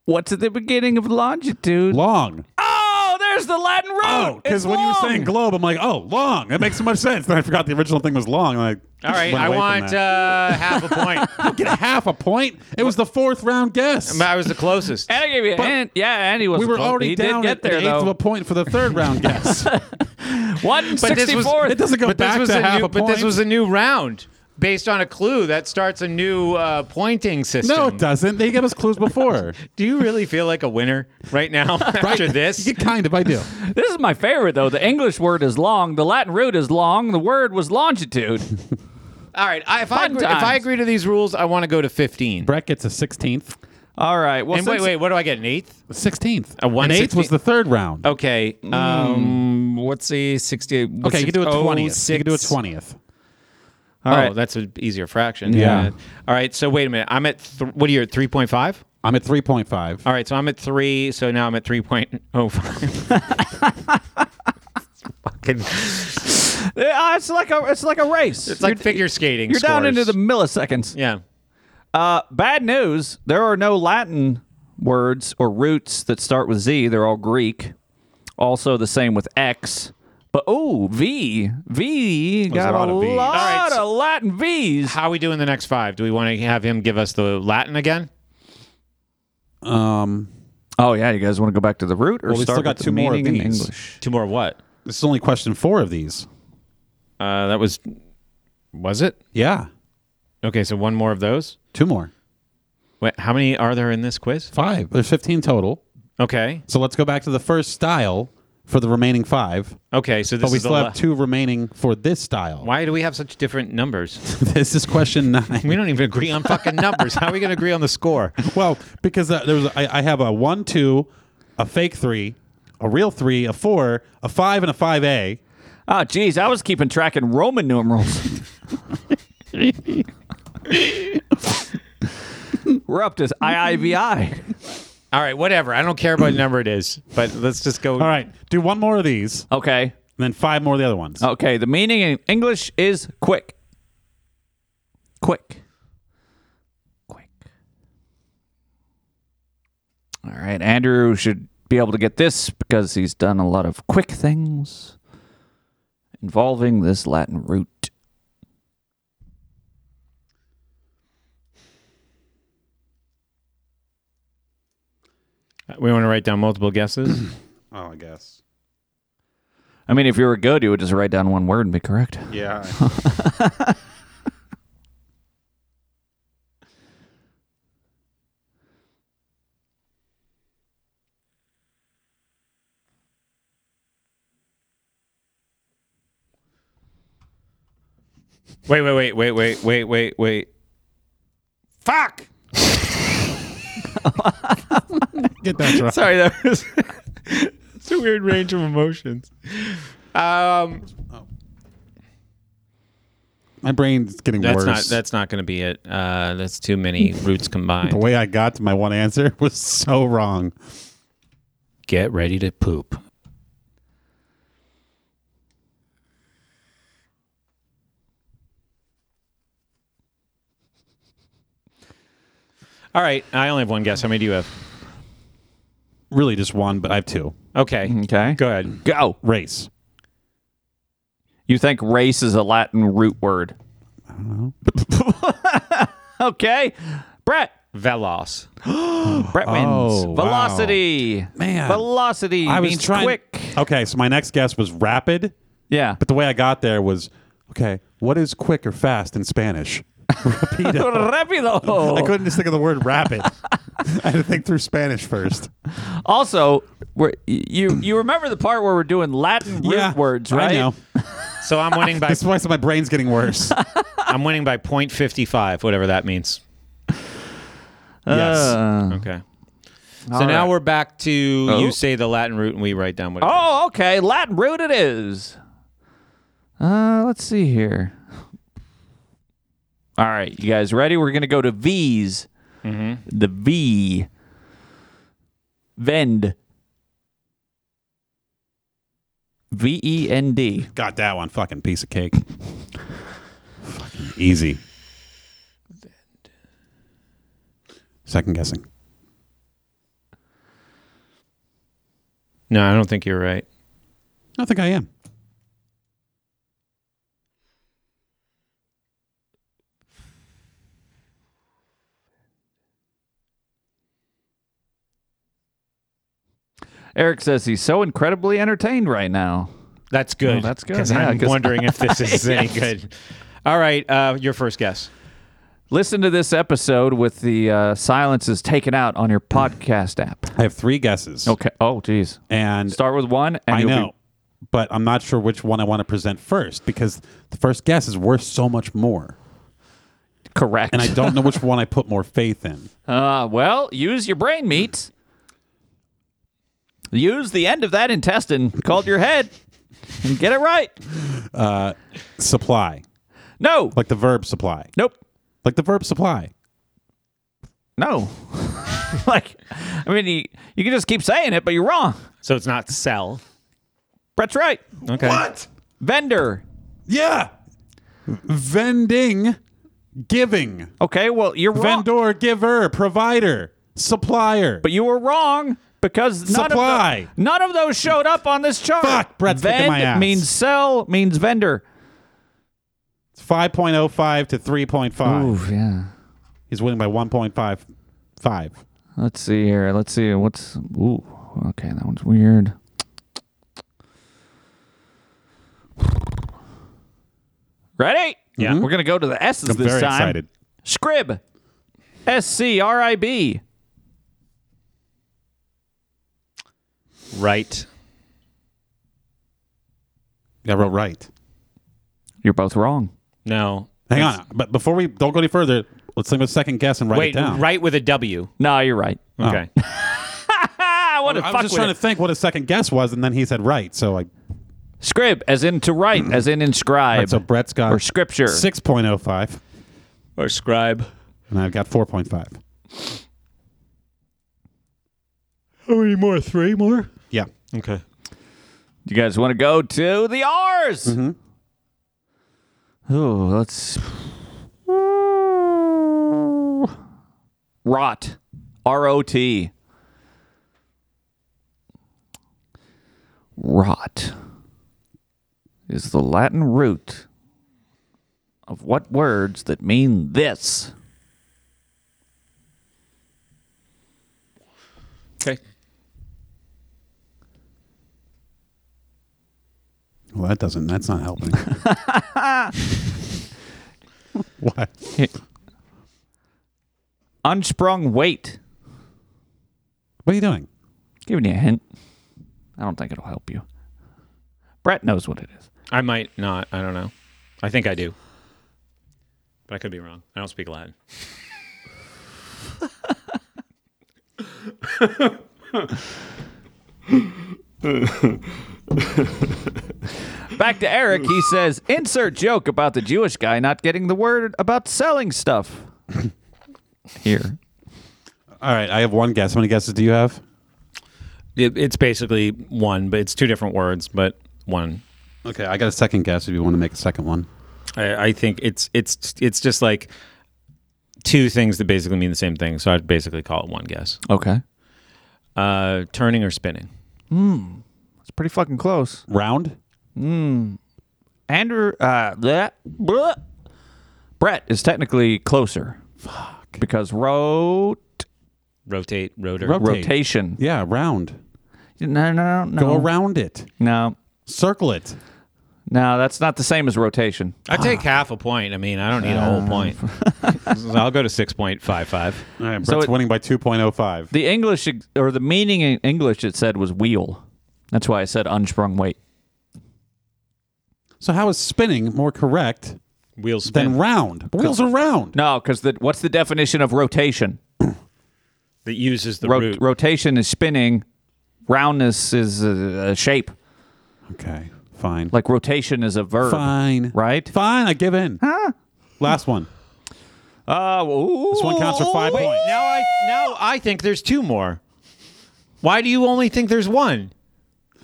A: What's at the beginning of longitude?
C: Long.
A: Oh, there's the Latin root.
C: Oh, because
A: It's
C: when you were saying
A: long.
C: globe, I'm like, oh, long. That makes so much sense. Then I forgot the original thing was long. and I
B: All right,
C: went
B: I
C: away from
B: want
C: that.
B: uh, half a [laughs] point.
C: You get half a point. It was the fourth round guess.
B: I was the closest.
A: and I gave you a
C: But
A: hint. Yeah, and he was.
C: We were
A: close.
C: already
A: he
C: down
A: did get
C: at an
A: there though.
C: eighth of a point for the third
B: [laughs]
C: round guess.
A: [laughs] One
B: this was-
A: sixty-fourth.
C: It doesn't go
B: But
C: back
B: this was
C: to
B: a
C: half
B: new,
C: a
B: but
C: point.
B: this was a new round based on a clue that starts a new uh, pointing system.
C: no, it doesn't. They gave us
B: [laughs]
C: clues before.
B: Do you really feel like a winner right now [laughs] after this?
C: You kind of, I do.
A: This is my favorite though. The English word is long. The Latin root is long. The word was longitude.
B: All right, I, if I
A: Fun
B: agree, if I
A: times.
B: agree to these rules, I want to go to fifteen.
C: Brett gets a sixteenth.
A: [laughs] All right. Well,
B: and wait,
A: since-
B: wait, what do I get? An eighth? Mm.
C: Sixteenth.
B: A one Oh,
C: An eighth was
B: sixteenth.
C: the third round.
B: Okay. Um, what's the sixty-eight? oh,
C: okay, you can do a twentieth. You can do a
B: twenty.
C: twentieth.
A: All
B: oh,
A: right.
B: that's an easier fraction.
C: Yeah.
B: All right. So wait a minute. I'm at th- what are you at three point five?
C: I'm at three point five.
B: All right. So I'm at three. So now I'm at three point oh five. Fucking.
A: Uh, it's like a it's like a race.
B: It's like figure skating.
A: You're down
B: scores.
A: into the milliseconds.
B: yeah.
A: Uh, bad news. There are no Latin words or roots that start with Z. They're all Greek Also the same with X. But oh, V V got a lot, of, Latin V's.
B: How are we doing the next five? Do we want to have him give us the Latin again?
C: Um.
A: Oh yeah, you guys want to go back to the root or
C: Well, we
A: start
C: still got
A: with the
C: two more of
A: meaning in
C: these.
A: English?
B: Two more what?
C: This is only question four of these.
B: Uh, that was, was it?
C: Yeah,
B: Okay, so one more of those.
C: two more.
B: Wait, how many are there in this quiz?
C: Five. There's 15 total.
B: Okay,
C: So let's go back to the first style for the remaining five.
B: okay. So this
C: But we
B: is the
C: still
B: la-
C: have two remaining for this style.
B: Why do we have such different numbers?
C: [laughs] this
B: [laughs]
C: is question nine.
B: we don't even agree on fucking numbers. How are we going to agree on the score?
C: well, because uh, there was, I, I have a one, two, a fake three, a real three, a four, a five, and a five A.
A: Oh geez, I was keeping track in Roman numerals. [laughs] We're up to IIVI.
B: All right, whatever. I don't care about what number it is, but let's just go.
C: All right, do one more of these, and
A: Okay.
C: then five more of the other ones.
B: Oh.
A: Okay, the meaning in English is quick. Quick. Quick. All right, Andrew should be able to get this because he's done a lot of quick things involving this Latin root.
B: We want to write down multiple guesses.
C: Oh, I guess.
A: I mean, if you were good, you would just write down one word and be correct.
C: Yeah.
B: wait, wait, wait, wait, wait, wait, wait, wait. Fuck!
C: Get that right.
B: Sorry, that was [laughs] it's a weird range of emotions. Um,
C: [laughs] My brain's getting
B: that's
C: worse.
B: not that's not going to be it. Uh, that's too many roots
C: the
B: combined.
C: way I got to my one answer [laughs] was so wrong.
B: [laughs] Get ready to poop. All right, I only have one guess. How many do you have?
C: Really, just one, but I have two.
B: Okay,
A: Okay.
B: go ahead.
A: Go.
C: Race.
A: You think race is a Latin root
C: [laughs]
A: word? I don't know. okay. Brett.
B: Velos.
A: Brett wins.
C: Oh, wow.
A: Velocity.
C: Man.
A: Velocity
C: I was
A: means
C: trying.
A: quick.
C: Okay, so my next guess was rapid,
A: Yeah.
C: but the way I got there was okay. What is quick or fast in Spanish? [laughs]
A: [laughs]
C: Rapido. I
A: Rapido.
C: couldn't just think of the word rapid. [laughs] I had to think through Spanish first.
A: Also, we're, you you remember the part where we're doing Latin root words, right? [laughs]
C: I know.
B: So I'm [laughs] winning by
C: That's why my brain's getting worse. [laughs]
B: I'm winning by point fifty five, whatever that means.
C: yes.
A: Ah.
B: Okay. Oh. So now we're back to you say the Latin root and we write down what. it is.
A: Oh, okay. Latin root it is. Uh, let's see here. All right, you guys ready? We're gonna go to V's.
C: Mm-hmm.
A: The V. Vend. V E N D.
C: Got that one. Fucking piece of cake. Fucking easy. Second guessing.
B: No, I don't think you're right.
C: I think I am.
A: Eric says he's so incredibly entertained right now.
B: That's good.
A: Oh, that's good.
B: Because
A: Yeah,
B: I'm
A: 'cause-
B: wondering if [laughs] this is any
A: Yes.
B: good. All right, uh, your first guess.
A: Listen to this episode with the uh, silences taken out on your podcast app.
C: I have three guesses.
A: Okay. Oh, geez.
C: And
A: Start with one, and
C: I
A: you'll
C: know, but I'm not sure which one I want to present first because the first guess is worth so much more,
A: be correct.
C: and I don't
A: [laughs]
C: know which one I put more faith in.
A: Uh, well, use your brain meat. Use the end of that intestine called your head and get it right.
C: Supply,
A: No.
C: like the verb supply,
A: Nope.
C: like the verb supply.
A: No. [laughs] like, I mean, you, you can just keep saying it, but you're wrong.
B: So it's not sell.
A: Brett's right.
B: Okay.
C: What?
A: Vendor.
C: Yeah, vending, giving,
A: Okay, well, you're wrong.
C: vendor, giver, provider, supplier.
A: But you were wrong. because
C: Supply.
A: None of, the- none of those showed up on this chart. Fuck,
C: Brett's kicking my ass.
A: means sell means vendor.
C: It's 5.05 to 3.5.
A: Ooh, yeah.
C: He's winning by 1.55.
A: Let's see here. Let's see what's. Ooh, okay, that one's weird. Ready?
C: Yeah.
A: We're gonna go to the S's
C: I'm
A: this
C: very
A: time.
C: excited.
A: Scrib, S C R I B.
B: Right.
C: Yeah, I wrote right.
A: You're both wrong.
B: No.
C: Hang on. But before we don't go any further, let's think of a second guess and write
B: Wait,
C: it down.
B: right with a W.
A: No, you're right.
B: Okay.
A: Ah, what a
C: I
A: fuck
C: was just
A: with
C: trying
A: it.
C: to think what a second guess was, and then he said right. So like,
A: Scrib, as in to write, as in inscribe.
C: so Brett's got
A: or scripture.
C: six point oh five,
B: Or scribe.
C: and I've got four point five.
B: How many more? Three more?
C: Yeah,
B: Okay.
A: You guys want to go to the R's? Ooh, let's. Rot. R O T. Rot is the Latin root of what words that mean this?
B: Okay.
C: well that doesn't. That's not
A: [laughs]
C: helping. [laughs] what?
A: Unsprung weight.
C: What are you doing?
A: Giving you a hint. I don't think it'll help you. Brett knows what it is.
B: I might not. I don't know. I think I do. But I could be wrong. I don't speak Latin.
A: Back to Eric. He says, insert joke about the Jewish guy not getting the word about selling stuff. Here.
C: All right, I have one guess. How many guesses do you have?
B: It, it's basically one, but it's two different words, but one.
C: Okay, I got a second guess. If you want to make a second one,
B: I, I think it's it's it's just like two things that basically mean the same thing. So I'd basically call it one guess.
A: Okay.
B: Uh, turning or spinning.
A: It's pretty fucking close.
C: round.
A: Andrew, uh, bleh, bleh. Brett is technically closer. Fuck. Because rote,
B: Rotate, rotor.
C: Rotate.
A: rotation.
C: Yeah, round.
A: No, no, no.
C: Go around it.
A: No.
C: Circle it.
A: No, that's not the same as rotation.
B: I take half a point. I mean, I don't need a whole point.
A: Um.
B: So [laughs] I'll go to six point five five.
C: All right, Brett's
A: So it-
C: winning by two point oh five.
A: The English, ex- or the meaning in English it said was wheel. That's why I said unsprung weight.
C: So how is spinning more correct
B: Wheels
C: than
B: spin.
C: round? Wheels are round.
A: No, because the, what's the definition of rotation?
B: that uses the
A: Rot-
B: root.
A: rotation is spinning. Roundness is a, a shape.
C: Okay, fine.
A: Like rotation is a verb.
C: Fine.
A: Right?
C: Fine, I give in. Last one.
A: Uh, ooh.
C: This one counts for five points.
B: now I now I think there's two more. Why do you only think there's one?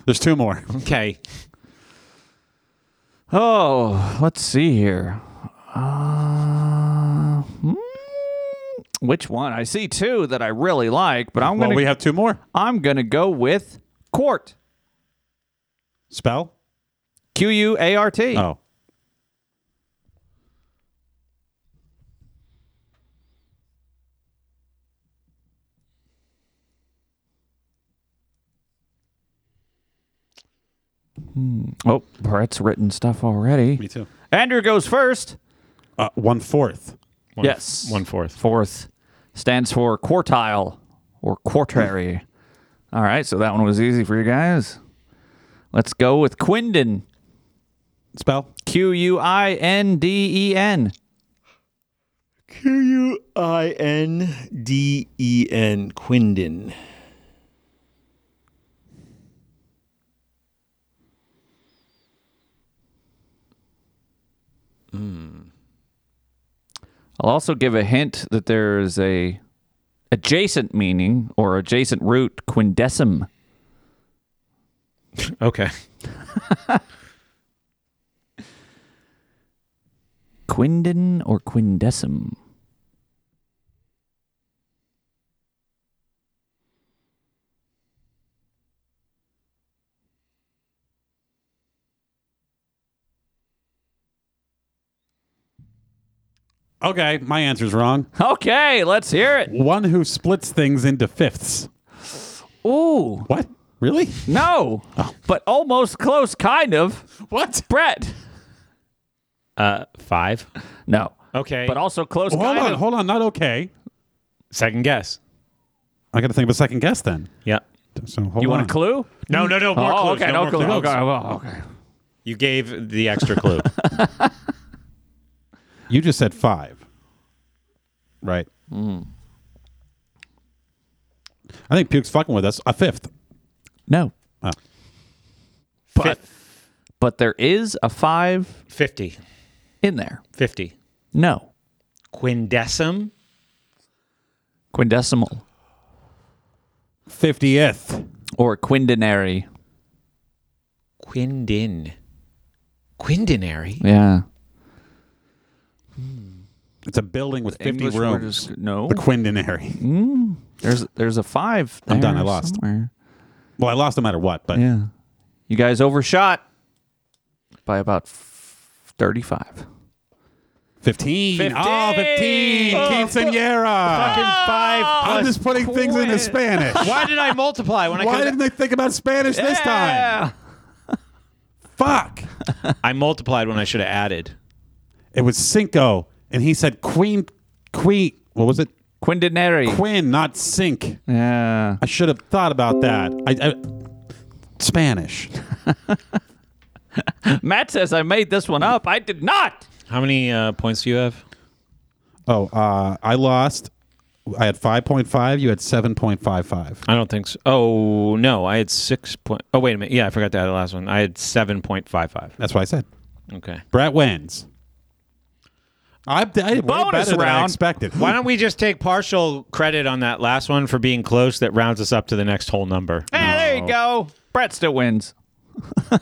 C: There's two more.
B: Okay.
A: Oh, let's see here. Uh, hmm, which one? I see two that I really like, but I'm
C: Well,
A: gonna
C: we have two more.
A: I'm gonna go with quart.
C: Spell?
A: Q U A R T.
C: Oh.
A: Oh, Brett's written stuff already.
C: Me too.
A: Andrew goes first.
C: Uh, one fourth.
A: yes.
B: One fourth.
A: Fourth stands for quartile or quartary. All right, so that one was easy for you guys. Let's go with Quinden.
C: Spell?
A: Q U I N D E N.
K: Q U I N D E N Quinden.
A: I'll also give a hint that there is a adjacent meaning or adjacent root quindecim.
B: Okay.
A: Quinden or quindecim.
C: Okay, my answer's wrong.
A: Okay, let's hear it.
C: One who splits things into fifths.
A: Ooh.
C: What? Really?
A: No. But almost close, kind of.
C: What?
A: Brett.
L: Uh, five.
A: No.
B: Okay.
A: But also close.
C: Well, hold
A: kind
C: on,
A: of.
C: hold on. Not okay.
B: Second guess.
C: I got to think of a second guess then.
L: Yeah.
C: So hold
A: You
C: on.
A: want a clue?
B: No, no, no. More
A: oh,
B: clues. no,
A: Okay, no,
B: more
A: clue.
B: clues.
A: Okay, well, okay.
B: You gave the extra clue.
C: You just said five. Right. I think Puke's fucking with us. A fifth.
A: No.
C: Oh.
A: [laughs] But, but there is a five
B: 50.
A: in there.
B: 50.
A: No.
B: Quindecim?
A: Quindecimal.
C: 50th.
A: Or quindinary.
B: Quindin. Quindinary?
A: Yeah.
C: It's a building with 50
A: English word
C: rooms.
A: is- no.
C: The Quindinary.
A: Mm. There's there's a five.
C: I'm done.
A: there
C: I lost.
A: somewhere.
C: Well, I lost no matter what, but
A: Yeah. You guys overshot by about f- 35.
C: 15. Oh, 15.
B: Oh,
C: Quinceanera.
B: Fucking five
C: I'm
B: plus
C: just putting things
A: [laughs]
C: into Spanish.
B: Why did I multiply when I
C: Why
B: could
C: didn't they think about Spanish this time?
A: Yeah.
C: Fuck.
B: I multiplied when I should have added.
C: It was Cinco, and he said Queen, Queen, what was it?
A: Quindinary.
C: Quinn, not Sink.
A: yeah.
C: I should have thought about that. I, I Spanish.
A: Matt says I made this one up. I did not.
B: How many uh, points do you have?
C: Oh, uh, I lost. I had 5.5. You had 7.55.
B: I don't think so. Oh, no. I had six point. Oh, wait a minute. Yeah, I forgot to add the last one. I had 7.55.
C: That's what I said.
B: Okay.
C: Brett wins. I, I did way
A: Bonus
C: better than I
A: round.
C: expected.
B: Why don't we just take partial credit on that last one for being close that rounds us up to the next whole number?
A: Yeah, there you go. Brett still wins. [laughs]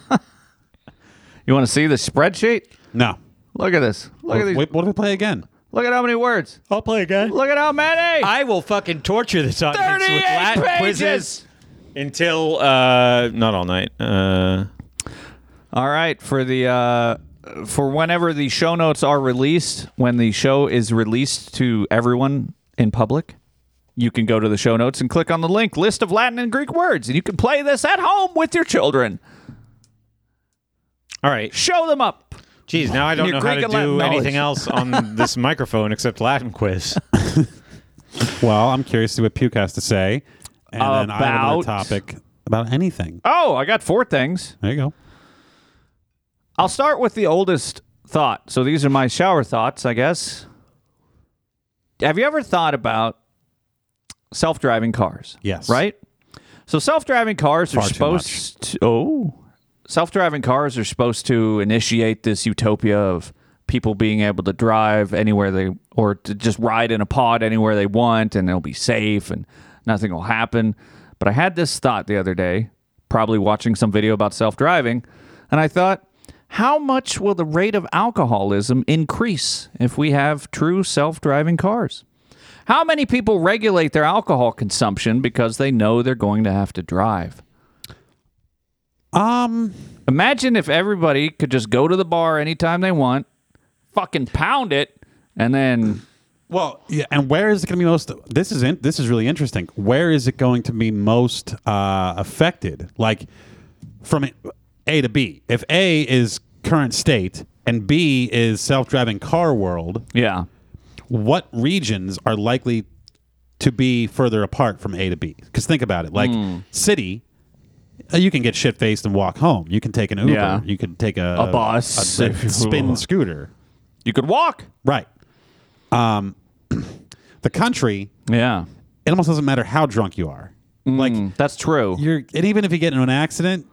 A: you want to see the spreadsheet?
C: No.
A: Look at this. Look at these.
C: Oh, Wait, what if we play again?
A: Look at how many words.
B: I'll play again.
A: Look at how many.
B: I will fucking torture this audience with
A: 38
B: Latin
A: pages.
B: quizzes until uh, not all night. Uh,
A: All right, for the uh, for whenever the show notes are released, when the show is released to everyone in public, you can go to the show notes and click on the link list of Latin and Greek words, and you can play this at home with your children.
B: all right.
A: Show them up.
B: Geez, now I don't
A: Your
B: know how
A: Greek
B: to
A: and Latin
B: do
A: knowledge.
B: anything else
A: [laughs]
B: on this microphone except Latin quiz.
C: Well, I'm curious to see what Puke has to say. And then I have another
A: About-
C: topic about anything.
A: Oh, I got four things.
C: There you go.
A: I'll start with the oldest thought. So these are my shower thoughts, I guess. Have you ever thought about self-driving cars?
C: Yes.
A: Right? So self-driving cars are
C: Far too
A: supposed to oh, self-driving cars are supposed to initiate this utopia of people being able to drive anywhere they or to just ride in a pod anywhere they want and they'll be safe and nothing will happen. But I had this thought the other day, probably watching some video about self-driving, and I thought, how much will the rate of alcoholism increase if we have true self-driving cars? How many people regulate their alcohol consumption because they know they're going to have to drive?
C: Um,
A: Imagine if everybody could just go to the bar anytime they want, fucking pound it, and then
C: Well, yeah, and where is it going to be most? This is in, this is really interesting. Where is it going to be most uh, affected? Like from A to B. If A is current state and B is self-driving car world,
A: yeah,
C: what regions are likely to be further apart from A to B? Because think about it, like
A: Hmm.
C: city. uh, You can get shit faced and walk home. You can take an Uber.
A: Yeah.
C: You could take a,
A: A [laughs] bus,
C: a-
A: if you
C: a spin
A: will.
C: scooter.
A: you could walk.
C: Right. Um, [clears throat] the country,
A: Yeah,
C: it almost doesn't matter how drunk you are. Like
A: that's true.
C: you're, and even if you get in an accident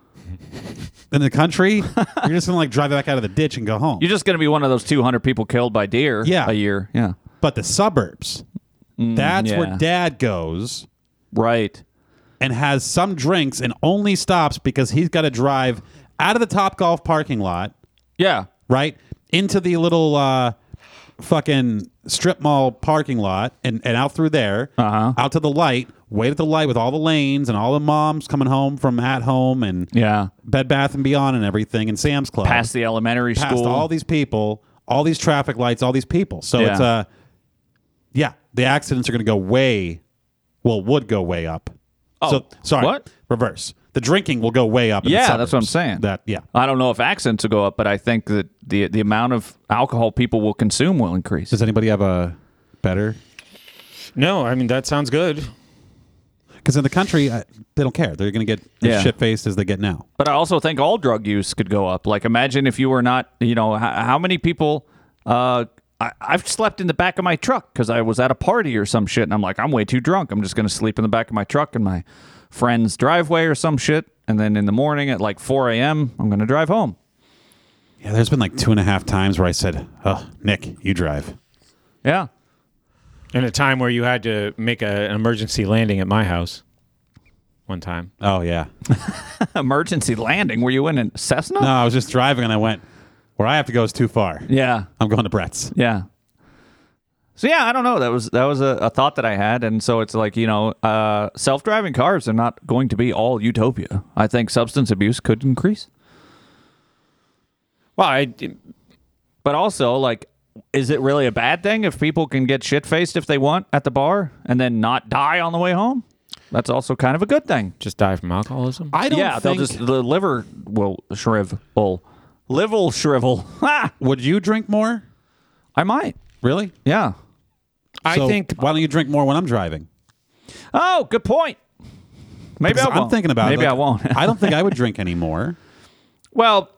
C: in the country, you're just gonna like drive back out of the ditch and go home.
A: You're just gonna be one of those 200 people killed by deer
C: Yeah.
A: a year. Yeah,
C: but the suburbs, that's
A: Mm, yeah.
C: where Dad goes
A: right.
C: and has some drinks and only stops because he's got to drive out of the Top Golf parking lot,
A: Yeah,
C: right, into the little uh, fucking strip mall parking lot and, and out through there,
A: Uh-huh.
C: out to the light. Wait at the light with all the lanes and all the moms coming home from at home and
A: yeah.
C: Bed Bath and Beyond and everything and Sam's Club.
A: Past the elementary
C: Past
A: school.
C: all these people, all these traffic lights, all these people. So it's
A: Yeah.
C: uh yeah, the accidents are going to go way, well, would go way up.
A: Oh,
C: so, sorry,
A: what?
C: reverse. The drinking will go way up. In
A: yeah,
C: the
A: that's what I'm
C: suburbs.
A: saying.
C: That yeah.
A: I don't know if accents will go up, but I think that the the amount of alcohol people will consume will increase.
C: Does anybody have a better?
B: No, I mean that sounds good.
C: Because in the country, uh, they don't care. They're going to get as
A: Yeah.
C: shit faced as they get now.
A: But I also think all drug use could go up. Like, imagine if you were not, you know, how, how many people. Uh, I, I've slept in the back of my truck because I was at a party or some shit, and I'm like, I'm way too drunk. I'm just gonna sleep in the back of my truck in my friend's driveway or some shit, and then in the morning at like 4 a.m., I'm gonna drive home.
C: Yeah, there's been like two and a half times where I said, "Oh, Nick, you drive."
A: Yeah. [laughs]
B: In a time where you had to make a, an emergency landing at my house one time.
A: [laughs]
C: Oh yeah.
A: Emergency landing? Were you in a Cessna?
C: No, I was just driving and I went, "Where I have to go is too far."
A: Yeah.
C: I'm going to Brett's.
A: Yeah. So yeah, I don't know. That was that was a, a thought that I had, and so it's like you know, uh, self-driving cars are not going to be all utopia. I think substance abuse could increase.
B: Well, I.
A: But also, like, is it really a bad thing if people can get shit faced if they want at the bar and then not die on the way home? That's also kind of a good thing.
B: Just die from alcoholism.
C: I don't
A: Yeah, they'll
C: think-
A: just the liver will shrivel, liver shrivel. Ha!
C: Would you drink more?
A: I might.
C: Really?
A: Yeah.
B: I
C: So
B: think-
C: Why don't you drink more when I'm driving?
A: Oh, good point. Maybe
C: Because
A: I won't.
C: I'm thinking about. it,
A: Maybe
C: like,
A: I won't.
C: [laughs] I don't think I would drink anymore.
A: [laughs] Well,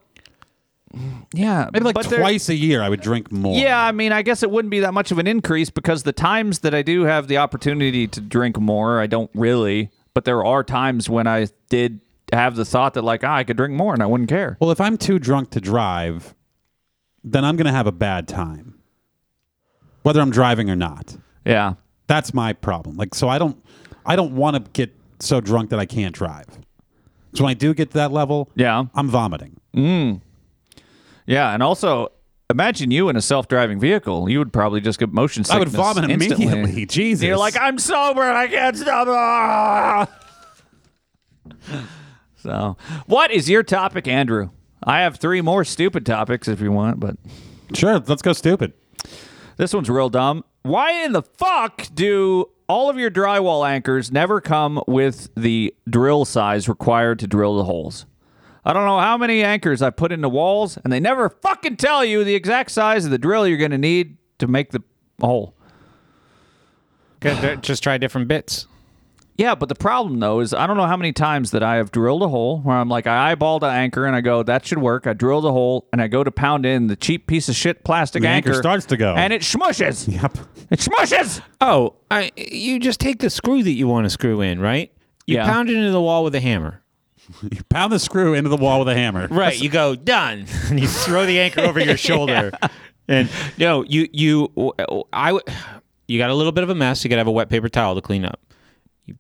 A: yeah,
C: Maybe like
A: but there-
C: twice a year, I would drink more.
A: Yeah, I mean, I guess it wouldn't be that much of an increase because the times that I do have the opportunity to drink more, I don't really. But there are times when I did have the thought that like ah, I could drink more and I wouldn't care.
C: Well, if I'm too drunk to drive, then I'm going to have a bad time, whether I'm driving or not.
A: Yeah,
C: That's my problem. Like, so I don't, I don't want to get so drunk that I can't drive. So when I do get to that level,
A: yeah,
C: I'm vomiting.
A: mm. yeah, and also imagine you in a self-driving vehicle, you would probably just get motion sickness.
C: I would vomit
A: instantly.
C: immediately. Jesus,
A: You're like I'm sober and I can't stop. Ah! [laughs] So, what is your topic, Andrew? I have three more stupid topics if you want, but "Ah."
C: sure, let's go stupid.
A: This one's real dumb. Why in the fuck do all of your drywall anchors never come with the drill size required to drill the holes? I don't know how many anchors I put into walls, and they never fucking tell you the exact size of the drill you're going to need to make the hole.
B: Just try different bits.
A: Yeah, but the problem though is I don't know how many times that I have drilled a hole where I'm like I eyeballed the anchor and I go that should work. I drill the hole and I go to pound in the cheap piece of shit plastic
C: The anchor starts to go.
A: and it smushes.
C: Yep. [laughs]
A: It smushes.
B: Oh, I you just take the screw that you want to screw in, right? You
A: Yeah.
B: pound it into the wall with a hammer.
C: You pound the screw into the wall with a hammer.
B: Right. You go done, [laughs] and you throw the anchor
A: [laughs]
B: over your shoulder. And no, you you I w- you got a little bit of a mess. You got to have a wet paper towel to clean up. You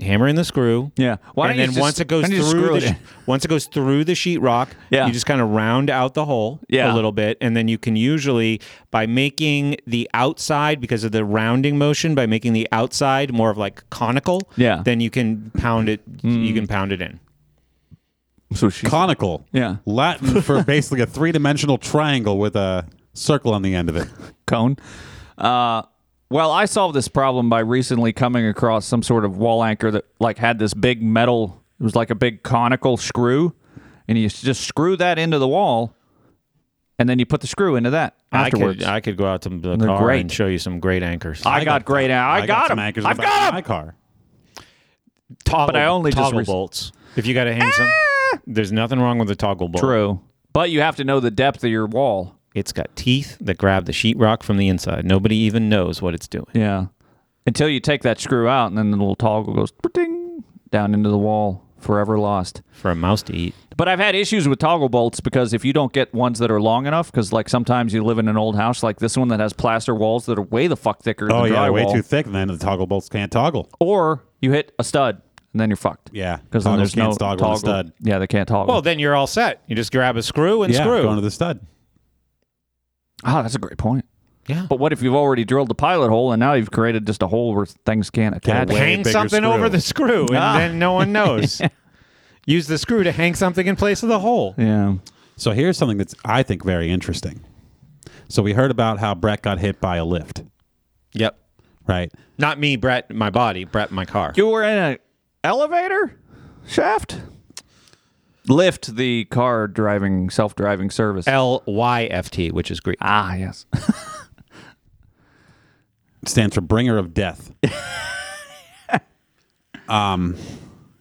B: hammer in the screw.
A: Yeah. Why
B: and
A: don't you
B: then
A: just-
B: once it goes
A: why don't you just
B: through,
A: screw
B: the
A: it in?
B: sh- once it goes through the sheetrock,
A: Yeah.
B: you just kind of round out the hole a
A: Yeah.
B: little bit, and then you can usually by making the outside because of the rounding motion, by making the outside more of like conical,
A: Yeah. Mm.
B: then you can pound it. You can pound it in.
A: So she
C: Conical.
A: Yeah.
C: Latin for basically a three dimensional triangle with a circle on the end of it.
A: [laughs] cone. Uh, well, I solved this problem by recently coming across some sort of wall anchor that like had this big metal. It was like a big conical screw, and you s- just screw that into the wall, and then you put the screw into that
B: I
A: afterwards.
B: could I could go out to the
A: They're
B: car
A: great.
B: and show you some great anchors.
A: I got great. I,
C: I
A: got
C: some
A: him.
C: anchors in
A: I've
C: the back of
A: got him.
C: my car.
B: toggle,
A: but I only just
B: toggle
A: rec-
B: bolts. If you got to hang some, there's nothing wrong with a toggle bolt.
A: True, but you have to know the depth of your wall.
B: It's got teeth that grab the sheetrock from the inside. Nobody even knows what it's doing.
A: Yeah, until you take that screw out, and then the little toggle goes ding down into the wall, forever lost.
B: For a mouse to eat.
A: But I've had issues with toggle bolts because if you don't get ones that are long enough, because like sometimes you live in an old house like this one that has plaster walls that are way the fuck thicker
C: Oh
A: than
C: yeah,
A: drywall,
C: way too thick, and then the toggle bolts can't toggle.
A: or you hit a stud and then you're fucked.
C: Yeah,
A: because then
C: toggles
A: there's no
C: can't toggle the stud.
A: Yeah, they can't toggle.
B: Well, then you're all set. You just grab a screw and
C: yeah,
B: screw.
C: going to the stud.
A: Ah, that's a great point.
B: Yeah.
A: But what if you've already drilled the pilot hole and now you've created just a hole where things can't attach?
C: way
B: hang
C: bigger
B: something
C: screw.
B: over the screw, and
A: Ah.
B: then no one knows. Use the screw to hang something in place of the hole.
A: Yeah.
C: So here's something that's I think very interesting. So we heard about how Brett got hit by a lift.
B: Yep.
C: Right.
B: Not me, Brett. My body, Brett. My car.
A: You were in an elevator shaft. Lyft, the car driving, self driving service.
B: L Y F T, which is Greek.
A: Ah, yes. [laughs]
C: stands for bringer of
A: [laughs]
C: death. um,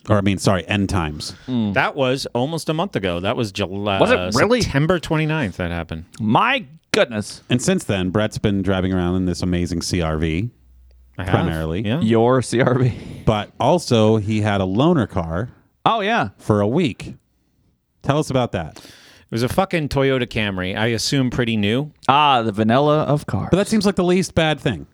C: or I mean, sorry, end times.
B: That was almost a month ago. That was July. uh,
C: Was it really?
B: September 29th that happened?
A: My goodness.
C: And since then, Brett's been driving around in this amazing CRV,
B: I have,
C: primarily
B: yeah.
A: your CRV.
C: But also, he had a loaner car.
A: Oh yeah,
C: for a week. Tell us about that.
B: It was a fucking Toyota Camry. I assume pretty new.
A: Ah, the vanilla of cars.
C: But that seems like the least bad thing.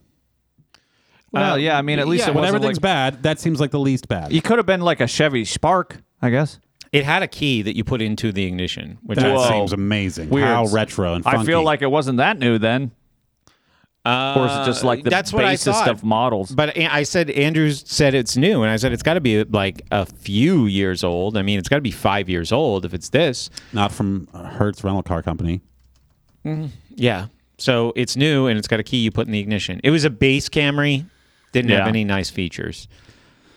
A: Well, Uh, yeah, I mean, at least it
C: when
A: wasn't
C: everything's
A: like-
C: bad, that seems like the least bad.
A: You could have been like a Chevy Spark, I guess.
B: It had a key that you put into the ignition, which
C: that
B: I
C: seems amazing.
A: Weird.
C: How retro and funky.
A: I feel like it wasn't that new then.
B: Uh,
A: or is it just like the
B: that's what I
A: basest
B: thought.
A: of models?
B: But A- I said Andrews said it's new, and I said it's got to be like a few years old. I mean, it's got to be five years old if it's this.
C: not from uh, Hertz Rental Car Company.
B: Yeah. So it's new, and it's got a key you put in the ignition. It was a base Camry, didn't have
A: Yeah.
B: any nice features.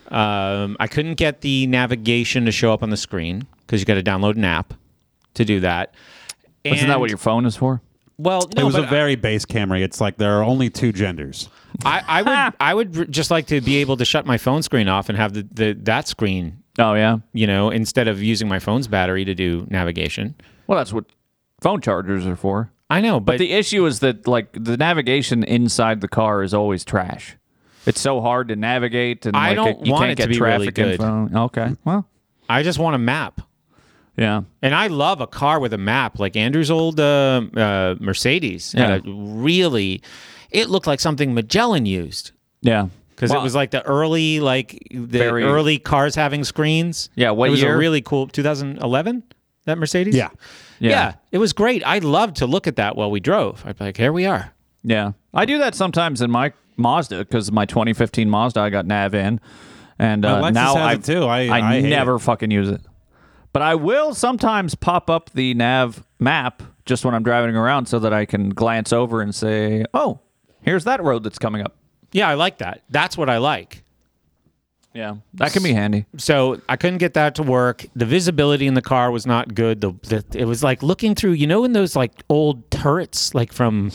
B: Um, I couldn't get the navigation to show up on the screen because you got to download an app to do that.
A: Isn't that what your phone is for?
B: Well, no,
C: it was a
B: but
C: very base Camry. It's like there are only two genders.
B: I, I would I would r- just like to be able to shut my phone screen off and have the, the that screen,
A: Oh yeah.
B: you know, instead of using my phone's battery to do navigation.
A: Well, that's what phone chargers are for.
B: I know, but,
A: But the issue is that like the navigation inside the car is always trash. It's so hard to navigate, and
B: I
A: like,
B: don't
A: you
B: want
A: can't
B: it
A: get
B: to be really
A: traffic
B: good.
A: info. Okay, well,
B: I just want a map,
A: yeah,
B: and I love a car with a map, like Andrew's old uh, uh, Mercedes. had a really, it looked like something Magellan used
A: yeah,
B: because it
A: Well,
B: was like the early, like the
A: Very-
B: early cars having screens.
A: Yeah, what
B: it was
A: year?
B: a really cool 2011. That Mercedes.
C: Yeah.
B: yeah,
A: Yeah.
B: it was great. I loved to look at that while we drove. I'd be like, here we are.
A: Yeah, I do that sometimes in my Mazda because my 2015 Mazda I got nav in, and uh,
C: Lexus
A: now
C: has
A: I
C: it too. I- I hate
A: never fucking use it, but I will sometimes pop up the nav map just when I'm driving around so that I can glance over and say, "Oh, here's that road that's coming up."
B: Yeah, I like that. That's what I like.
A: Yeah, that can be handy.
B: So I couldn't get that to work. The visibility in the car was not good. The, the it was like looking through, you know, in those like old turrets, like
A: [laughs]
B: from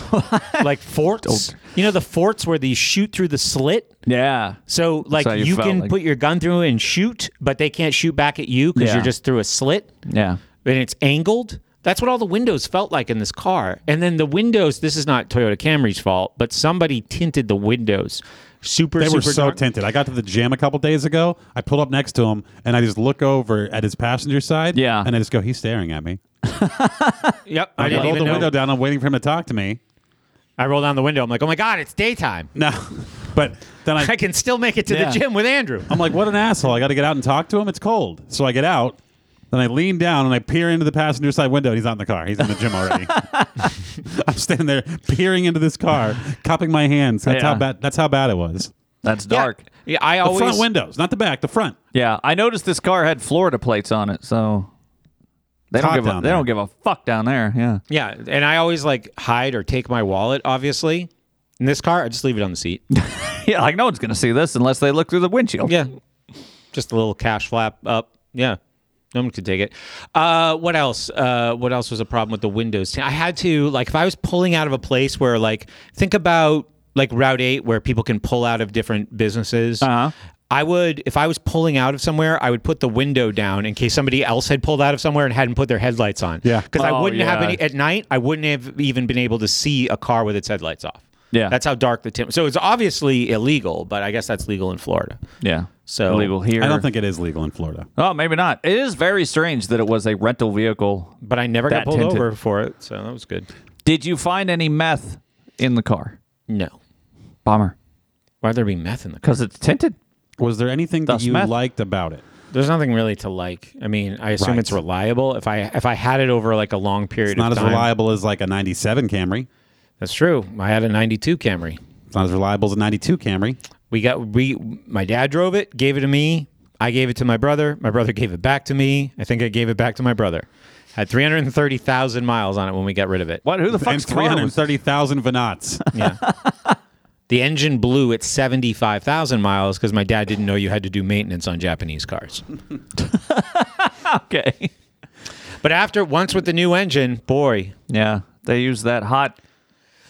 B: like forts. You know, the forts where they shoot through the slit.
A: Yeah,
B: So like
A: how you
B: you,
A: felt,
B: can
A: like-
B: put your gun through and shoot, but they can't shoot back at you because
A: Yeah.
B: you're just through a slit
A: yeah.
B: and it's angled. That's what all the windows felt like in this car. And then the windows. This is not Toyota Camry's fault, but somebody tinted the windows. Super,
C: They
B: super
C: were so
B: dark.
C: tinted. I got to the gym a couple days ago. I pulled up next to him and I just look over at his passenger side.
A: Yeah.
C: And I just go, he's staring at me.
B: Yep,
C: I,
B: I didn't
C: rolled
B: even
C: the
B: know.
C: window down. I'm waiting for him to talk to me. [laughs]
B: I roll down the window. I'm like, oh my god, it's daytime.
C: No. But then I,
B: [laughs] I can still make it to
A: Yeah.
B: the gym with Andrew.
C: I'm like, what an asshole. I got to get out and talk to him. It's cold. So I get out. Then I lean down and I peer into the passenger side window. He's not in the car. He's in the
B: [laughs]
C: gym already. I'm standing there peering into this car, cupping my hands. That's
A: Yeah.
C: how bad. That's how bad it was.
A: That's dark.
B: Yeah, I
C: The
B: always
C: front windows, not the back. The front.
A: Yeah, I noticed this car had Florida plates on it, so they
C: Hot
A: don't give a,
C: down
A: they
C: there.
A: don't give a fuck down there. Yeah,
B: Yeah, and I always like hide or take my wallet. Obviously, in this car, I just leave it on the seat.
A: [laughs] yeah, like no one's gonna see this unless they look through the windshield.
B: yeah, just a little cash flap up. Yeah, no one could take it. Uh, what else? Uh, what else was a problem with the windows? I had to like if I was pulling out of a place where like think about like Route Eight where people can pull out of different businesses.
A: Uh-huh.
B: I would, if I was pulling out of somewhere, I would put the window down in case somebody else had pulled out of somewhere and hadn't put their headlights on.
C: Yeah.
B: because I
A: Oh,
B: wouldn't have
A: yeah.
B: any at night. I wouldn't have even been able to see a car with its headlights off.
A: Yeah.
B: that's how dark the tim. So it's obviously illegal, but I guess that's legal in Florida.
A: yeah.
B: So-
A: illegal here.
C: I don't think it is legal in Florida.
A: Oh, maybe not. It is very strange that it was a rental vehicle.
B: But I never
A: That
B: got pulled
A: tinted.
B: over for it, so that was good.
A: Did you find any meth in the car?
B: No.
A: Bomber,
B: Why'd there be meth in the car?
A: because it's tinted.
C: Was there anything that
A: Thus
C: you
A: meth.
C: liked about it?
B: There's nothing really to like. I mean, I assume
C: Right.
B: it's reliable. If I if I had it over like a long period
C: It's not
B: of
C: as
B: time,
C: reliable as like a 97 Camry.
B: that's true. I had a '92 Camry.
C: It's not as reliable as a 92 Camry.
B: We got we. My dad drove it, gave it to me. I gave it to my brother. My brother gave it back to me. I think I gave it back to my brother. Had 330,000 miles on it when we got rid of it. What? Who the
C: fuck's car was-
A: [laughs]
B: 330,000 Venats. Yeah. the engine blew at 75,000 miles because my dad didn't know you had to do maintenance on Japanese cars. okay. But after once with the new engine, boy.
A: Yeah, they use that hot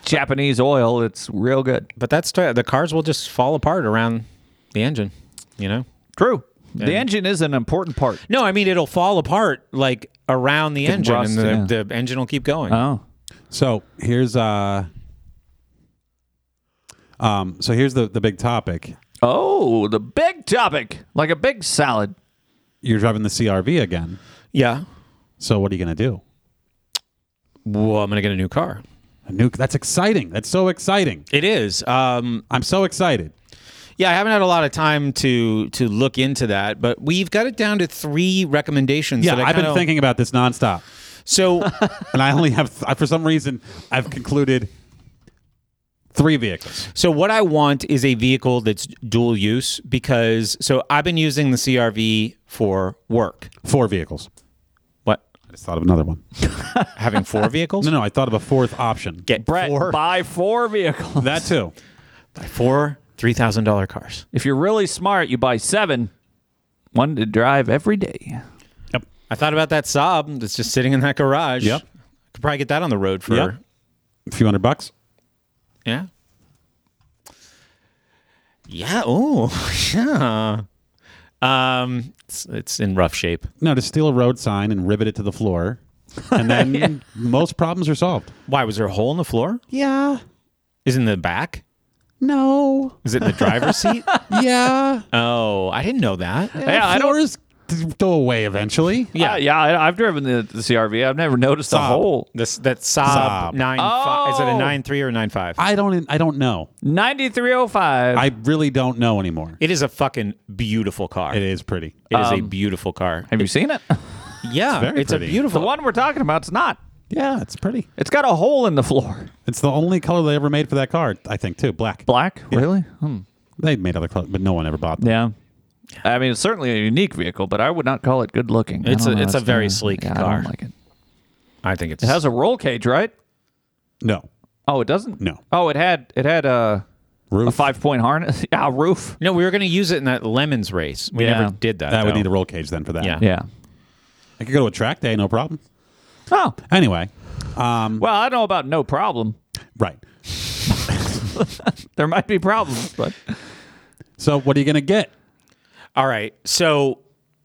A: Japanese oil. It's real good.
B: But that's the cars will just fall apart around the engine, you know?
A: True. The engine is an important part.
B: No, I mean it'll fall apart like around the Uh-huh.
C: Can
B: engine,
C: rust,
B: and the,
C: yeah.
B: the engine will keep going.
A: Oh.
C: So here's uh um so here's the the big topic.
A: Oh, the big topic. Like a big salad.
C: You're driving the CRV again.
B: Yeah.
C: So what are you going to do?
B: Well, I'm going to get a new car.
C: A new That's exciting. That's so exciting.
B: It is. Um
C: I'm so excited.
B: Yeah, I haven't had a lot of time to to look into that, but we've got it down to three recommendations.
C: Yeah,
B: that I
C: I've been
B: kinda-
C: thinking about this
B: [laughs]
C: nonstop.
B: So
C: and I only have I, for some reason I've concluded three vehicles.
B: So what I want is a vehicle that's dual use because so I've been using the CRV for work.
C: Four vehicles.
B: What?
C: I just thought of another one.
B: Having [laughs] four vehicles?
C: No, no, I thought of a fourth option.
B: Get Brett four
A: buy four vehicles. [laughs]
C: That too.
B: Buy four three thousand dollar cars.
A: If you're really smart, you buy seven, one to drive every day.
C: Yep.
B: I thought about that Saab that's just sitting in that garage.
C: Yep.
B: Could probably get that on the road for
C: Yep. A few hundred bucks.
B: yeah. Yeah. Oh, [laughs] yeah. Um, it's, it's in rough shape.
C: No, to steal a road sign and rivet it to the floor.
B: [laughs]
C: And then most problems are solved.
B: Why was there a hole in the floor?
C: Yeah.
B: Is it in the back?
C: No.
B: Is it in the driver's seat?
C: [laughs]
B: [laughs]
C: Yeah.
B: Oh, I didn't know that.
A: Yeah, I don't-
C: floors go away eventually.
A: Yeah, Uh, yeah. I, I've driven the, the CRV. I've never noticed a hole.
B: This that Saab,
A: Saab.
B: nine.
A: Oh.
B: Fi- is it a nine three or nine five?
C: I don't. I don't know.
A: Ninety three oh five.
C: I really don't know anymore.
B: It is a fucking beautiful car. It
C: is pretty.
B: It is a
A: Um,
B: beautiful car.
A: Have you seen it?
B: Yeah, [laughs] it's,
A: very
B: a
A: pretty.
B: beautiful.
A: The one we're talking about, it's not.
C: Yeah, it's pretty.
A: It's got a hole in the floor.
C: It's the only color they ever made for that car, I think, too. Black.
A: [laughs] Black? Really?
C: They made other colors, but no one ever bought them.
A: Yeah. I mean, it's certainly a unique vehicle, but I would not call it good looking. I
B: It's
A: don't
B: a-
A: know,
B: it's a very
A: kinda-
B: sleek
A: yeah, I
B: car.
A: don't like it.
B: I think it's
A: It has a roll cage, right?
C: No.
A: Oh, it doesn't.
C: No.
A: Oh, it had it had uh, a
C: roof.
A: a five point harness. [laughs] yeah, a roof.
B: No, we were going to use it in that lemons race. We
A: Yeah.
B: never did that.
C: That would
B: though.
C: need a roll cage then for that.
B: Yeah.
A: Yeah.
C: I could go to a track day, no problem.
A: Oh.
C: Anyway. Um,
A: Well, I don't know about no problem.
C: right.
A: There might be problems, but [laughs]
C: So what are you gonna get?
B: All right. So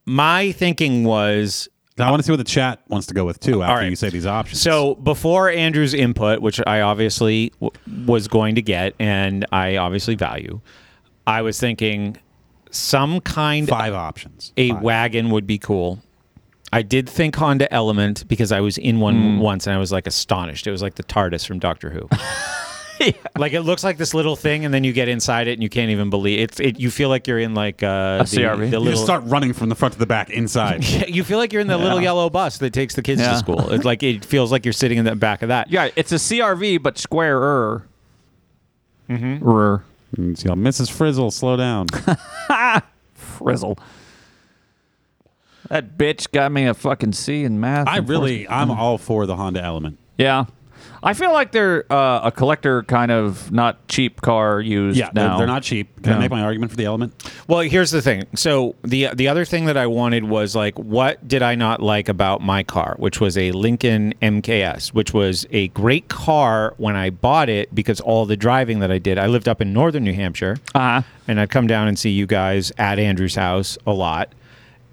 B: my thinking was
C: I want to see what the chat wants to go with too. After
B: right.
C: you say these options.
B: So before Andrew's input, which I obviously w- was going to get and I obviously value, I was thinking some kind
C: five options.
B: A wagon would be cool. I did think Honda Element because I was in one once and I was like astonished. It was like the TARDIS from Doctor Who. Like it looks like this little thing, and then you get inside it, and you can't even believe it. it you feel like you're in like uh, the, the
C: you just
B: little
C: start running from the front to the
B: [laughs]
C: back inside.
B: yeah, you feel like you're in the little
A: Yeah.
B: yellow bus that takes the kids
A: Yeah.
B: to school. It's like it feels like you're sitting in the back of that.
A: yeah, it's a CRV but squarer.
B: Mm-hmm.
A: Rrr.
C: You see how Mrs. Frizzle, slow [laughs] down.
A: Frizzle. That bitch got me a fucking C in math.
C: I
A: and
C: really,
A: forced-
C: I'm all for the Honda Element.
A: Yeah. I feel like they're uh, a collector kind of not cheap car used
C: Yeah, they're,
A: now.
C: they're not cheap. Can I
A: No.
C: make my argument for the Element?
B: Well, here's the thing. So the the other thing that I wanted was like, what did I not like about my car, which was a Lincoln MKS, which was a great car when I bought it because all the driving that I did. I lived up in northern New Hampshire,
A: uh-huh.
B: and I'd come down and see you guys at Andrew's house a lot.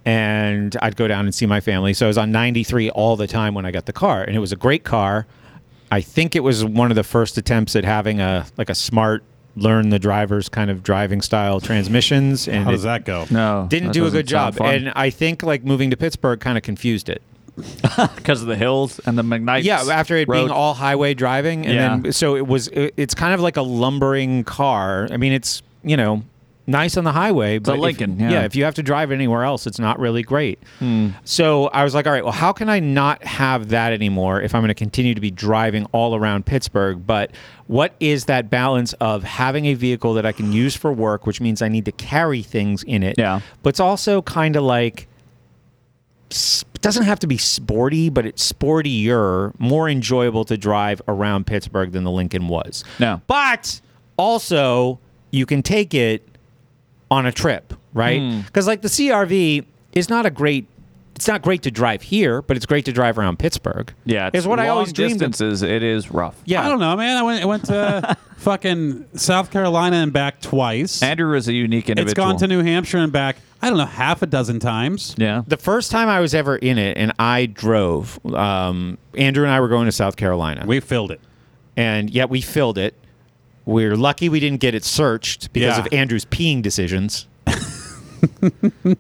B: And I'd go down and see my family. So I was on 93 all the time when I got the car, and it was a great car. I think it was one of the first attempts at having a like a smart learn the driver's kind of driving style transmissions. And
C: How does
B: it-
C: that go?
A: No.
B: didn't
A: that
B: do a
A: doesn't
B: good job.
A: sound fun.
B: And I think like moving to Pittsburgh kind of confused it.
A: because of the hills and the McKnights.
B: Yeah, after it being
A: roads.
B: all highway driving, and
A: Yeah.
B: then so it was. It, it's kind of like a lumbering car. I mean, it's you know nice on the highway, but if-
A: Lincoln, yeah. Hmm.
B: if you have to drive anywhere else, it's not really great. So I was like, all right, well, how can I not have that anymore if I'm going to continue to be driving all around Pittsburgh? But what is that balance of having a vehicle that I can use for work, which means I need to carry things in it?
A: Yeah.
B: But it's also kind of like s- it doesn't have to be sporty, but it's sportier, more enjoyable to drive around Pittsburgh than the Lincoln was. No. But also, you can take it on a trip, right? Because like the CRV is not a great. It's not great to drive here, but it's great to drive around Pittsburgh.
A: Yeah,
B: it's what I
A: long
B: always dreamed of.
A: distances. It is rough.
C: Yeah. I don't know, man. I went, I went to fucking South Carolina and back twice.
A: Andrew is a unique individual.
C: It's gone to New Hampshire and back, I don't know, half a dozen times.
A: Yeah.
B: The first time I was ever in it, and I drove. Um, Andrew and I were going to South Carolina. We
C: filled it,
B: and yet we filled it. We're lucky we didn't get it searched because
C: Yeah.
B: of Andrew's peeing
C: [laughs]
B: decisions.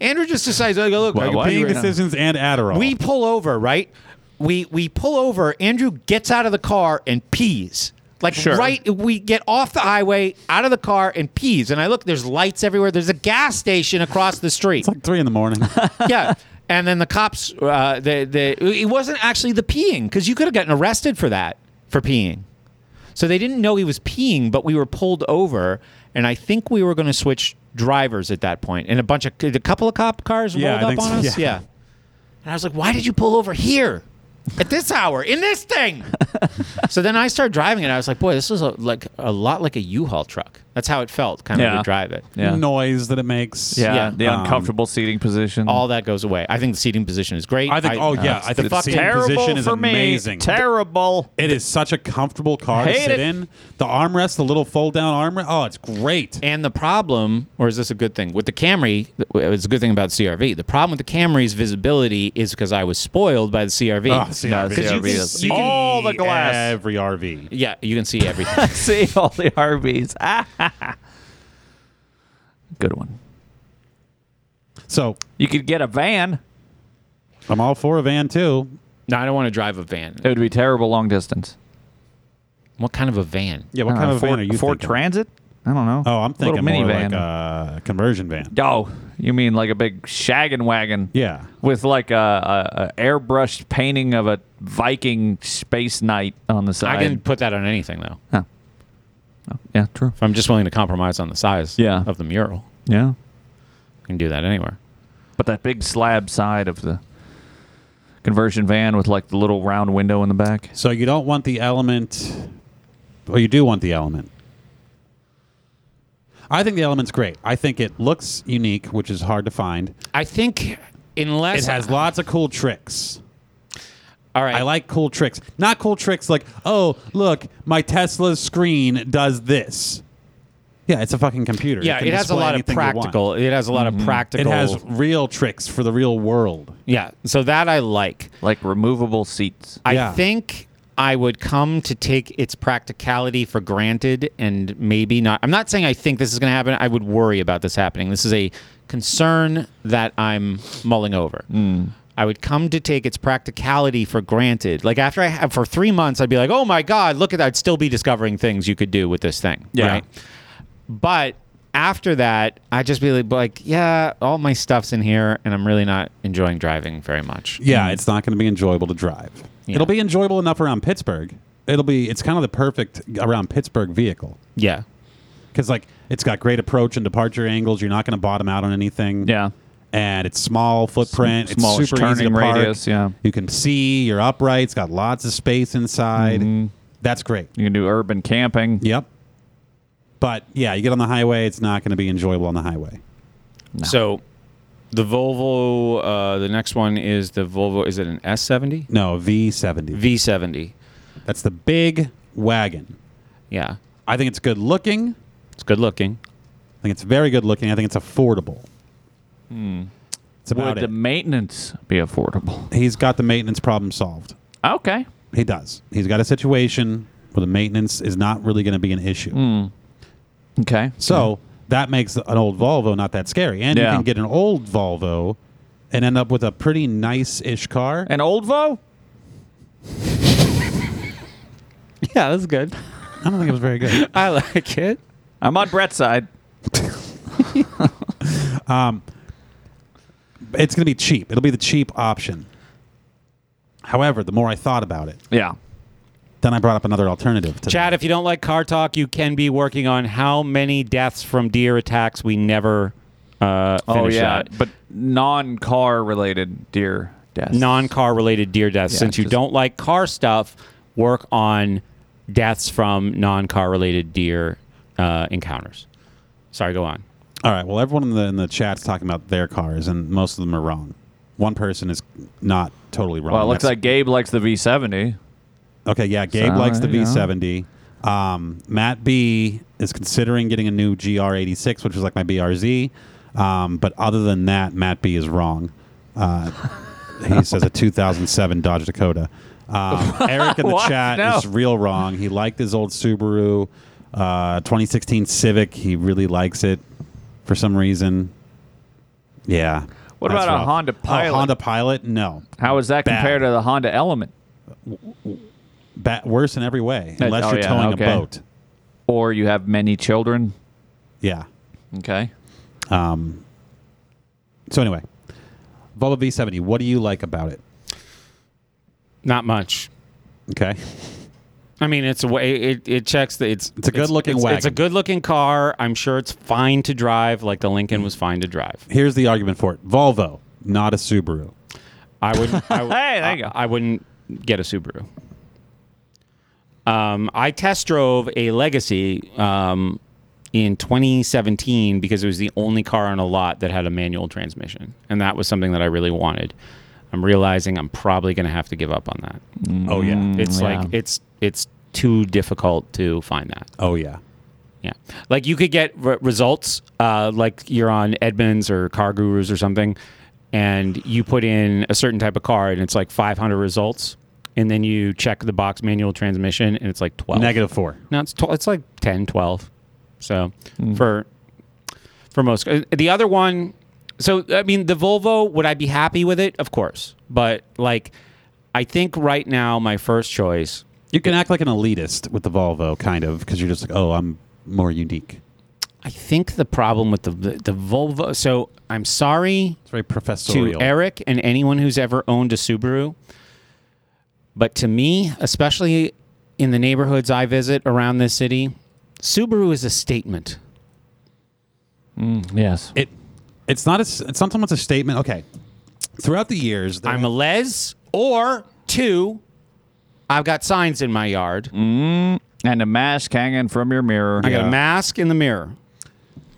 B: Andrew just decides, like, look, I can pee
C: Peeing
B: right now.
C: decisions and Adderall.
B: We pull over, right? We we pull over. Andrew gets out of the car and pees. Like
C: Sure.
B: right, we get off the highway, out of the car, and pees. And I look, there's lights everywhere. There's a gas station across the street.
C: [laughs] Three in the morning.
B: yeah. And then the cops, uh, the the it wasn't actually the peeing because you could have gotten arrested for that for peeing. So they didn't know he was peeing, but we were pulled over, and I think we were going to switch drivers at that point. And a bunch of did a couple of cop cars
C: Yeah,
B: rolled
C: I
B: up
C: think
B: on
C: so.
B: us.
C: Yeah.
B: yeah. And I was like, why did you pull over here at this hour in this
C: [laughs]
B: thing? so then I started driving it. I was like, boy, this is a, like a lot like a U-Haul truck. That's how it felt kind of
A: Yeah.
B: to drive it.
A: Yeah.
C: Noise that it makes.
A: Yeah, the
C: Um,
A: uncomfortable seating position.
C: [laughs]
B: All that goes away. I think the seating position is great. uh,
C: I think. oh yeah, I think the seating position is amazing.
A: Terrible.
C: It is such a comfortable car to
B: Hate
C: sit
B: it.
C: in. The armrest, the little fold down armrest. Oh, it's great.
B: And the problem, or is this a good thing? With the Camry, it's a good thing about CRV. The problem with the Camry's visibility is because I was spoiled by the CRV.
C: Oh, CRV.
B: 'Cause you can see-
C: You can
A: all the
C: see
A: glass.
C: Every RV.
B: yeah, you can see everything. [laughs]
A: see all the
C: [laughs]
A: RVs. Good one.
C: So
A: you could get a van.
C: I'm all for a van too.
B: No, I don't want to drive a van.
A: It would be terrible long distance.
B: What kind of a van?
C: Yeah, what kind of a
A: Uh,
C: van
A: Ford,
C: are you
A: Ford
C: thinking?
A: Transit? I don't know.
C: Oh, I'm thinking
A: Little
C: more
A: minivan.
C: like a conversion van.
A: Oh, you mean like a big shaggin' wagon?
C: Yeah.
A: With like a, a, a airbrushed painting of a Viking space knight on the
B: I
A: side.
B: can put that on anything though.
A: Huh. Yeah, true. If
B: I'm just willing to compromise on the size
A: Yeah.
B: of the mural,
A: Yeah.
B: I can do that anywhere.
A: But that big slab side of the conversion van with like the little round window in the back.
C: So you don't want the element, or you do want the element. I think the element's great. I think it looks unique, which is hard to find.
B: I think unless
C: It has lots of cool tricks.
B: All right.
C: I like cool tricks. Not cool tricks like, oh, look, my Tesla's screen does this. Yeah, it's a fucking computer.
B: Yeah,
C: can
B: it has a
C: display
B: lot of
C: anything you want.
B: practical. Mm-hmm. It has a lot of
C: It
B: practical.
C: has real tricks for the real world.
B: Yeah, so that I like.
A: Like removable seats.
B: I
C: Yeah.
B: think I would come to take its practicality for granted and maybe not. I'm not saying I think this is going to happen. I would worry about this happening. This is a concern that I'm mulling over. I would come to take its practicality for granted. Like after I have for three months, I'd be like, oh my God, look at that. I'd still be discovering things you could do with this thing.
A: Yeah.
B: Right. But after that, I'd just be like, like, yeah, all my stuff's in here and I'm really not enjoying driving very much.
C: Yeah, it's not going to be enjoyable to drive. It'll be enjoyable enough around Pittsburgh. It'll be it's kind of the perfect around Pittsburgh vehicle
B: Yeah.
C: because like it's got great approach and departure angles. You're not going to bottom out on anything.
A: Yeah.
C: and it's small footprint.
A: Sm-
C: it's
A: smallish
C: super easy to
A: turning
C: park.
A: radius, yeah.
C: you can see. You're upright. It's got lots of space inside.
A: Mm-hmm.
C: That's great.
A: You can do urban camping.
C: Yep. But yeah, you get on the highway. It's not going to be enjoyable on the highway.
B: So the Volvo, uh, the next one is the Volvo, is it an S70?
C: No, V70.
B: V70.
C: That's the big wagon.
B: Yeah.
C: I think it's good looking.
B: It's good looking.
C: I think it's very good looking. I think it's affordable. It's about
A: Hmm. Would
C: it.
A: the maintenance be affordable?
C: He's got the maintenance problem solved.
A: Okay.
C: He does. He's got a situation where the maintenance is not really going to be an
A: Hmm.
C: issue.
A: Okay.
C: So that makes an old Volvo not that scary. And
A: Yeah.
C: you can get an old Volvo and end up with a pretty nice ish car.
A: An old Vo?
B: Yeah, that's good.
C: I don't think it was very good.
A: [laughs]
B: I like it.
A: I'm on Brett's side.
C: Um, it's going to be cheap. It'll be the cheap option. However, the more I thought about it,
A: Yeah.
C: then I brought up another alternative. To
B: Chad, if you don't like car talk, you can be working on how many deaths from deer attacks we never uh,
A: Oh
B: finish
A: yeah,
B: that.
A: but non-car related deer deaths.
B: non-car related deer deaths.
A: Yeah,
B: Since you
A: just-
B: don't like car stuff, work on deaths from non-car related deer uh, encounters. Sorry, go on.
C: All right. Well, everyone in the in the chat's talking about their cars, and most of them are wrong. One person is not totally wrong.
A: Well, it looks
C: That's-
A: like Gabe likes the V70.
C: okay. Yeah, Gabe
A: So,
C: likes the
A: you know.
C: V70. Um, Matt B is considering getting a new GR86, which is like my BRZ. Um, but other than that, Matt B is wrong. Uh, he says a 2007 Dodge Dakota.
A: [laughs]
C: Um, Eric in the
M: What?
C: chat
M: No.
C: is real wrong. He liked his old Subaru, uh, 2016 Civic. He really likes it for some reason. Yeah.
A: What
C: That's
A: about a
C: rough.
A: Honda
C: Oh,
A: Pilot?
C: Honda Pilot? No.
A: How is that
C: Bad.
A: compared to the Honda Element?
C: Ba- worse in every way,
A: That-
C: unless
A: oh,
C: you're
A: yeah,
C: towing
A: okay.
C: a boat.
A: Or you have many children.
C: Yeah.
A: Okay.
C: Um, so anyway, Volvo V70. What do you like about it?
B: Not much.
C: Okay.
B: I mean, it's a way it, it checks that it's it's
C: a good-looking
B: it's, It's a
C: wagon.
B: good looking car. I'm sure it's fine to drive, like the Lincoln was fine to drive.
C: Here's the argument for it: Volvo, not a Subaru.
B: I would. I,
A: hey, there you
B: I, I wouldn't get a Subaru. Um, I test drove a Legacy um, in 2017 because it was the only car on a lot that had a manual transmission, and that was something that I really wanted. I'm realizing I'm probably going to have to give up on that.
C: Oh, yeah.
B: it's
C: yeah.
B: like it's it's too difficult to find that.
C: Oh yeah,
B: yeah. Like you could get re- results uh, like you're on Edmunds or Car Gurus or something, and you put in a certain type of car, and it's like 500 results, and then you check the box manual transmission, and it's like 12.
C: Negative four.
B: No, it's tw- it's like 10, 12. So for for most, uh, the other one. So I mean, the Volvo. Would I be happy with it? Of course, but like, I think right now my first choice.
C: You can act like an elitist with the Volvo, kind of, because you're just like, oh, I'm more unique.
B: I think the problem with the the, the Volvo. So I'm sorry.
C: It's very professorial.
B: to Eric and anyone who's ever owned a Subaru. But to me, especially in the neighborhoods I visit around this city, Subaru is a statement.
A: yes.
C: It it's not a s- it's not so much a statement. Okay. Throughout the years,
B: I'm a les or two. I've got signs in my yard
A: mm, and a mask hanging from your mirror.
B: I got a mask in the mirror.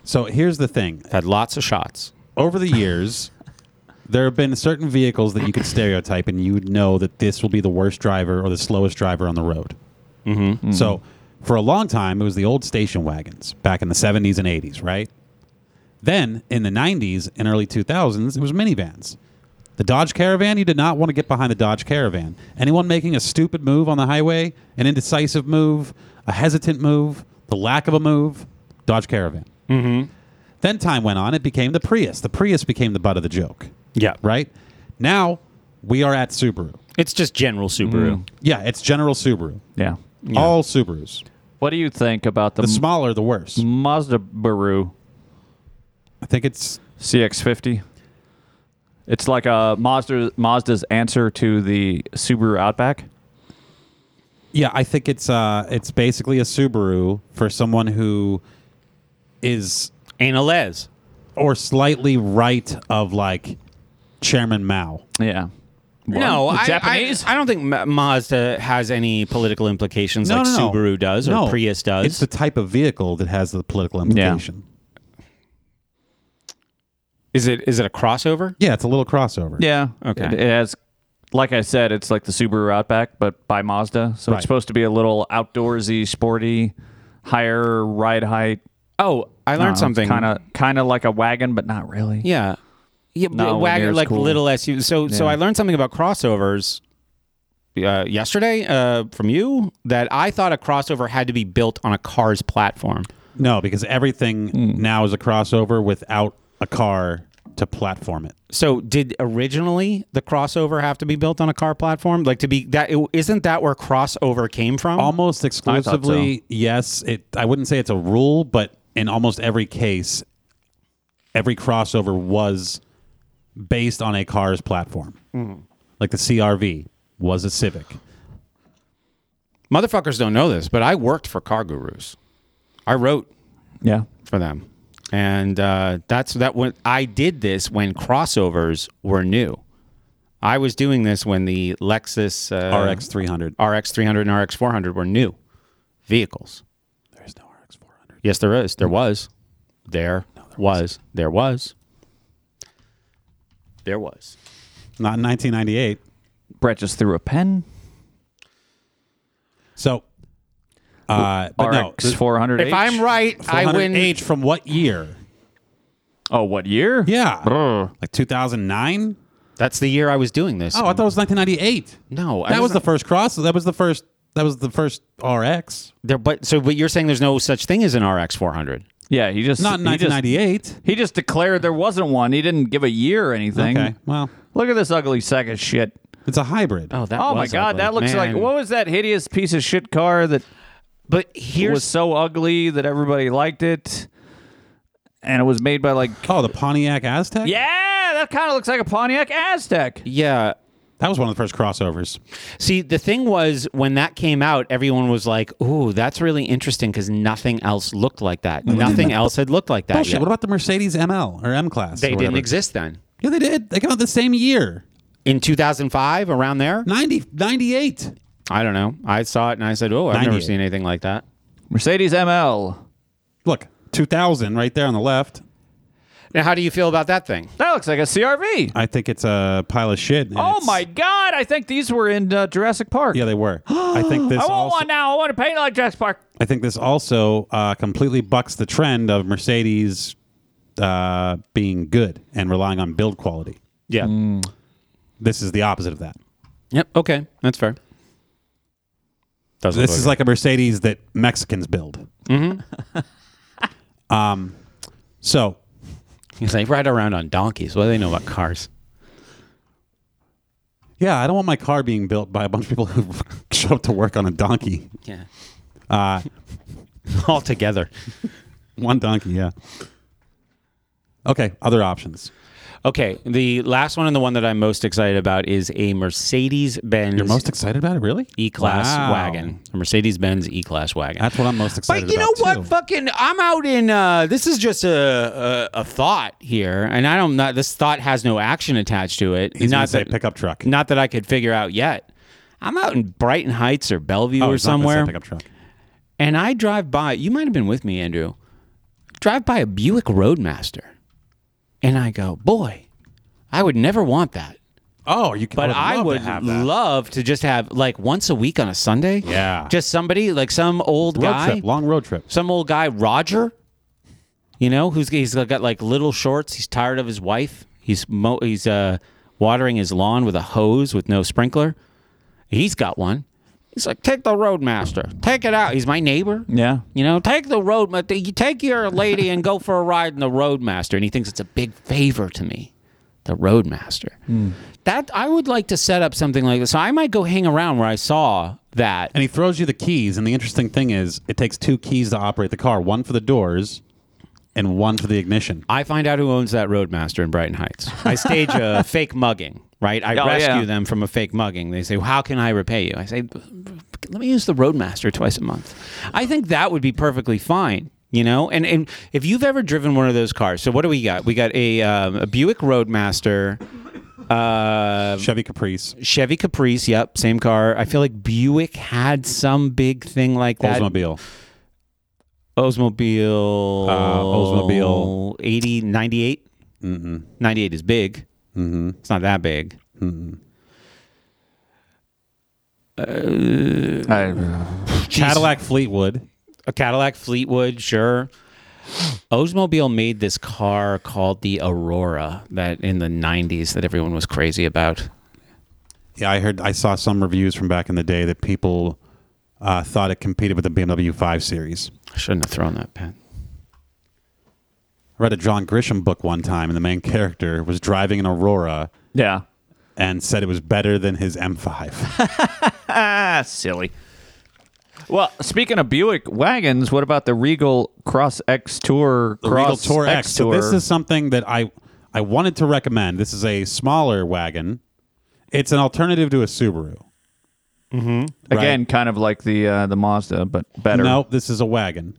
C: So here's the thing.
B: Had lots of shots.
C: Over the years, there have been certain vehicles that you could stereotype and you would know that this will be the worst driver or the slowest driver on the road.
B: Mm-hmm.
C: So for a long time, it was the old station wagons back in the 70s and 80s, right? Then in the 90s and early 2000s, it was minivans. The Dodge Caravan, you did not want to get behind the Dodge Caravan. Anyone making a stupid move on the highway, an indecisive move, a hesitant move, the lack of a move, Dodge Caravan.
B: Mm-hmm.
C: Then time went on, it became the Prius. The Prius became the butt of the joke.
B: Yeah.
C: Right? Now we are at Subaru.
B: It's just general Subaru.
C: Yeah, it's general Subaru.
A: Yeah.
C: All Subarus.
A: What do you think about the,
C: The smaller, the worse.
A: Mazda Baru?
C: I think it's
A: CX50. It's like a Mazda Mazda's answer to the Subaru Outback.
C: Yeah, I think it's uh, it's basically a Subaru for someone who is
B: ain't a les
C: or slightly right of like Chairman Mao.
A: Yeah.
B: no, I, I, I don't think Ma- Mazda has any political implications like Subaru does or
C: No.
B: Prius does.
C: It's the type of vehicle that has the political implication.
B: Is it is it a crossover?
C: Yeah, it's a little crossover.
A: Yeah.
B: Okay.
A: It, it has, like I said, it's like the Subaru Outback, but by Mazda. So
B: Right.
A: it's supposed to be a little outdoorsy, sporty, higher ride height.
B: Oh, I learned something.
A: Kind of, kind of like a wagon, but not really.
B: Yeah. Yeah,
A: Not
B: but
A: when
B: wagon
A: yours
B: like
A: cool.
B: little SUV. So so
A: Yeah.
B: I learned something about crossovers uh, yesterday uh, from you that I thought a crossover had to be built on a car's platform.
C: No, because everything now is a crossover without a car to platform it.
B: So did originally the crossover have to be built on a car platform? Like to be that it, isn't that where crossover came from?
C: Almost exclusively, yes. It. I wouldn't say it's a rule, but in almost every case, every crossover was based on a car's platform.
B: Mhm.
C: Like the CRV was a Civic.
B: Motherfuckers don't know this, but I worked for Car Gurus. I wrote
A: yeah
B: for them. And uh, that's that when I did this when crossovers were new. I was doing this when the Lexus uh,
C: RX 300,
B: RX 300, and RX 400 were new vehicles. There is no RX 400. Yes, there is. There was. There, was. There was. There was.
C: Not in 1998.
A: Brett just threw a pen.
C: So, uh, but no,
A: RX 400.
N: If I'm right, I win.
C: Age from what year?
A: Oh, what year?
C: Yeah, like 2009.
B: That's the year I was doing this.
C: Oh, I thought it was 1998.
B: No, I
C: that was,
B: was
C: the first cross. That was the first. That was the first RX.
B: There, but so, but you're saying there's no such thing as an RX 400.
A: Yeah, he just
C: Not in
A: he just-
C: 1998.
A: He just declared there wasn't one. He didn't give a year or anything.
C: Okay, well.
A: look at this ugly sack of shit.
C: It's a hybrid.
B: Oh, that.
A: oh my
B: was
A: god,
B: ugly.
A: that looks
B: Man.
A: like what was that hideous piece of shit car that?
N: But
A: was
N: here's
A: so ugly that everybody liked it, and it was made by like
C: oh the Pontiac Aztec.
A: yeah, that kind of looks like a Pontiac Aztec.
B: Yeah.
C: That was one of the first
A: Uh,
C: crossovers.
B: See, the thing was when that came out, everyone was like, "Ooh, that's really interesting," because nothing else looked like that. nothing else had looked like that.
C: Bullshit.
B: yet.
C: What about the Mercedes ML or M class?
B: they didn't exist then.
C: Yeah, they did. They came out the same year.
B: In 2005, around there,
C: 90, 98.
B: I don't know. I saw it and I said, "Oh, I've never
C: 98.
B: seen anything like that."
A: Mercedes ML.
C: Look, 2000 right there on the left.
B: Now, how do you feel about that thing?
A: That looks like a CRV.
C: I think it's a pile of shit. and
A: Oh
C: it's-
A: my god, I think these were in uh, Jurassic Park.
C: Yeah, they were. I
A: [gasps]
C: think this.
A: I want
C: also,
A: one now. I want to paint it like Jurassic Park.
C: I think this also uh, completely bucks the trend of Mercedes uh, being good and relying on build quality.
B: Yeah.
C: This is the opposite of that.
B: Yep. Okay, that's fair. Doesn't
C: this
B: look
C: is like a Mercedes that Mexicans build. Mm-hmm. [laughs] um, so
B: [laughs] He's like ride around on donkeys. What do they know about cars?
C: yeah, I don't want my car being built by a bunch of people who [laughs] show up to work on a donkey.
B: Yeah.
C: Uh,
B: [laughs] All together.
C: [laughs] one donkey, yeah. Okay, other options.
B: Okay, the last one and the one that I'm most excited about is a Mercedes Benz
C: You're most excited about it, really?
B: E-Class
C: Wow.
B: wagon. A Mercedes Benz E-Class wagon.
C: That's what I'm most excited
B: But you know
C: about.
B: what?
C: too.
B: Fucking, I'm out in. Uh, this is just a, a a thought here, and I don't. Not, this thought has no action attached to it.
C: He's gonna
B: not
C: say
B: that,
C: pickup truck.
B: not that I could figure out yet. I'm out in Brighton Heights or Bellevue
C: Oh,
B: or
C: he's not gonna say
B: somewhere,
C: Pickup truck.
B: and I drive by. You might have been with me, Andrew. Drive by a Buick Roadmaster, and I go, boy, I would never want that.
C: Oh, you.
B: But I
C: love to
B: would,
C: have that.
B: love to just have like once a week on a Sunday.
C: Yeah.
B: Just somebody like some old
C: road
B: guy
C: trip, long road trip.
B: some old guy Roger, you know, who's he's got like little shorts. He's tired of his wife. He's mo- he's uh, watering his lawn with a hose with no sprinkler. He's got one. He's like, take the roadmaster, take it out. He's my neighbor.
A: Yeah.
B: You know, take the road. ma- You take your lady and go for a ride in the Roadmaster, and he thinks it's a big favor to me, the Roadmaster. That I would like to set up something like this. So I might go hang around where I saw that.
C: And he throws you the keys. And the interesting thing is, it takes two keys to operate the car: one for the doors, and one for the ignition.
B: I find out who owns that Roadmaster in Brighton Heights. I stage
A: [laughs]
B: a fake mugging, right? I
A: Oh,
B: rescue
A: yeah.
B: them from a fake mugging. They say, "How can I repay you?" I say, "Let me use the Roadmaster twice a month." I think that would be perfectly fine, you know. And and if you've ever driven one of those cars, so what do we got? We got a, um, a Buick Roadmaster, uh,
C: Chevy Caprice,
B: Chevy Caprice. Yep, same car. I feel like Buick had some big thing like that.
C: Oldsmobile.
B: Oldsmobile.
C: Uh, Oldsmobile.
B: 80, 98.
C: Mm-mm.
B: 98 is big.
C: Mm-hmm.
B: It's not that big.
C: Mm-mm.
B: Cadillac,
C: Cadillac Fleetwood.
B: a Cadillac Fleetwood, sure. Oldsmobile made this car called the Aurora that in the 90s that everyone was crazy about.
C: Yeah, I heard. I saw some reviews from back in the day that people uh, thought it competed with the BMW 5 Series.
B: I shouldn't have thrown that pen.
C: I read a John Grisham book one time, and the main character was driving an Aurora
A: Yeah.
C: and said it was better than his [laughs] M5.
A: Ah, silly. Well, speaking of Buick wagons, what about the Regal Cross X Tour?
C: The Regal
A: Cross
C: Tour X. So
A: Tour.
C: this is something that I I wanted to recommend. This is a smaller wagon. It's an alternative to a Subaru.
A: again kind of like the uh, the Mazda, but better.
C: Nope, this is a wagon,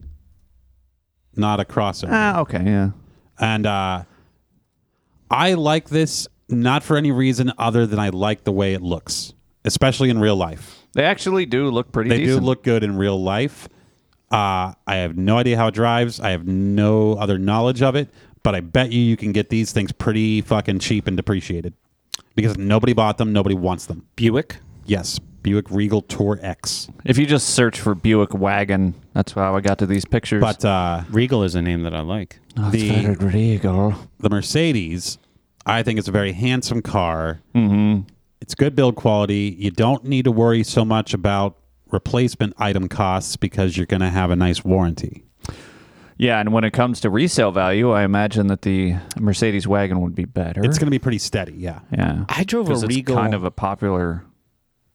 C: not a crossover.
A: Uh. Ah, okay, yeah.
C: And uh, I like this not for any reason other than I like the way it looks, especially in real life.
A: They actually do look pretty.
C: They
A: decent.
C: do look good in real life. Uh, I have no idea how it drives. I have no other knowledge of it, but I bet you you can get these things pretty fucking cheap and depreciated because nobody bought them. Nobody wants them.
B: Buick?
C: Yes. Buick Regal Tour X.
A: If you just search for Buick wagon, that's how I got to these pictures.
C: But uh,
B: Regal is a name that I like.
A: the Regal.
C: The Mercedes, I think it's a very handsome car. Mm-hmm. It's good build quality. You don't need to worry so much about replacement item costs because you're going to have a nice warranty.
A: yeah, and when it comes to resale value, I imagine that the Mercedes wagon would be better.
C: It's going to be pretty steady. Yeah.
A: yeah.
O: I drove a
A: 'Cause it's
O: Regal-
A: kind of a popular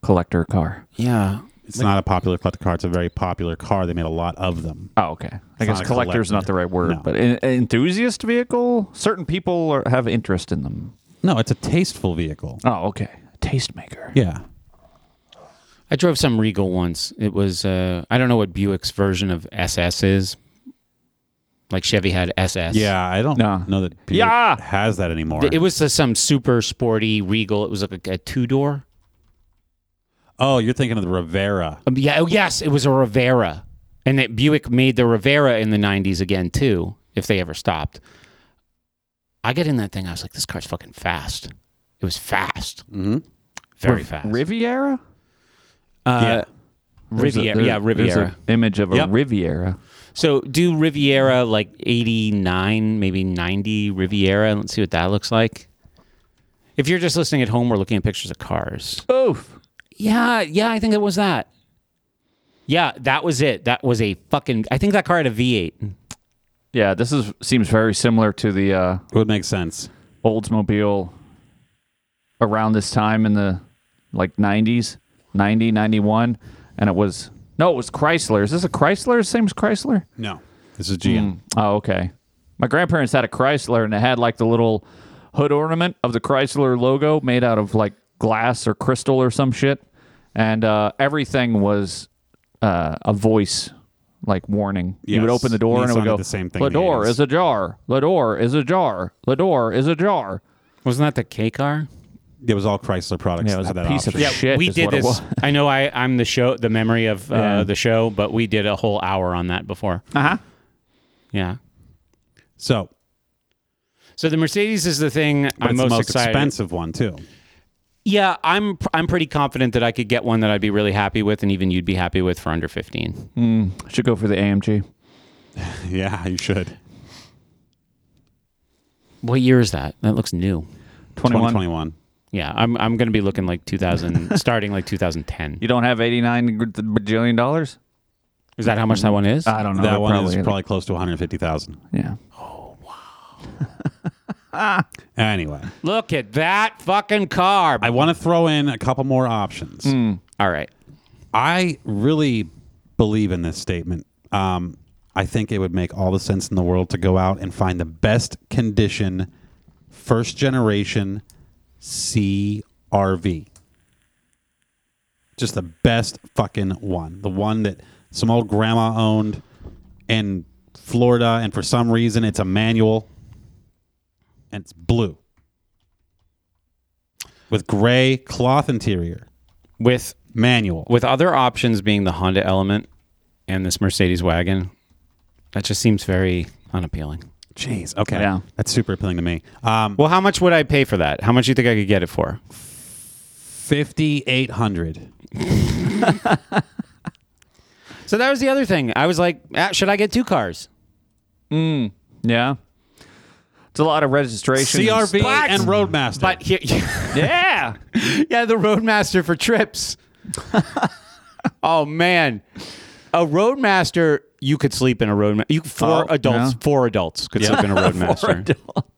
A: collector car.
O: Yeah.
C: It's not a popular collector car. It's a very popular car. They made a lot of them.
A: Oh, okay. I
C: It's
A: guess
C: not a
A: collector's
C: collector.
A: not the right word,
C: No.
A: but an an enthusiast vehicle. Certain people are, have interest in them.
C: No, it's a tasteful vehicle.
A: Oh, okay. Tastemaker.
C: Yeah.
B: I drove some Regal once. It was uh, I don't know what Buick's version of SS is. Like Chevy had SS.
C: Yeah, I don't
B: No.
C: know that Buick
B: Yeah.
C: has that anymore.
B: Th- It was uh, some super sporty Regal. It was like a, two door.
C: oh, you're thinking of the Rivera.
B: Um, yeah. Oh, yes. It was a Rivera, and that Buick made the Rivera in the '90s again too, if they ever stopped. I get in that thing. I was like, this car's fucking fast. It was fast.
C: Mm-hmm.
B: Very
A: Riv-
B: fast.
A: Riviera?
B: Uh,
A: There's a-
B: Riviera.
A: there-
B: yeah, Riviera.
A: There's an image of a
B: Yep.
A: Riviera.
B: So do Riviera like 89, maybe 90 Riviera. Let's see what that looks like. If you're just listening at home, we're looking at pictures of cars.
A: Oof.
B: Yeah, yeah, I think it was that. Yeah, that was it. That was a fucking. I think that car had a V8.
A: Yeah, this is seems very similar to the uh,
C: It would make sense.
A: Oldsmobile around this time in the like 90s, 90, 91. And it was, no, it was Chrysler. Is this a Chrysler? Same as Chrysler?
C: No, this is GM.
A: Mm. Oh, okay. My grandparents had a Chrysler and it had like the little hood ornament of the Chrysler logo made out of like glass or crystal or some shit. And uh, everything was uh, a voice like warning. You would
C: Yes.
A: open the door and it
C: Nissan
A: would
C: did
A: go,
C: the same thing in the
A: door
C: 80s."
A: is ajar. The door is ajar. The door is ajar.
B: Wasn't that the K car?
C: It was all Chrysler products.
A: Yeah, it was
C: that
A: a
C: had that
A: piece of
C: option.
A: shit.
B: we
A: is
B: did
A: what it
B: this.
A: was.
B: I know. I I'm the show. The memory of uh,
A: Yeah.
B: the show, but we did a whole hour on that before.
A: Uh huh.
B: Yeah.
C: So
B: So the Mercedes is the thing
C: but
B: I'm
C: it's
B: most,
C: the most
B: excited.
C: expensive one too.
A: [laughs]
B: Yeah, I'm pr- I'm pretty confident that I could get one that I'd be really happy with, and even you'd be happy with for under fifteen.
A: Mm, should go for the AMG.
C: Yeah, you should.
B: What year is that? That looks new.
A: 21.
C: 2021.
B: Yeah, I'm I'm gonna be looking like [laughs] 2000, starting like 2010.
A: You don't have 89 gr- bajillion dollars?
B: Is that how much that one is?
A: I don't know.
C: that one
A: probably
C: is probably close to 150,000.
A: Yeah.
C: Anyway,
B: Look at that fucking car.
C: I want to throw in a couple more options.
B: All right.
C: I really believe in this statement. Um, I think it would make all the sense in the world to go out and find the best condition, first generation CRV. Just the best fucking one. The one that some old grandma owned in Florida, and for some reason it's a manual and it's blue with gray cloth interior,
B: With
C: manual.
B: with other options being the Honda Element and this Mercedes wagon, that just seems very unappealing.
C: Jeez. Okay.
A: Yeah.
C: That's super appealing to me. Um,
B: Well, how much would I pay for that? How much do you think I could get it for?
C: fifty eight hundred.
B: So that was the other thing. I was like, ah, should I get two cars?
A: Mm, yeah. It's a lot of registration.
C: CRV and Roadmaster.
B: But here, [laughs]
A: Yeah.
B: yeah, the roadmaster for
A: [laughs]
B: trips. oh man, a roadmaster. You could sleep in a roadmaster. You four
A: Oh,
B: adults,
A: yeah.
B: four adults could sleep
A: [laughs]
B: in a roadmaster.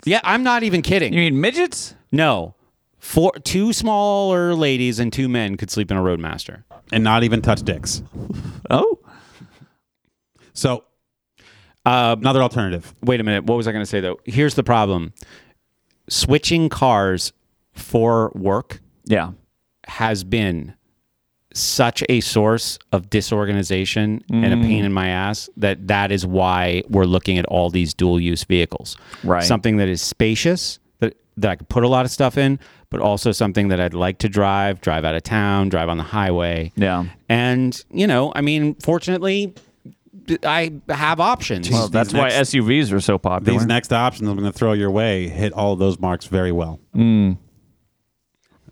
B: yeah, I'm not even kidding.
A: You mean midgets?
B: no, four two smaller ladies and two men could sleep in a roadmaster.
C: and not even touch dicks.
A: Oh.
C: So
B: Uh,
A: Um,
C: another alternative.
B: wait a minute. What was I going to say though? Here's the problem: switching cars for work
A: Yeah.
B: has been such a source of disorganization and
A: Mm.
B: a pain in my ass that that is why we're looking at all these dual use vehicles.
A: Right.
B: Something that is spacious that that I could put a lot of stuff in, but also something that I'd like to drive, drive out of town, drive on the highway. Yeah. And, you know, I mean, fortunately, d- I have options.
A: Well, that's why SUVs are so popular.
C: These next options I'm going to throw your way hit all of those marks very well.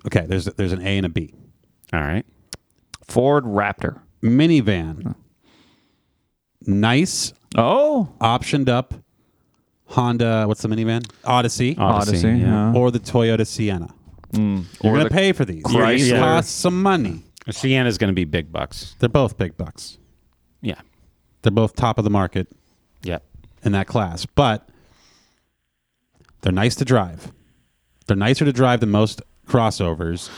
C: Okay, there's there's an A and a B.
B: All right.
A: Ford Raptor
C: minivan. Nice.
A: Oh,
C: optioned up. Honda. What's the minivan? Odyssey.
A: Odyssey, Odyssey, yeah.
C: Or the Toyota Sienna. You're
B: Mm. Or
C: going
B: the
C: to pay for these.
B: Chrysler.
C: These cost some money.
B: Sienna's going to be big bucks.
C: They're both big bucks.
B: Yeah.
C: They're both top of the market.
B: Yep.
C: In that class, but they're nice to drive. They're nicer to drive than most crossovers.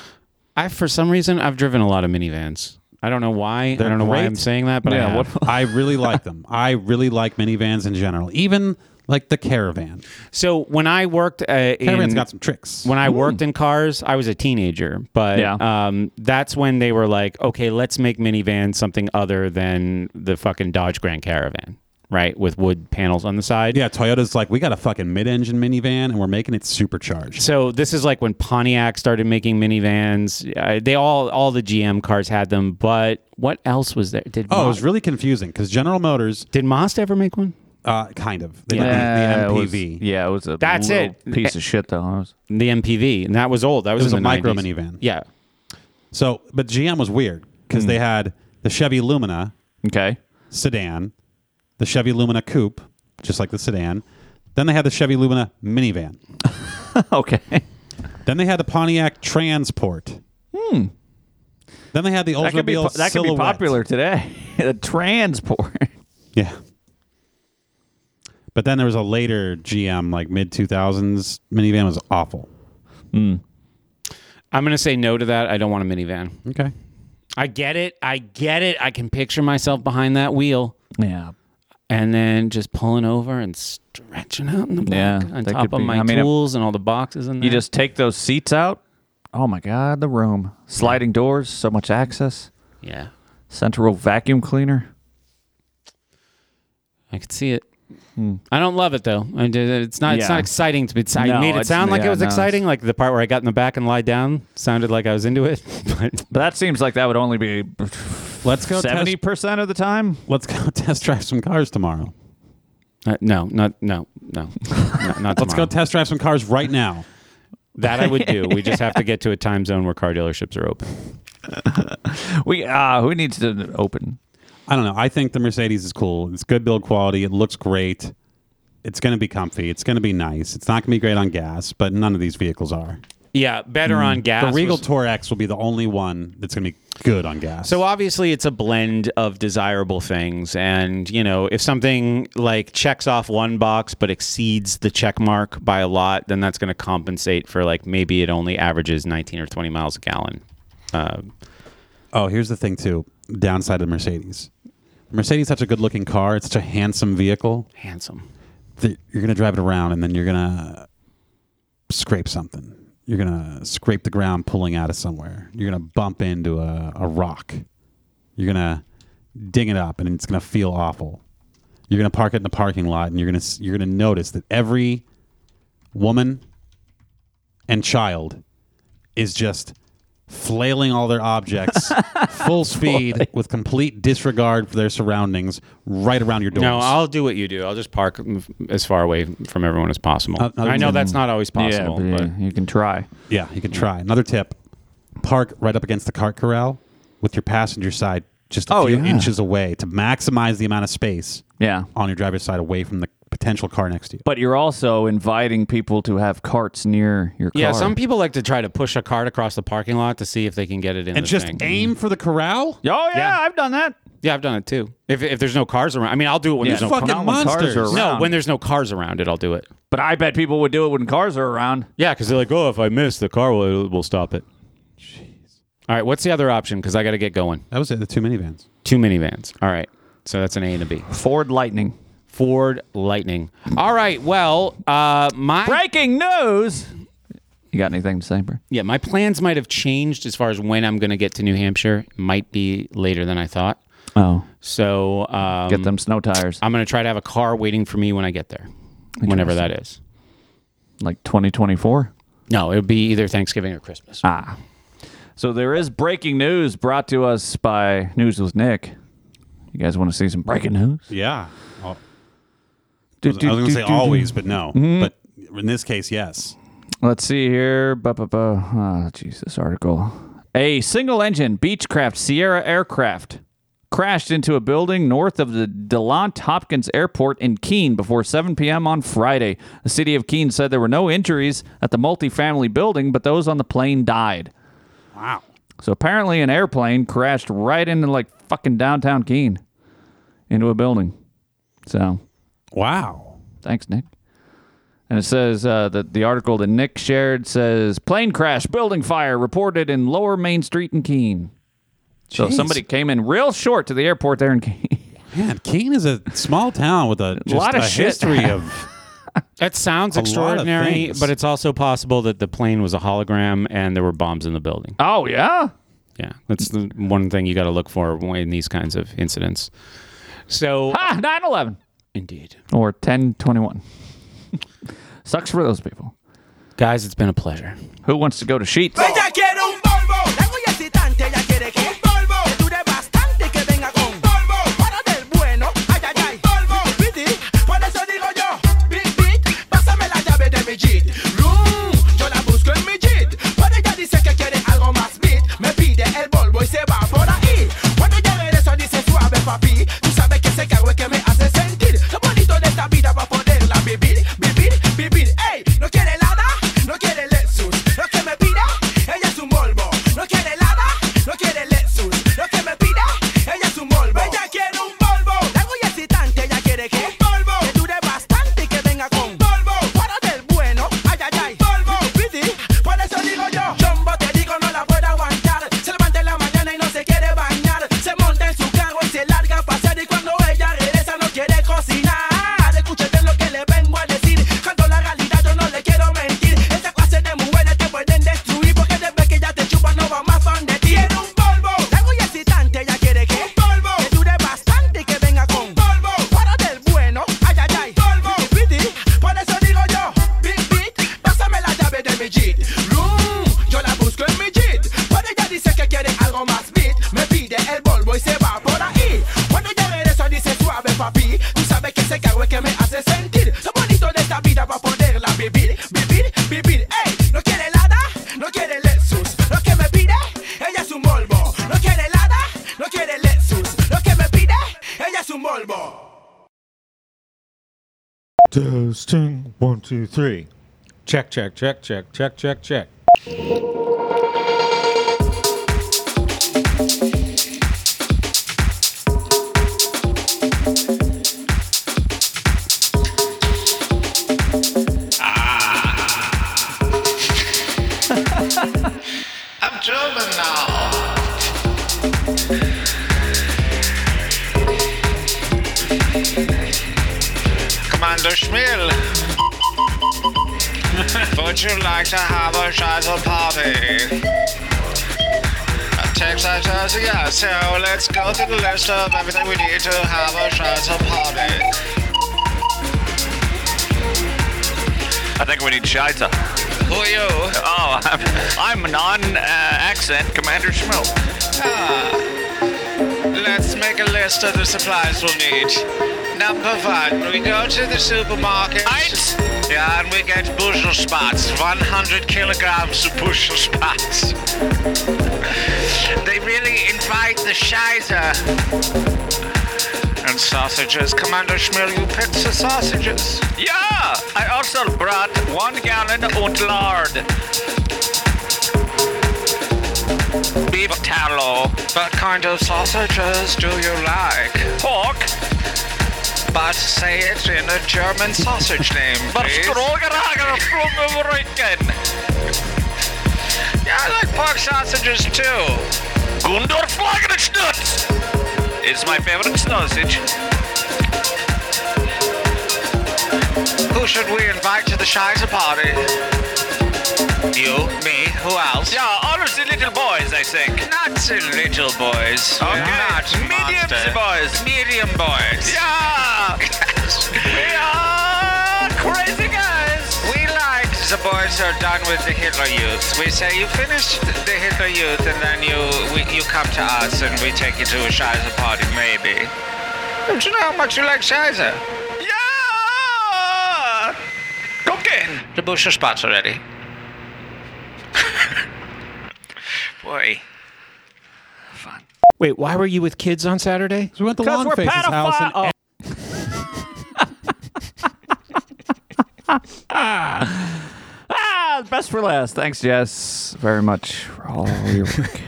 B: I, for some reason, I've driven a lot of minivans. I don't know why. I don't know why I'm saying that, but I have. [laughs]
C: I really like them. I really like minivans in general, even like the caravan.
B: So when I worked, uh,
C: Caravan's
B: in-
C: got some tricks.
B: When I worked in cars, I was a teenager, but
C: Yeah.
B: um, that's when they were like, okay, let's make minivans something other than the fucking Dodge Grand Caravan, right? With wood panels on the side.
C: Yeah, Toyota's like, we got a fucking mid-engine minivan, and we're making it supercharged.
B: So this is like when Pontiac started making minivans. Uh, they all all the GM cars had them, but what else was there? Did
C: Oh, it
B: Mo-
C: was really confusing because General Motors
B: did Mazda ever make one?
C: Uh, kind of. They
A: Yeah,
C: did the,
A: it
C: the
A: was-
C: MPV.
A: yeah, it was a
B: That's
A: little
B: it.
A: piece of shit though.
B: The MPV, and that was old. That was,
C: It was
B: in the
C: a micro
B: 90s.
C: minivan.
B: Yeah,
C: So, but GM was weird because
A: Mm.
C: they had the Chevy Lumina,
A: okay,
C: sedan, the Chevy Lumina coupe, just like the sedan. Then they had the Chevy Lumina minivan.
A: [laughs] [laughs] okay.
C: Then they had the Pontiac Transport.
A: Hmm.
C: Then they had the
A: That could be,
C: Oldsmobile
A: po- that could be
C: Silhouette.
A: popular today. [laughs] a transport.
C: Yeah. But then there was a later GM, like mid two thousands minivan was awful.
B: I'm gonna say no to that. I don't want a minivan.
C: Okay.
B: I get it. I get it. I can picture myself behind that wheel.
A: [laughs] Yeah.
B: And then just pulling over and stretching out in the back
A: Yeah,
B: on
A: that
B: top
A: could
B: of
A: be-
B: my
A: I mean, it-
B: tools and all the boxes in there.
A: You just take those seats out. Oh my god, the room. Sliding doors, so much access.
B: Yeah.
A: Central vacuum cleaner.
B: I could see it.
A: Hmm.
B: I don't love it though. I did- It's not. It's
A: Yeah.
B: not exciting to me. It's- I
A: No,
B: made it
A: it's-
B: sound like
A: yeah,
B: it was
A: no, it's-
B: exciting. Like the part where I got in the back and lied down sounded like I was into it. [laughs] But
A: But that seems like that would only be
C: Let's go test-
A: seventy percent of the time.
C: Let's go [laughs] test drive some cars tomorrow.
B: uh, no, not no no, no [laughs] not.
C: Let's go
B: tomorrow.
C: test drive some cars right now.
B: That I would do. We just have to get to a time zone where car dealerships are open.
A: We uh who needs to open?
C: I don't know. I think the Mercedes is cool. It's good build quality. It looks great. It's going to be comfy. It's going to be nice. It's not going to be great on gas, but none of these vehicles are.
B: Yeah, better on gas.
C: The Regal
B: was-
C: Torx will be the only one that's going to be good on gas.
B: So uh, obviously, it's a blend of desirable things, and you know, if something like checks off one box but exceeds the check mark by a lot, then that's going to compensate for like maybe it only averages 19 or 20 miles a gallon. Uh,
C: Oh, here's the thing too. Downside of the Mercedes. The Mercedes is such a good looking car. It's such a handsome vehicle.
B: Handsome.
C: That you're gonna drive it around and then you're gonna scrape something. You're gonna scrape the ground pulling out of somewhere. You're gonna bump into a, a rock. You're gonna ding it up and it's gonna feel awful. You're gonna park it in the parking lot and you're gonna s- you're gonna notice that every woman and child is just flailing all their objects full speed with complete disregard for their surroundings right around your doors.
B: no, I'll do what you do. I'll just park m- as far away from everyone as possible.
C: Uh, uh,
B: I know that's
C: mm.
B: not always possible,
A: Yeah,
B: but
A: you can try.
C: yeah, you can try. Another tip park right up against the cart corral with your passenger side just a
A: Oh,
C: few
A: yeah.
C: inches away to maximize the amount of space
A: Yeah.
C: on your driver's side away from the potential car next to you.
A: But you're also inviting people to have carts near your car.
B: yeah, some people like to try to push a cart across the parking lot to see if they can get it in.
C: And
B: the
C: just
B: thing.
C: aim for the corral?
A: Oh yeah, I've done that.
B: Yeah, I've done it too. If, if there's no cars around, I mean, I'll do it when
A: Yeah,
B: there's no
A: fucking
B: car-
A: Not when cars are
B: No,
A: around.
B: when there's no cars around it, I'll do it.
A: But I bet people would do it when cars are around.
B: Yeah, because they're like, oh, if I miss, the car will will stop it. All right, what's the other option? Because I got to get going.
C: That was it, the two minivans.
B: Two minivans. All right, so that's an A and a B.
A: Ford Lightning.
B: Ford Lightning. All right, well, uh, my
A: breaking news. You got anything to say, bro?
B: Yeah, my plans might have changed as far as when I'm going to get to New Hampshire. Might be later than I thought.
A: Oh.
B: So um,
A: Get them snow tires.
B: I'm going to try to have a car waiting for me when I get there, whenever that is.
A: Like 2024?
P: No, it would be either Thanksgiving or Christmas.
A: Ah. So there is breaking news brought to us by News with Nick. You guys want to see some breaking news?
C: Yeah. Oh.
A: Do,
C: I was, going to
A: do,
C: say
A: do, do.
C: always, but no.
A: Mhm.
C: But in this case, yes.
A: Let's see here. Ba, ba, ba. Ah, jeez, this article. A single engine Beechcraft Sierra aircraft crashed into a building north of the Delant Hopkins Airport in Keene before 7 p.m. on Friday. The city of Keene said there were no injuries at the multifamily building, but those on the plane died.
C: Wow.
A: So apparently, an airplane crashed right into like fucking downtown Keene into a building. So,
C: wow.
A: Thanks, Nick. And it says uh, that the article that Nick shared says plane crash, building fire reported in Lower Main Street in Keene. So
C: Jeez.
A: somebody came in real short to the airport there in Keene. [laughs]
C: Man, Keene is a small town with a, just
A: lot of
C: a
A: shit. [laughs]
C: history of.
P: That sounds extraordinary, but it's also possible that the plane was a hologram and there were bombs in the building.
A: Oh yeah,
P: yeah. That's the one thing you got to look for in these kinds of incidents. So
A: ah, 9/11
P: indeed,
A: or 10/21. [laughs] Sucks for those people.
P: Guys, it's been a pleasure.
A: Who wants to go to Sheets?
Q: Ella quiere un polvo. La voy excitante, ella quiere que un polvo. Que dure bastante y que venga con polvo. Para del bueno, ay, ay, ay. Polvo, piti, por eso digo yo. Bit, bit, pásame la llave de mi jeep. Rum, yo la busco en mi jeep. Pero ella dice que quiere algo más bit. Me pide el polvo y se va por ahí. Cuando yo regreso dice suave, papi. Tú sabes que ese cago es que me hace sentir. Lo bonito de esta vida va a poderla vivir, vivir, vivir. Ey, no quiere nada, no quiere Lexus. Lo que me pida, ella es un Volvo. No quiere nada, no quiere Lexus. Lo que me pida, ella es un Volvo. Ella quiere un Volvo. La muy excitante, ella quiere que un Volvo. Que dure bastante y que venga con Volvo. Fuera del bueno, ay, ay, ay. Volvo, piti, por eso digo yo. Jumbo, te digo, no la puedo aguantar. Se levanta en la mañana y no se quiere bañar. Se monta en su carro y se larga a pasear. Y cuando ella regresa, no quiere cocinar. Escúchate lo que le vengo a decir. Canto la realidad, yo no le quiero mentir. Esta clase de mujeres te pueden destruir. Porque después que ya te chupan, no va más fan de ti. Quiere un polvo, la muy excitante, ella quiere que un polvo. Que dure bastante y que venga con polvo. Fuera del bueno, ay, ay, ay. Polvo, piti, por eso digo yo. Big beat, pásame la llave de mi jeep. Room, yo la busco en mi jeep. Pero ella dice que quiere algo más beat. Me pide el polvo y se va por ahí. Cuando yo regreso dice suave papi. Tú sabes que ese cago es que me hace sentir. Lo bonito de esta vida va a poderla vivir, vivir, vivir. Ey, no quiere nada, no quiere Lexus. Lo que me pide, ella es un Volvo. No quiere nada, no quiere Lexus. Lo que me pide, ella es un Volvo.
K: Testing one, two, three.
L: Check, check, check, check, check, check, check.
E: I'm German now. Commander Schmiel. Would you like to have a scheiße party? A text I says, yeah, so let's go to the list of everything we need to have a scheiße party.
A: I think we need Shiza.
E: Who are you?
A: Oh, I'm, I'm non-accent Commander Schmill.
E: Ah. Let's make a list of the supplies we'll need. Number one, we go to the supermarket. Yeah, and we get bushel spats, 100 kilograms of bushel spats. they really invite the shizer. And sausages. Commander Schmill, you picked the sausages.
A: Yeah, I also brought one gallon of lard.
E: Beef tallow. What kind of sausages do you like? Pork. But say it in a
A: [laughs]
E: German sausage name, please. Yeah, I like pork sausages too.
A: Gundor Schnutz. It's my favorite sausage.
E: Who should we invite to the Shizer party? You, me, who else? Yeah, honors the little boys, I think. Not the little boys. Okay. Not medium boys. Medium boys. Yeah. we are crazy guys. We like the boys parents are done with the Hitler Youth. We say you finish the Hitler Youth, and then you we, you come to us, and we take you to a Shizer party, maybe. Don't you know how much you like Shizer? Yeah. Cocaine. The bush is spots already. Boy.
B: Wait, why were you with kids on Saturday?
C: we went to
E: 'Cause we're
C: Longface's house and-
E: pedophile-
C: [laughs]
A: ah, [laughs] ah, best for last. Thanks, Jess, very much for all your work.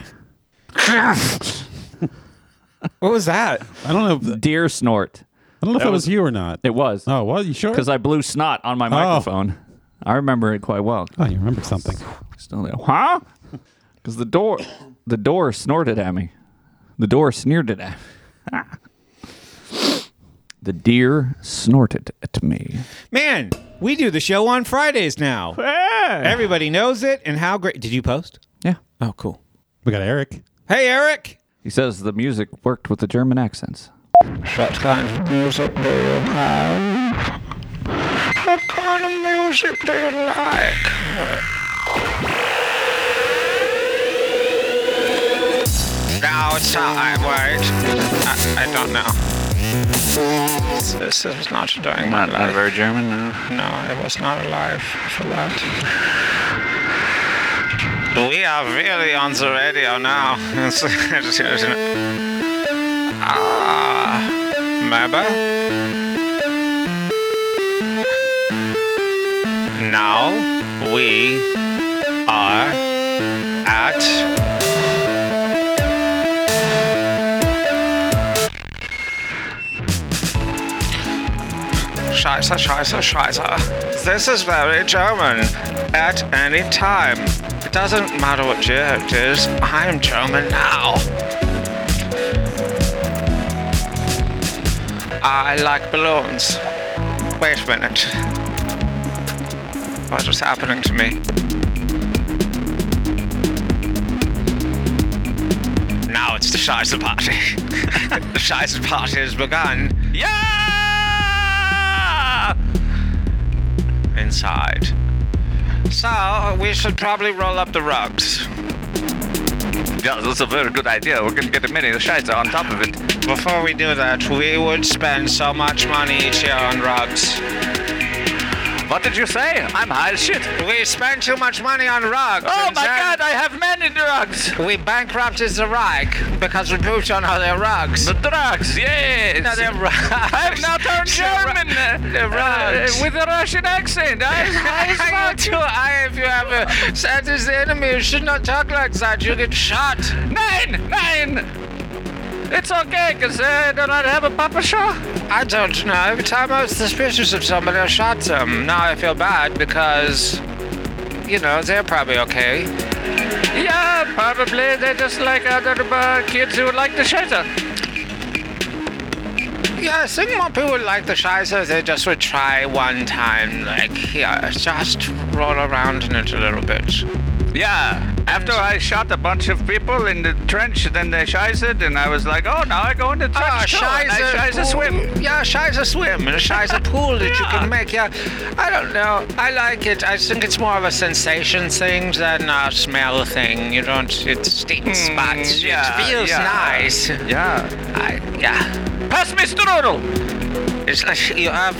B: what was that?
C: I don't know. If
A: Deer snort.
C: I don't know if it was you or not.
A: It was.
C: Oh, well, you sure?
A: Because I blew snot on my microphone. I remember it quite well.
C: Oh, you remember something?
A: Still there. Huh? Because the door, the door snorted at me. The door sneered at me. [laughs] the deer snorted at me.
B: Man, we do the show on Fridays [laughs] now. Everybody knows it, and how great. Did you post?
A: Yeah.
B: Oh, cool.
C: We got Eric.
B: Hey, Eric.
A: He says the music worked with the German accents.
B: What kind of music do you have?
E: What kind of music do you like? Now it's time, wait. I, I don't know. This is not during my life. Not very German, no? No, I was not alive for that. We are really on the radio now. Ah, maybe? Now we are at Scheiße, Scheiße, Scheiße. This is very German. At any time. It doesn't matter what year it is, I'm German now. I like balloons. Wait a minute. What is happening to me? Now it's the Shizer party. [laughs] the Shizer party has begun. Yeah! Inside. So, we should probably roll up the rugs.
R: Yeah, that's a very good idea. We're gonna get a mini shizer on top of it.
E: Before we do that, we would spend so much money each year on rugs. What did you say? I'm high as shit. We spend too much money on rugs.
R: Oh my God, I
E: have many drugs. We bankrupted the Reich because we pooped on all their rugs. The drugs, yes. No, they're rugs.
R: I've now
E: [laughs]
R: turned German
E: The rugs.
R: Uh, with a Russian accent. I,
E: [laughs] I, you too. I, if you have a that is the enemy, you should not talk like that. You get shot. Nine, nine. It's okay, cause uh, don't I have a papa shot? I don't know. Every time I was suspicious of somebody, I shot them. Now I feel bad because, you know, they're probably okay.
R: yeah, probably they're just like other uh, kids who like the shizer.
E: Yeah, I think more people like the Shizer. They just would try one time, like, yeah, just roll around in it a little bit.
R: Yeah. After I shot a bunch of people in the trench, then they shizered, and I was like, oh, now I go in the trench
E: Ah,
R: too, and I
E: Shizer
R: shizer
E: pool.
R: swim.
E: Yeah, Shizer swim and a Shizer pool that you can make. Yeah, I don't know. I like it. I think it's more of a sensation thing than a smell thing. You don't. It stinks,
R: Mm,
E: but
R: yeah,
E: it feels
R: yeah.
E: nice.
R: Yeah.
E: I, yeah. Pass me strudel. It's like you have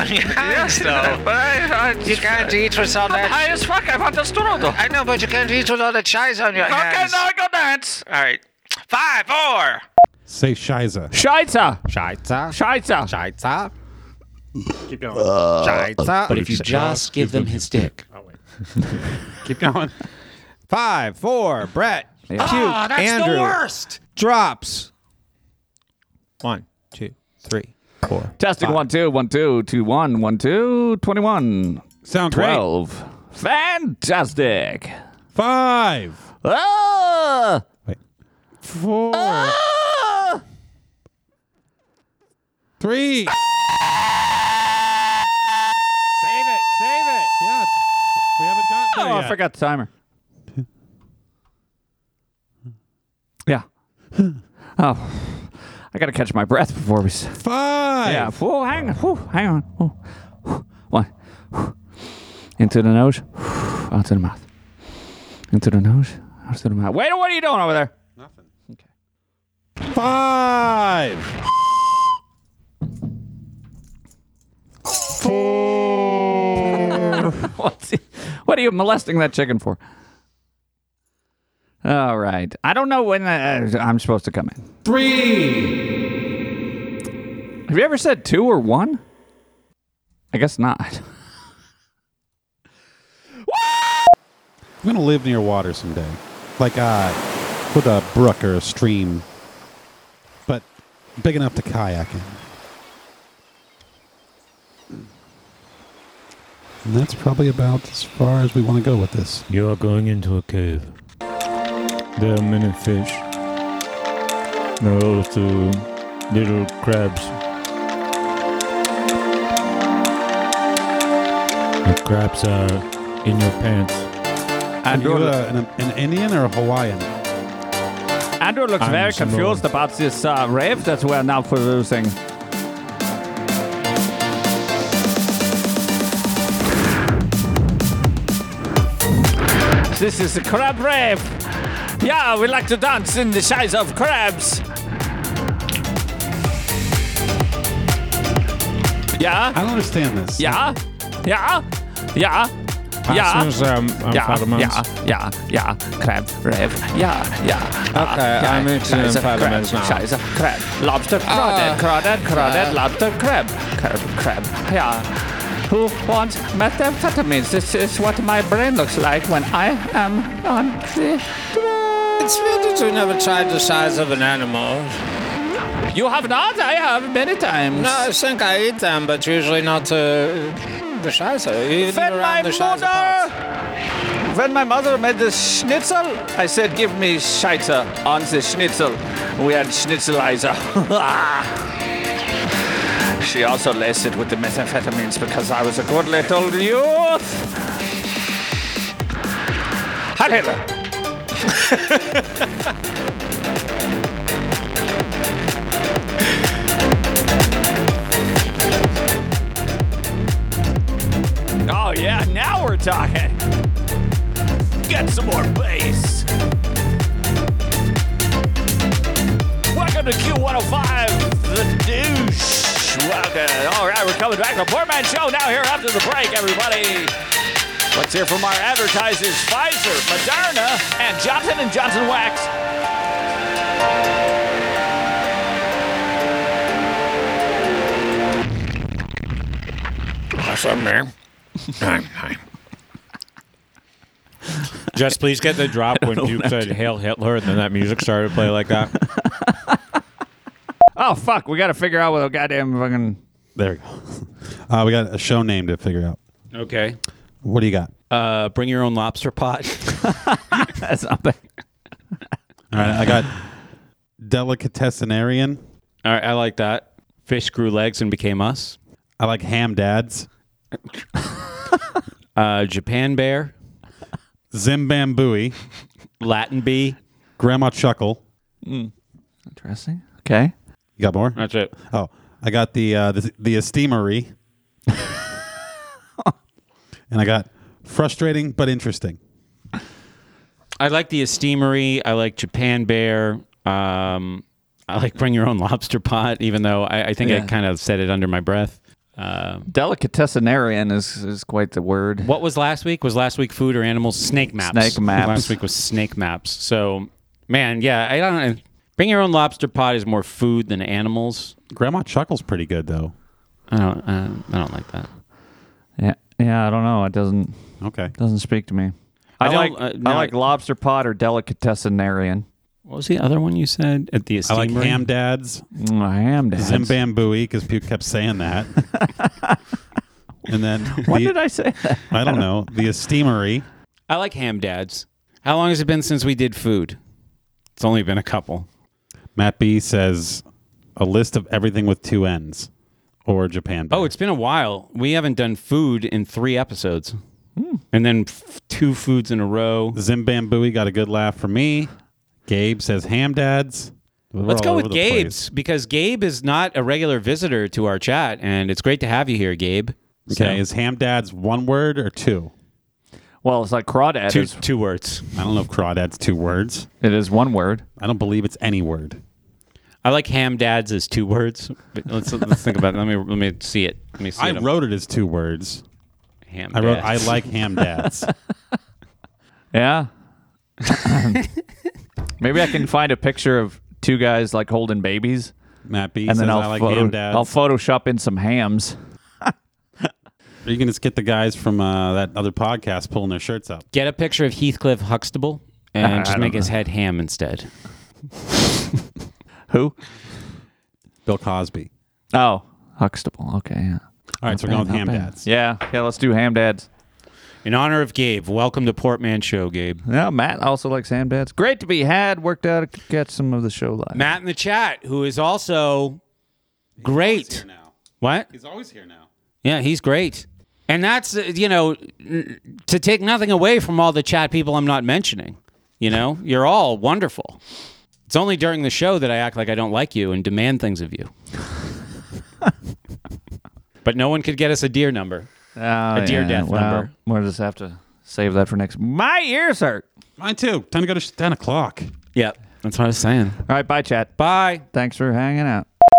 R: [laughs]
E: on your hands, though.
R: but I- I-
E: you can't eat without
R: I'm
E: that.
R: high as fuck. I want a strudel.
E: I know, but you can't eat without that Shizer on your
R: Okay,
E: hands.
R: now I go dance.
E: All right. Five, four.
C: Say Shiza.
A: Shiza.
B: Shiza.
A: Shiza.
B: Shiza.
C: Keep going.
B: Shiza. But if you just give them his dick.
S: [laughs]
C: Keep going.
B: Five, four, Brett,
C: Yeah.
B: Cute,
C: Ah, that's the
B: Andrew,
C: worst.
B: Drops. One, two, three. Four.
A: Testing one two one two two one one two twenty one.
C: Sound
B: great.
A: twelve. Fantastic.
C: Five.
A: Ah!
C: Wait. Four. Three.
A: Save it. Save it.
C: Yeah. We haven't got
A: Oh, I forgot the timer. Yeah. [laughs] Oh, I gotta catch my breath before we. s-
C: Five.
A: Yeah. Whoa, hang on. Whew, hang on. Whew. Whew. One. Whew. Into the nose, out to the mouth. Into the nose, out to the mouth. Wait, what are you doing over there?
C: Five.
A: What's he- what are you molesting that chicken for? All right. I don't know when uh, I'm supposed to come in.
T: Three.
A: Have you ever said two or one? I guess not.
C: I'm gonna live near water someday, like uh, with a brook or a stream, but big enough to kayak in. And that's probably about as far as we want to go with this.
K: You are going into a cave. There are many fish. There are also little crabs. The crabs are in your pants.
C: Andrew, you, uh, an, an Indian or a Hawaiian?
A: Andrew looks
C: I'm
A: very
C: Samoan.
A: confused about this uh, rave that we're now producing. This is a crab rave. Yeah, we like to dance in the size of crabs. Yeah.
C: I don't understand this.
A: Yeah. Yeah. Yeah.
K: Passengers,
A: yeah.
K: um, um,
A: yeah.
K: Parliament.
A: yeah. Yeah. Yeah. Crab rave. Yeah. Yeah.
K: Okay, I'm interested in
A: Size of crab.
K: Parliament now.
A: Size of crab. Lobster.
S: Ah,
A: Crawdad. Crawdad. Crawdad. Lobster. Crab. Crab. Crab. Yeah. Who wants methamphetamines? This is what my brain looks like when I am on the.
S: It's weird that you never tried the size of an animal.
A: You have not? I have many times.
S: No, I think I eat them, but usually not to the size of even around the size of pots.
A: When my mother made the schnitzel, I said, give me scheitzer on the schnitzel. We had schnitzelizer. [laughs] she also laced it with the methamphetamines because I was a good little youth. Hi, Hitler. [laughs] Oh, yeah, now we're talking. Get some more bass. Welcome to Q105, the douche. Welcome. All right, we're coming back to the Poor Man Show now here after the break, everybody. Let's hear from our advertisers, Pfizer, Moderna, and Johnson & Johnson Wax.
S: What's up, man? Hi, hi. Just please get the
B: [laughs]
S: drop when Duke said "Hail Hitler" and then that music started to play like that.
A: Oh, fuck, we got to figure out what a goddamn fucking... [laughs]
C: There we go. [laughs] Uh, we got a show name to figure out.
B: [laughs] Okay.
C: What do you got?
B: Uh, bring your own lobster pot. [laughs]
A: That's something.
C: All right, I got delicatessenarian.
B: All right, I like that. Fish grew legs and became us.
C: I like ham dads.
B: uh, Japan bear.
C: Zimbambooey.
B: Latin bee.
C: Grandma chuckle.
A: Interesting. Okay.
C: You got more?
B: That's it.
C: Oh, I got the uh, the, the esteemery. [laughs] and I got frustrating but interesting.
B: I like the esteemery. I like Japan bear. Um, I like bring your own lobster pot, even though I, I think I
A: Yeah.
B: kind of said it under my breath. Uh,
A: Delicatessenarian is, is quite the word.
B: what was last week? Was last week food or animals? Snake maps.
A: Snake maps.
B: Last week was snake maps. So, man, yeah, I don't. Bring your own lobster pot is more food than animals.
C: Grandma chuckles pretty good though.
B: I don't. I don't, I don't like that.
A: Yeah, yeah, I don't know. It doesn't.
C: Okay.
A: Doesn't speak to me.
B: I
A: I, like
B: don't- uh,
A: I
B: no,
A: like lobster pot or delicatessenarian.
B: What was the other one you said at the
C: I
B: esteemery?
C: like ham dads.
A: Mm, ham dads. [laughs]
C: Zimbambooey because people kept saying that. and then
A: When
C: the-
A: did I say [laughs] that?
C: I don't know. The esteemery.
B: I like ham dads. How long has it been since we did food? It's only been a couple.
C: Matt B says a list of everything with two N's or Japan.
B: Oh, it's been a while. We haven't done food in three episodes, and then f- two foods in a row.
C: Zimbambooey got a good laugh for me. Gabe says ham dads. We're
B: Let's
C: all
B: go
C: over
B: with
C: the place.
B: Gabe's because Gabe is not a regular visitor to our chat, and it's great to have you here, Gabe.
C: Okay, is ham dads one word or two?
A: Well, it's like crawdad.
C: Two,
A: is-
C: two words. I don't know if crawdad's two words.
A: It is one word.
C: I don't believe it's any word.
B: I like ham dads as two words. But let's let's think about it. Let me let me see it. Let me see
C: I
B: it.
C: wrote it as two words.
B: Ham
C: I wrote
B: dads.
C: I like
B: [laughs]
C: ham dads.
A: Yeah. [laughs] Maybe I can find a picture of two guys like holding babies.
C: Matt B
A: and
C: says,
A: then I'll
C: "I like ham dads."
A: I'll Photoshop in some hams.
C: Or you can just get the guys from uh, that other podcast pulling their shirts up.
B: Get a picture of Heathcliff Huxtable
C: [laughs] I
B: and just
C: don't
B: make his
C: know.
B: head ham instead.
A: Who?
C: Bill Cosby.
A: Oh, Huxtable. Okay. Yeah.
C: All right, so we're going with ham dads.
A: Yeah, yeah. Let's do ham dads.
B: In honor of Gabe, welcome to Portman Show,
C: [laughs]
B: Gabe.
A: Yeah, Matt also likes ham dads. Great to be had. Worked out to catch some of the show live.
B: Matt in the chat, who is also great. What?
C: He's always here now.
B: Yeah, he's great. And that's, uh, you know, n- to take nothing away from all the chat people I'm not mentioning. You know, you're all wonderful. It's only during the show that I act like I don't like you and demand things of you. but no one could get us a deer number, a deer
A: Oh, yeah,
B: death
A: well,
B: number.
A: We'll just have to save that for next. My ears hurt.
C: Mine too. Time to go to sh- 10 o'clock.
B: Yep. That's what I was saying.
A: All right. Bye, chat.
B: Bye.
A: Thanks for hanging out.